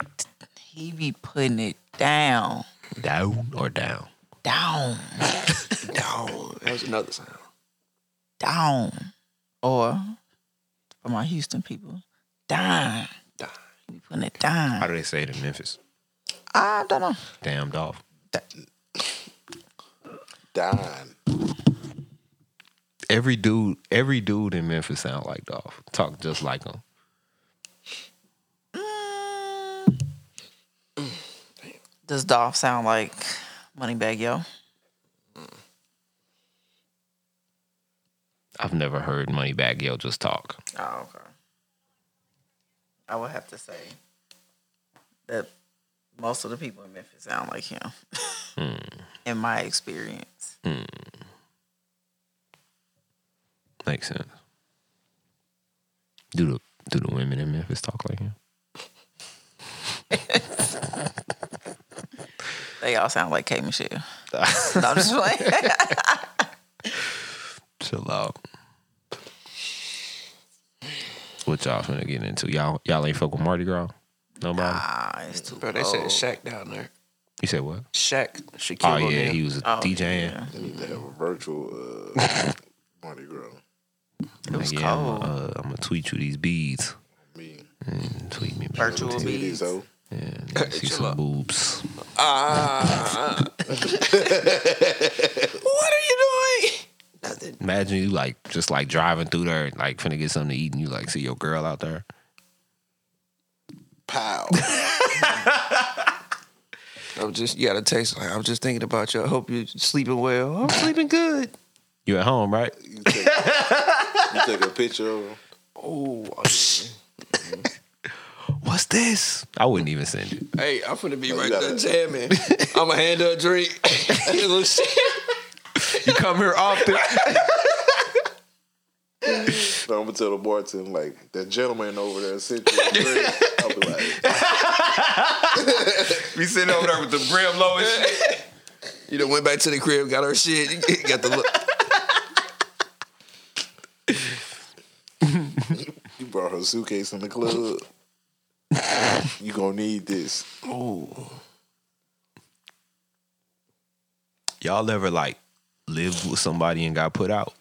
S4: he be putting it down,
S2: Down or down.
S4: down,
S1: No, that was another sound.
S4: down, or for my Houston people, down.
S1: Dime.
S4: He be putting it
S2: How
S4: down.
S2: do they say it in Memphis?
S4: I don't know.
S2: Damn Dolph.
S3: Dine.
S2: Every dude, every dude in Memphis sound like Dolph. Talk just like him.
S4: Mm. Does Dolph sound like Moneybag Yo?
S2: I've never heard Moneybag Yo just talk.
S4: Oh, okay. I would have to say that most of the people in Memphis sound like him, in my experience.
S2: Makes sense. Do the do the women in Memphis talk like him?
S4: They all sound like K Michelle. no, I'm just playing.
S2: Chill out. What y'all finna get into? Y'all y'all ain't fuck with Mardi Gras? Nobody?
S4: Ah, it's too
S1: Bro, they said Shaq down there.
S2: You said what?
S1: Shaq, Shaquille
S2: Oh yeah,
S1: O'Neal.
S2: he was a
S4: Oh,
S2: DJing.
S4: yeah.
S3: They need to have a virtual uh, Mardi Gras.
S4: It was
S2: Like, yeah, I'm
S4: cold.
S2: gonna uh, I'ma tweet you these beads.
S3: Me.
S2: Mm, tweet me. back.
S4: Virtual
S3: Titties,
S4: beads.
S3: though.
S2: Yeah, you see
S1: Chill
S2: some
S1: out.
S2: boobs.
S1: Ah. what are you doing? Nothing.
S2: Imagine you like just like driving through there, like finna get something to eat, and you like see your girl out there.
S3: Pow.
S1: I was just, you got a text. Like, I was just thinking about you. I hope you're sleeping well. I'm sleeping good.
S2: You at home, right?
S3: You take, you take a picture of them.
S1: Oh, yeah.
S2: What's this? I wouldn't even send it.
S1: hey, I'm finna be
S3: you
S1: right
S3: gotta-
S1: there jamming. I'm gonna hand her a drink. Little shit.
S2: You come here often.
S3: So I'm gonna tell the bartender like that gentleman over there sent you a drink. I'll be like,
S2: Be sitting over there with the brim low and shit.
S1: You know, went back to the crib, got her shit, got the look.
S3: you brought her suitcase in the club. you gonna need this.
S2: Y'all ever like lived with somebody and got put out?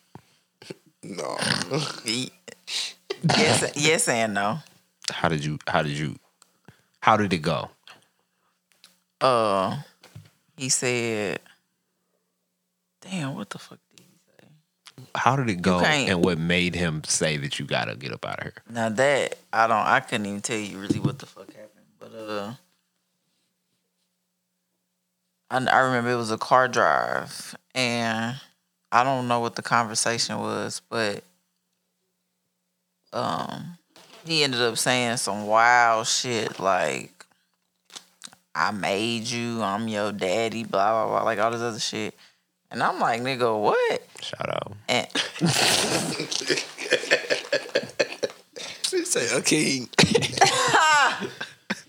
S3: No.
S4: Yes, yes and no.
S2: How did you? How did you? How did it go?
S4: Uh, he said, "Damn, what the fuck did he say?"
S2: How did it go?
S4: can't-
S2: And what made him say that you gotta get up out of here?
S4: Now that I don't, I couldn't even tell you really what the fuck happened, but uh, I, I remember it was a car drive, and I don't know what the conversation was, but um, he ended up saying some wild shit like, "I made you, I'm your daddy," blah blah blah, like all this other shit, and I'm like, "Nigga, what?"
S2: Shout out.
S4: And
S1: She said, okay.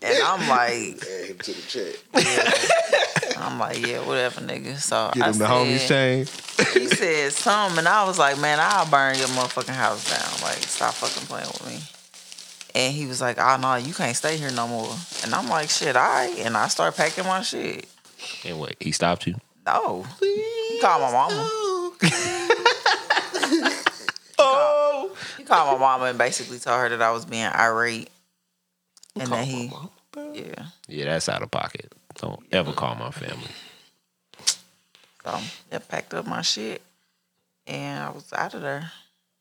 S4: and I'm like.
S3: Add him to the chat.
S4: I'm like, yeah, whatever, nigga. So
S2: Get
S4: I
S2: him the
S4: said,
S2: homies chain.
S4: he said something, and I was like, man, I'll burn your motherfucking house down. Like, stop fucking playing with me. And he was like, oh, no, you can't stay here no more. And I'm like, shit, all right. And I start packing my shit.
S2: And what? He stopped you.
S4: No. He called my mama.
S2: Oh.
S4: He called my mama and basically told her that I was being irate. And that he, yeah.
S2: Yeah, that's out of pocket. Don't ever call my family.
S4: So I packed up my shit, and I was out of there.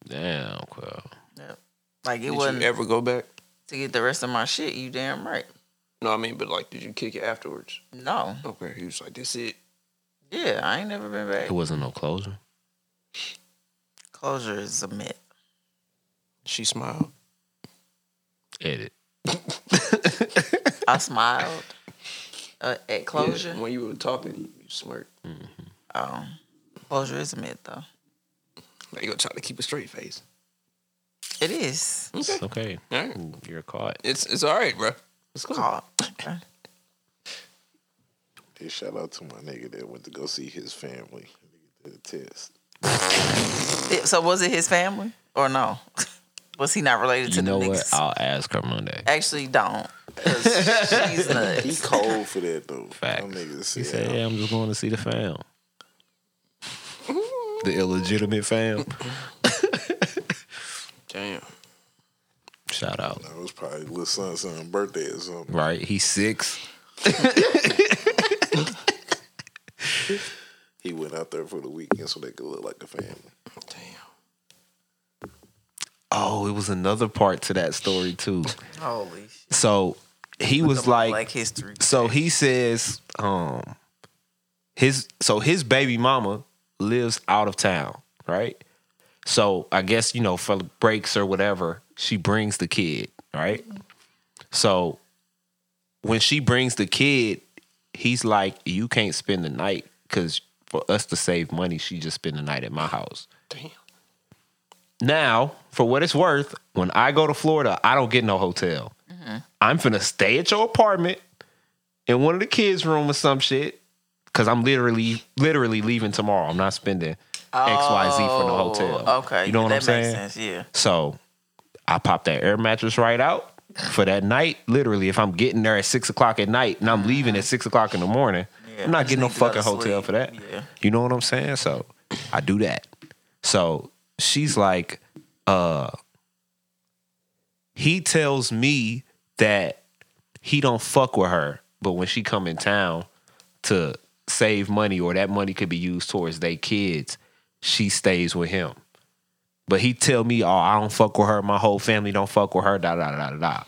S2: Damn, Quill.
S4: Yep. Like, it
S1: Did
S4: wasn't
S1: you ever go back?
S4: to get the rest of my shit, you damn right.
S1: No, I mean, but like, did you kick it afterwards?
S4: No.
S1: Okay, he was like, that's it.
S4: Yeah, I ain't never been back.
S2: It wasn't no closure.
S4: Closure is a myth.
S1: She smiled.
S2: Edit.
S4: I smiled uh, at closure.
S1: when you were talking, you smirked.
S4: Oh, closure is a myth, though.
S1: They gonna try to keep a straight face.
S4: It is
S2: It's okay.
S1: All right.
S2: Ooh, You're caught.
S1: It's it's all right, bro. It's cool.
S4: caught.
S3: Hey, shout out to my nigga that went to go see his family. Did a test.
S4: It- so was it his family or no? Was he not related to
S2: You
S4: the
S2: know what?
S4: niggas?
S2: I'll ask her Monday.
S4: Actually, don't. 'cause she's
S3: He
S4: nuts.
S3: cold for that though.
S2: Facts.
S3: Them niggas,
S2: He
S3: yeah.
S2: said, "Yeah, I'm just going to see the fam, the illegitimate fam."
S1: Damn.
S2: Shout out.
S3: That was probably little son son's birthday or something.
S2: Right? He's six.
S3: He went out there for the weekend so they could look like a family.
S1: Damn.
S2: Oh, it was another part to that story too.
S4: Holy shit.
S2: So he was like,
S4: Black history.
S2: so he says, um, his so his baby mama lives out of town, right? So I guess you know for breaks or whatever, she brings the kid, right? So when she brings the kid, he's like, "You can't spend the night because for us to save money, she just spend the night at my house."
S1: Damn.
S2: Now, for what it's worth, when I go to Florida, I don't get no hotel.
S4: Mm-hmm.
S2: I'm finna stay at your apartment in one of the kids' room or some shit. Cause I'm literally, literally leaving tomorrow. I'm not spending XYZ for no hotel.
S4: Oh, Okay.
S2: You know what
S4: that
S2: I'm saying?
S4: Makes sense. Yeah.
S2: So I pop that air mattress right out for that night. Literally, if I'm getting there at six o'clock at night and I'm leaving at six o'clock in the morning,
S4: Yeah,
S2: I'm
S4: just
S2: not getting no
S4: need to go to
S2: fucking hotel
S4: sleep.
S2: for that.
S4: Yeah.
S2: You know what I'm saying? So I do that. So she's like, uh, he tells me that he don't fuck with her, but when she come in town to save money or that money could be used towards they kids, she stays with him. But he tell me, oh, I don't fuck with her. My whole family don't fuck with her. Da da da da da.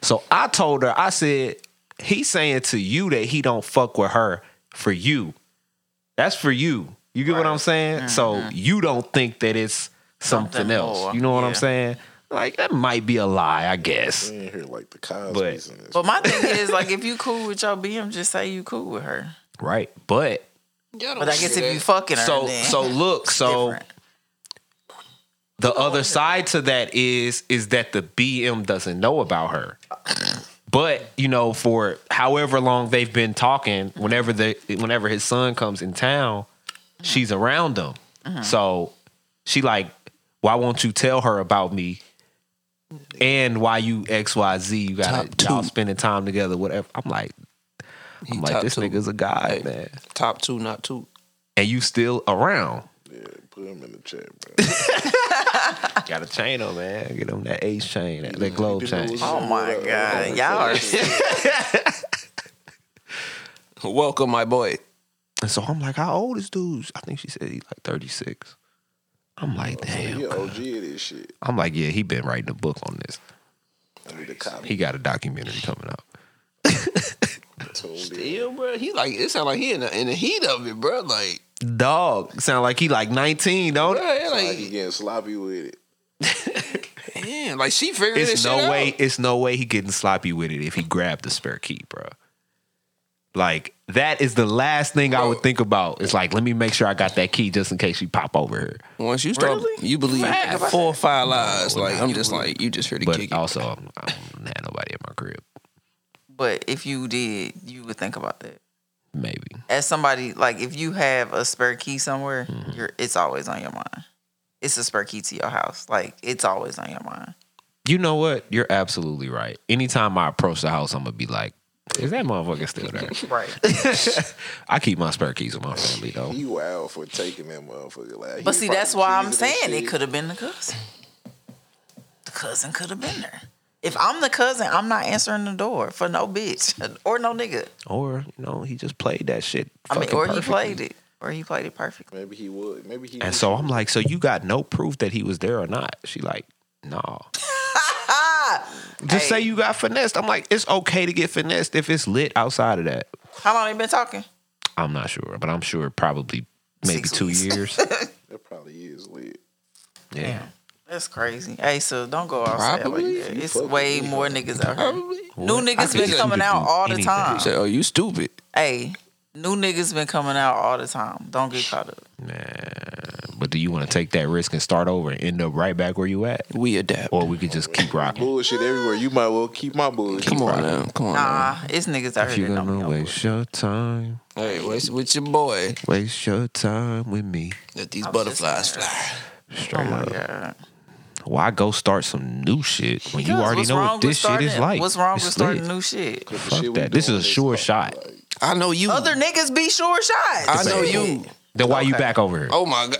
S2: So I told her, I said, he's saying to you that he don't fuck with her for you. That's for you. You get what I'm saying? So you don't think that it's
S4: Mm-hmm.
S2: something,
S4: Something
S2: else.
S4: more.
S2: You know what I'm
S4: Yeah.
S2: saying? Like that might be a lie, I guess.
S3: We ain't here like the Cosby's in this.
S4: But my thing is, like, if you cool with your BM, just say you cool with her.
S2: Right. But
S1: Yeah,
S4: But I guess if you fucking her,
S2: so
S4: then
S2: so look, so
S4: different.
S2: the other side to that is is that the BM doesn't know about her. But you know, for however long they've been talking, whenever the whenever his son comes in town, she's around him. So she like, why won't you tell her about me? And why you X Y Z? You got
S1: Top two.
S2: y'all spending time together, whatever. I'm like, I'm like,
S1: top
S2: this
S1: two.
S2: nigga's a guy,
S1: Hey.
S2: man.
S1: top two, not two.
S2: And you still around?
S3: Yeah, put him in the chat, bro.
S2: Got a chain on, man. Get him that ace chain, that, that globe chain.
S4: Oh my god, y'all are
S1: Welcome, my boy.
S2: And so I'm like, how old is dude? I think she said he's like 36. I'm like, damn.
S3: He OG of this shit.
S2: I'm like, yeah, he been writing a book on this.
S3: I mean, the cop
S2: He got a documentary coming out.
S3: told him.
S1: Damn, bro. He like it sound like he in the, in the heat of it, bro. Like,
S2: Dog, sound like he like 19, don't it?
S1: bro, it
S3: Like he
S1: like
S3: getting sloppy with it.
S1: damn, like she figured
S2: It's
S1: this
S2: no
S1: shit
S2: way.
S1: out.
S2: It's no way he getting sloppy with it if he grabbed the spare key, bro. Like that is the last thing I would think about. It's like, let me make sure I got that key just in case she pop over here.
S1: Once you start,
S4: Really?
S1: you believe
S4: Facts.
S1: four or five lies.
S2: No,
S1: Like
S2: not
S1: I'm just
S2: really.
S1: like you just here to kick
S2: But
S1: it.
S2: also, I'm, I don't have nobody at my crib.
S4: But if you did, you would think about that.
S2: Maybe.
S4: As somebody, like, if you have a spare key somewhere,
S2: Mm-hmm.
S4: you're it's always on your mind. It's a spare key to your house. Like, it's always on your mind.
S2: You know what? You're absolutely right. Anytime I approach the house, I'm gonna be like, "Is that motherfucker still there?"
S4: Right.
S2: I keep my spare keys in my family though.
S3: He wild for taking that motherfucker. Like, he
S4: But see, that's
S3: probably
S4: why I'm
S3: cheated and
S4: saying it
S3: shit.
S4: could have been the cousin. The cousin could have been there. If I'm the cousin, I'm not answering the door for no bitch or no nigga.
S2: Or you know, he just played that shit.
S4: I mean,
S2: fucking
S4: or he
S2: perfectly.
S4: played it, or he played it perfectly.
S3: Maybe he would. Maybe he.
S2: And so I'm like, "So you got no proof that he was there or not?" She like, "No." Just say you got finessed. I'm like, it's okay to get finessed if it's lit outside of that.
S4: How long they been talking?
S2: I'm not sure, but I'm sure probably maybe
S4: Six
S2: two
S4: weeks.
S2: years.
S3: That probably is lit.
S2: Yeah.
S4: That's crazy. Hey, so don't go outside
S1: Probably.
S4: like that.
S3: You
S4: It's
S3: fuck
S4: way
S3: with me.
S4: more niggas out here. New
S2: What? I
S4: niggas been
S2: could
S4: coming
S2: do
S4: out all the
S2: anything.
S4: time.
S1: Say, oh, you stupid.
S4: Hey, new niggas been coming out all the time. Don't get caught up.
S2: But do you want to take that risk and start over and end up right back where you at,
S1: We adapt.
S2: or we could just keep rocking?
S3: Bullshit everywhere. You might well keep my bullshit.
S1: Come on now. Come
S2: Oh,
S1: on
S4: Nah, it's niggas out here that don't be on board.
S2: your time,
S1: now. Hey, what's with your boy?
S2: waste your time with me.
S1: Let these
S4: I'm
S1: butterflies
S4: just-
S1: fly.
S4: Oh
S2: Straight
S4: my
S2: up.
S4: god.
S2: Why go start some new shit when you
S4: Because
S2: already
S4: what's
S2: know
S4: wrong
S2: what
S4: with
S2: this shit is
S4: starting-
S2: like?
S4: What's wrong
S2: It's
S4: with starting
S2: lit.
S4: new shit?
S3: The
S2: Fuck
S3: shit we
S2: that. This
S3: doing
S2: is a sure
S3: fuck,
S2: shot.
S3: like,
S1: I know you.
S4: Other niggas be sure shots.
S1: I know you.
S2: Then why you back over here?
S1: Oh my god.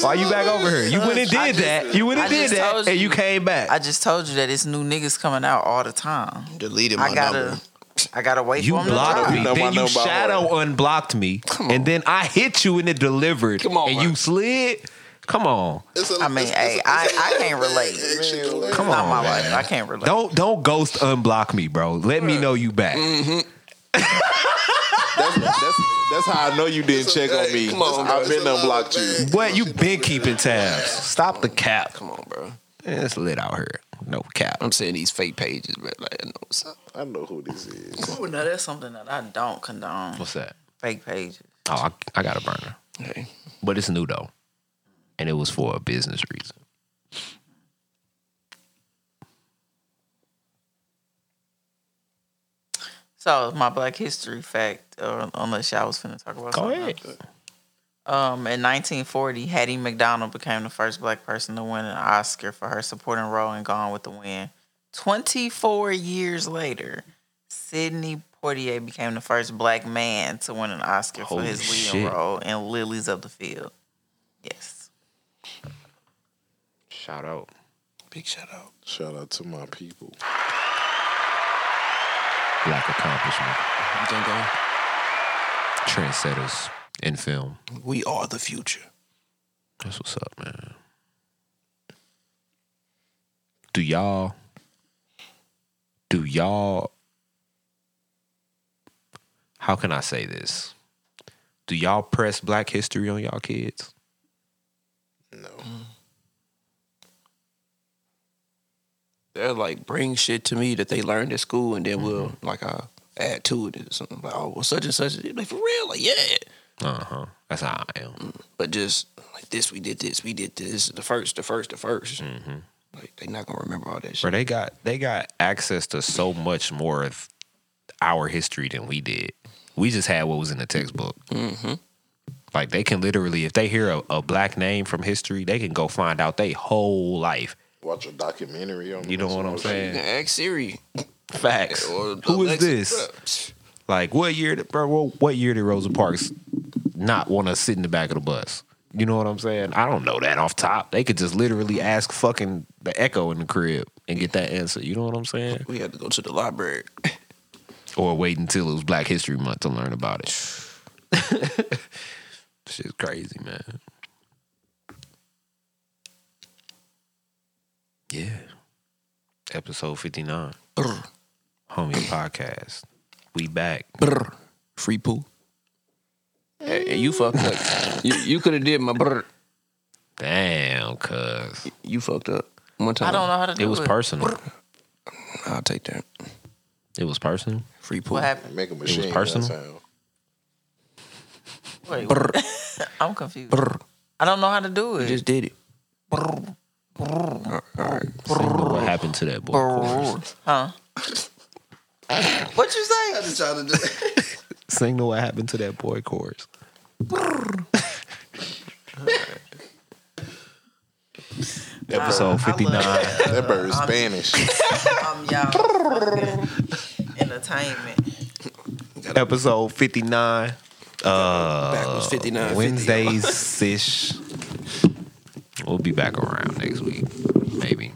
S2: why you back over here? You went and
S4: I
S2: did
S4: just-
S2: that. You went
S4: I
S2: and did
S4: just told
S2: that, and
S4: you.
S2: you came back.
S4: I just told you that it's new niggas coming out all the time.
S1: Deleted my
S4: I gotta,
S1: number.
S4: I gotta wait
S2: You
S4: for them to
S2: blocked
S4: drop.
S2: me,
S3: know my
S2: then you
S3: number already.
S2: shadow unblocked me, and then I hit you and it delivered,
S1: Come on,
S2: and
S1: man.
S2: you slid. Come on,
S3: it's a-
S4: I mean,
S3: it's-
S4: hey,
S3: it's a-
S4: I,
S3: it's
S4: I
S3: a-
S4: can't relate.
S3: it's a- it's a-
S2: Come
S4: It's not
S2: on,
S4: my
S2: man.
S4: life. I can't relate.
S2: don't don't ghost unblock me, bro. Let me know you back.
S3: That's, that's, that's how I know you didn't check on me.
S1: Come on, bro.
S3: I've been unblocked you.
S2: What you been keeping tabs? Stop the cap.
S1: Come on, bro.
S2: It's lit out here. No cap.
S1: I'm saying these fake pages, but like, I know what's up.
S3: I know who this is.
S4: Ooh, now that's something that I don't condone.
S2: What's that?
S4: Fake pages.
S2: Oh, I, I got a burner,
S1: Hey,
S2: but it's new though, and it was for a business reason.
S4: So my Black History fact, uh, unless y'all was finna talk about.
S2: Go
S4: something
S2: ahead.
S4: else. Um, in 1940, Hattie McDonald became the first black person to win an Oscar for her supporting role in Gone with the Wind. 24 years later, Sidney Poitier became the first black man to win an Oscar
S2: Holy
S4: for his
S2: shit.
S4: leading role in Lilies of the Field. Yes.
S2: Shout out.
S1: big shout out.
S3: Shout out to my people.
S2: Black accomplishment.
S1: Django.
S2: Trendsetters in film.
S1: We are the future.
S2: That's what's up, man. Do y'all do y'all how can I say this? Do y'all press black history on y'all kids?
S3: No.
S1: They're like bring shit to me that they learned at school, and then we'll
S2: Mm-hmm.
S1: like I add to it or something. Like, oh, well, such and such. They be Like for real, like yeah.
S2: Uh-huh. That's how I am.
S1: But just like this, we did this, we did this. This is the first, the first, the 1st
S2: Mm-hmm.
S1: Like they not gonna remember all that
S2: Bro,
S1: shit.
S2: they got they got access to so much more of our history than we did. We just had what was in the textbook. Like they can literally, if they hear a, a black name from history, they can go find out they whole life.
S3: Watch a documentary on
S2: You know
S3: this
S2: what I'm
S3: one.
S1: You can
S2: saying?
S1: ask Siri.
S2: Facts.
S1: Or
S2: Who is
S1: Alexa.
S2: this? Like what year, did- bro? What, what year did Rosa Parks not want to sit in the back of the bus? You know what I'm saying? I don't know that off top. They could just literally ask fucking the echo in the crib and get that answer. You know what I'm saying?
S1: We had to go to the library.
S2: or wait until it was Black History Month to learn about it. Shit's crazy, man. Yeah. Episode 59,
S1: Brr,
S2: Homie Podcast. We back.
S1: brr. Free poo. Hey, you fucked up. you you could have did my brr.
S2: Damn, cuz.
S1: You fucked up one time.
S4: I don't know how to do
S2: Oh, It
S4: it.
S2: was personal.
S1: I'll take that.
S2: It was personal.
S1: Free poo.
S4: What happened?
S3: Make a machine.
S2: personal?
S3: downtown.
S4: Wait,
S1: Brr,
S4: I'm confused.
S1: brr.
S4: I don't know how to do
S1: You
S4: it.
S1: just did it. Brr, brr. All right.
S2: See what happened to that boy? Corey.
S4: Huh? what you say?
S2: Sing to what happened to that boy chorus. Episode 59.
S3: That bird is Spanish.
S4: um, y'all fucking entertainment.
S2: episode 59
S1: Back was 59. 50.
S2: wednesdays ish we'll be back around next week maybe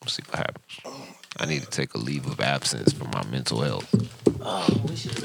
S2: we'll see what happens i need to take a leave of absence for my mental health
S4: Oh, we should.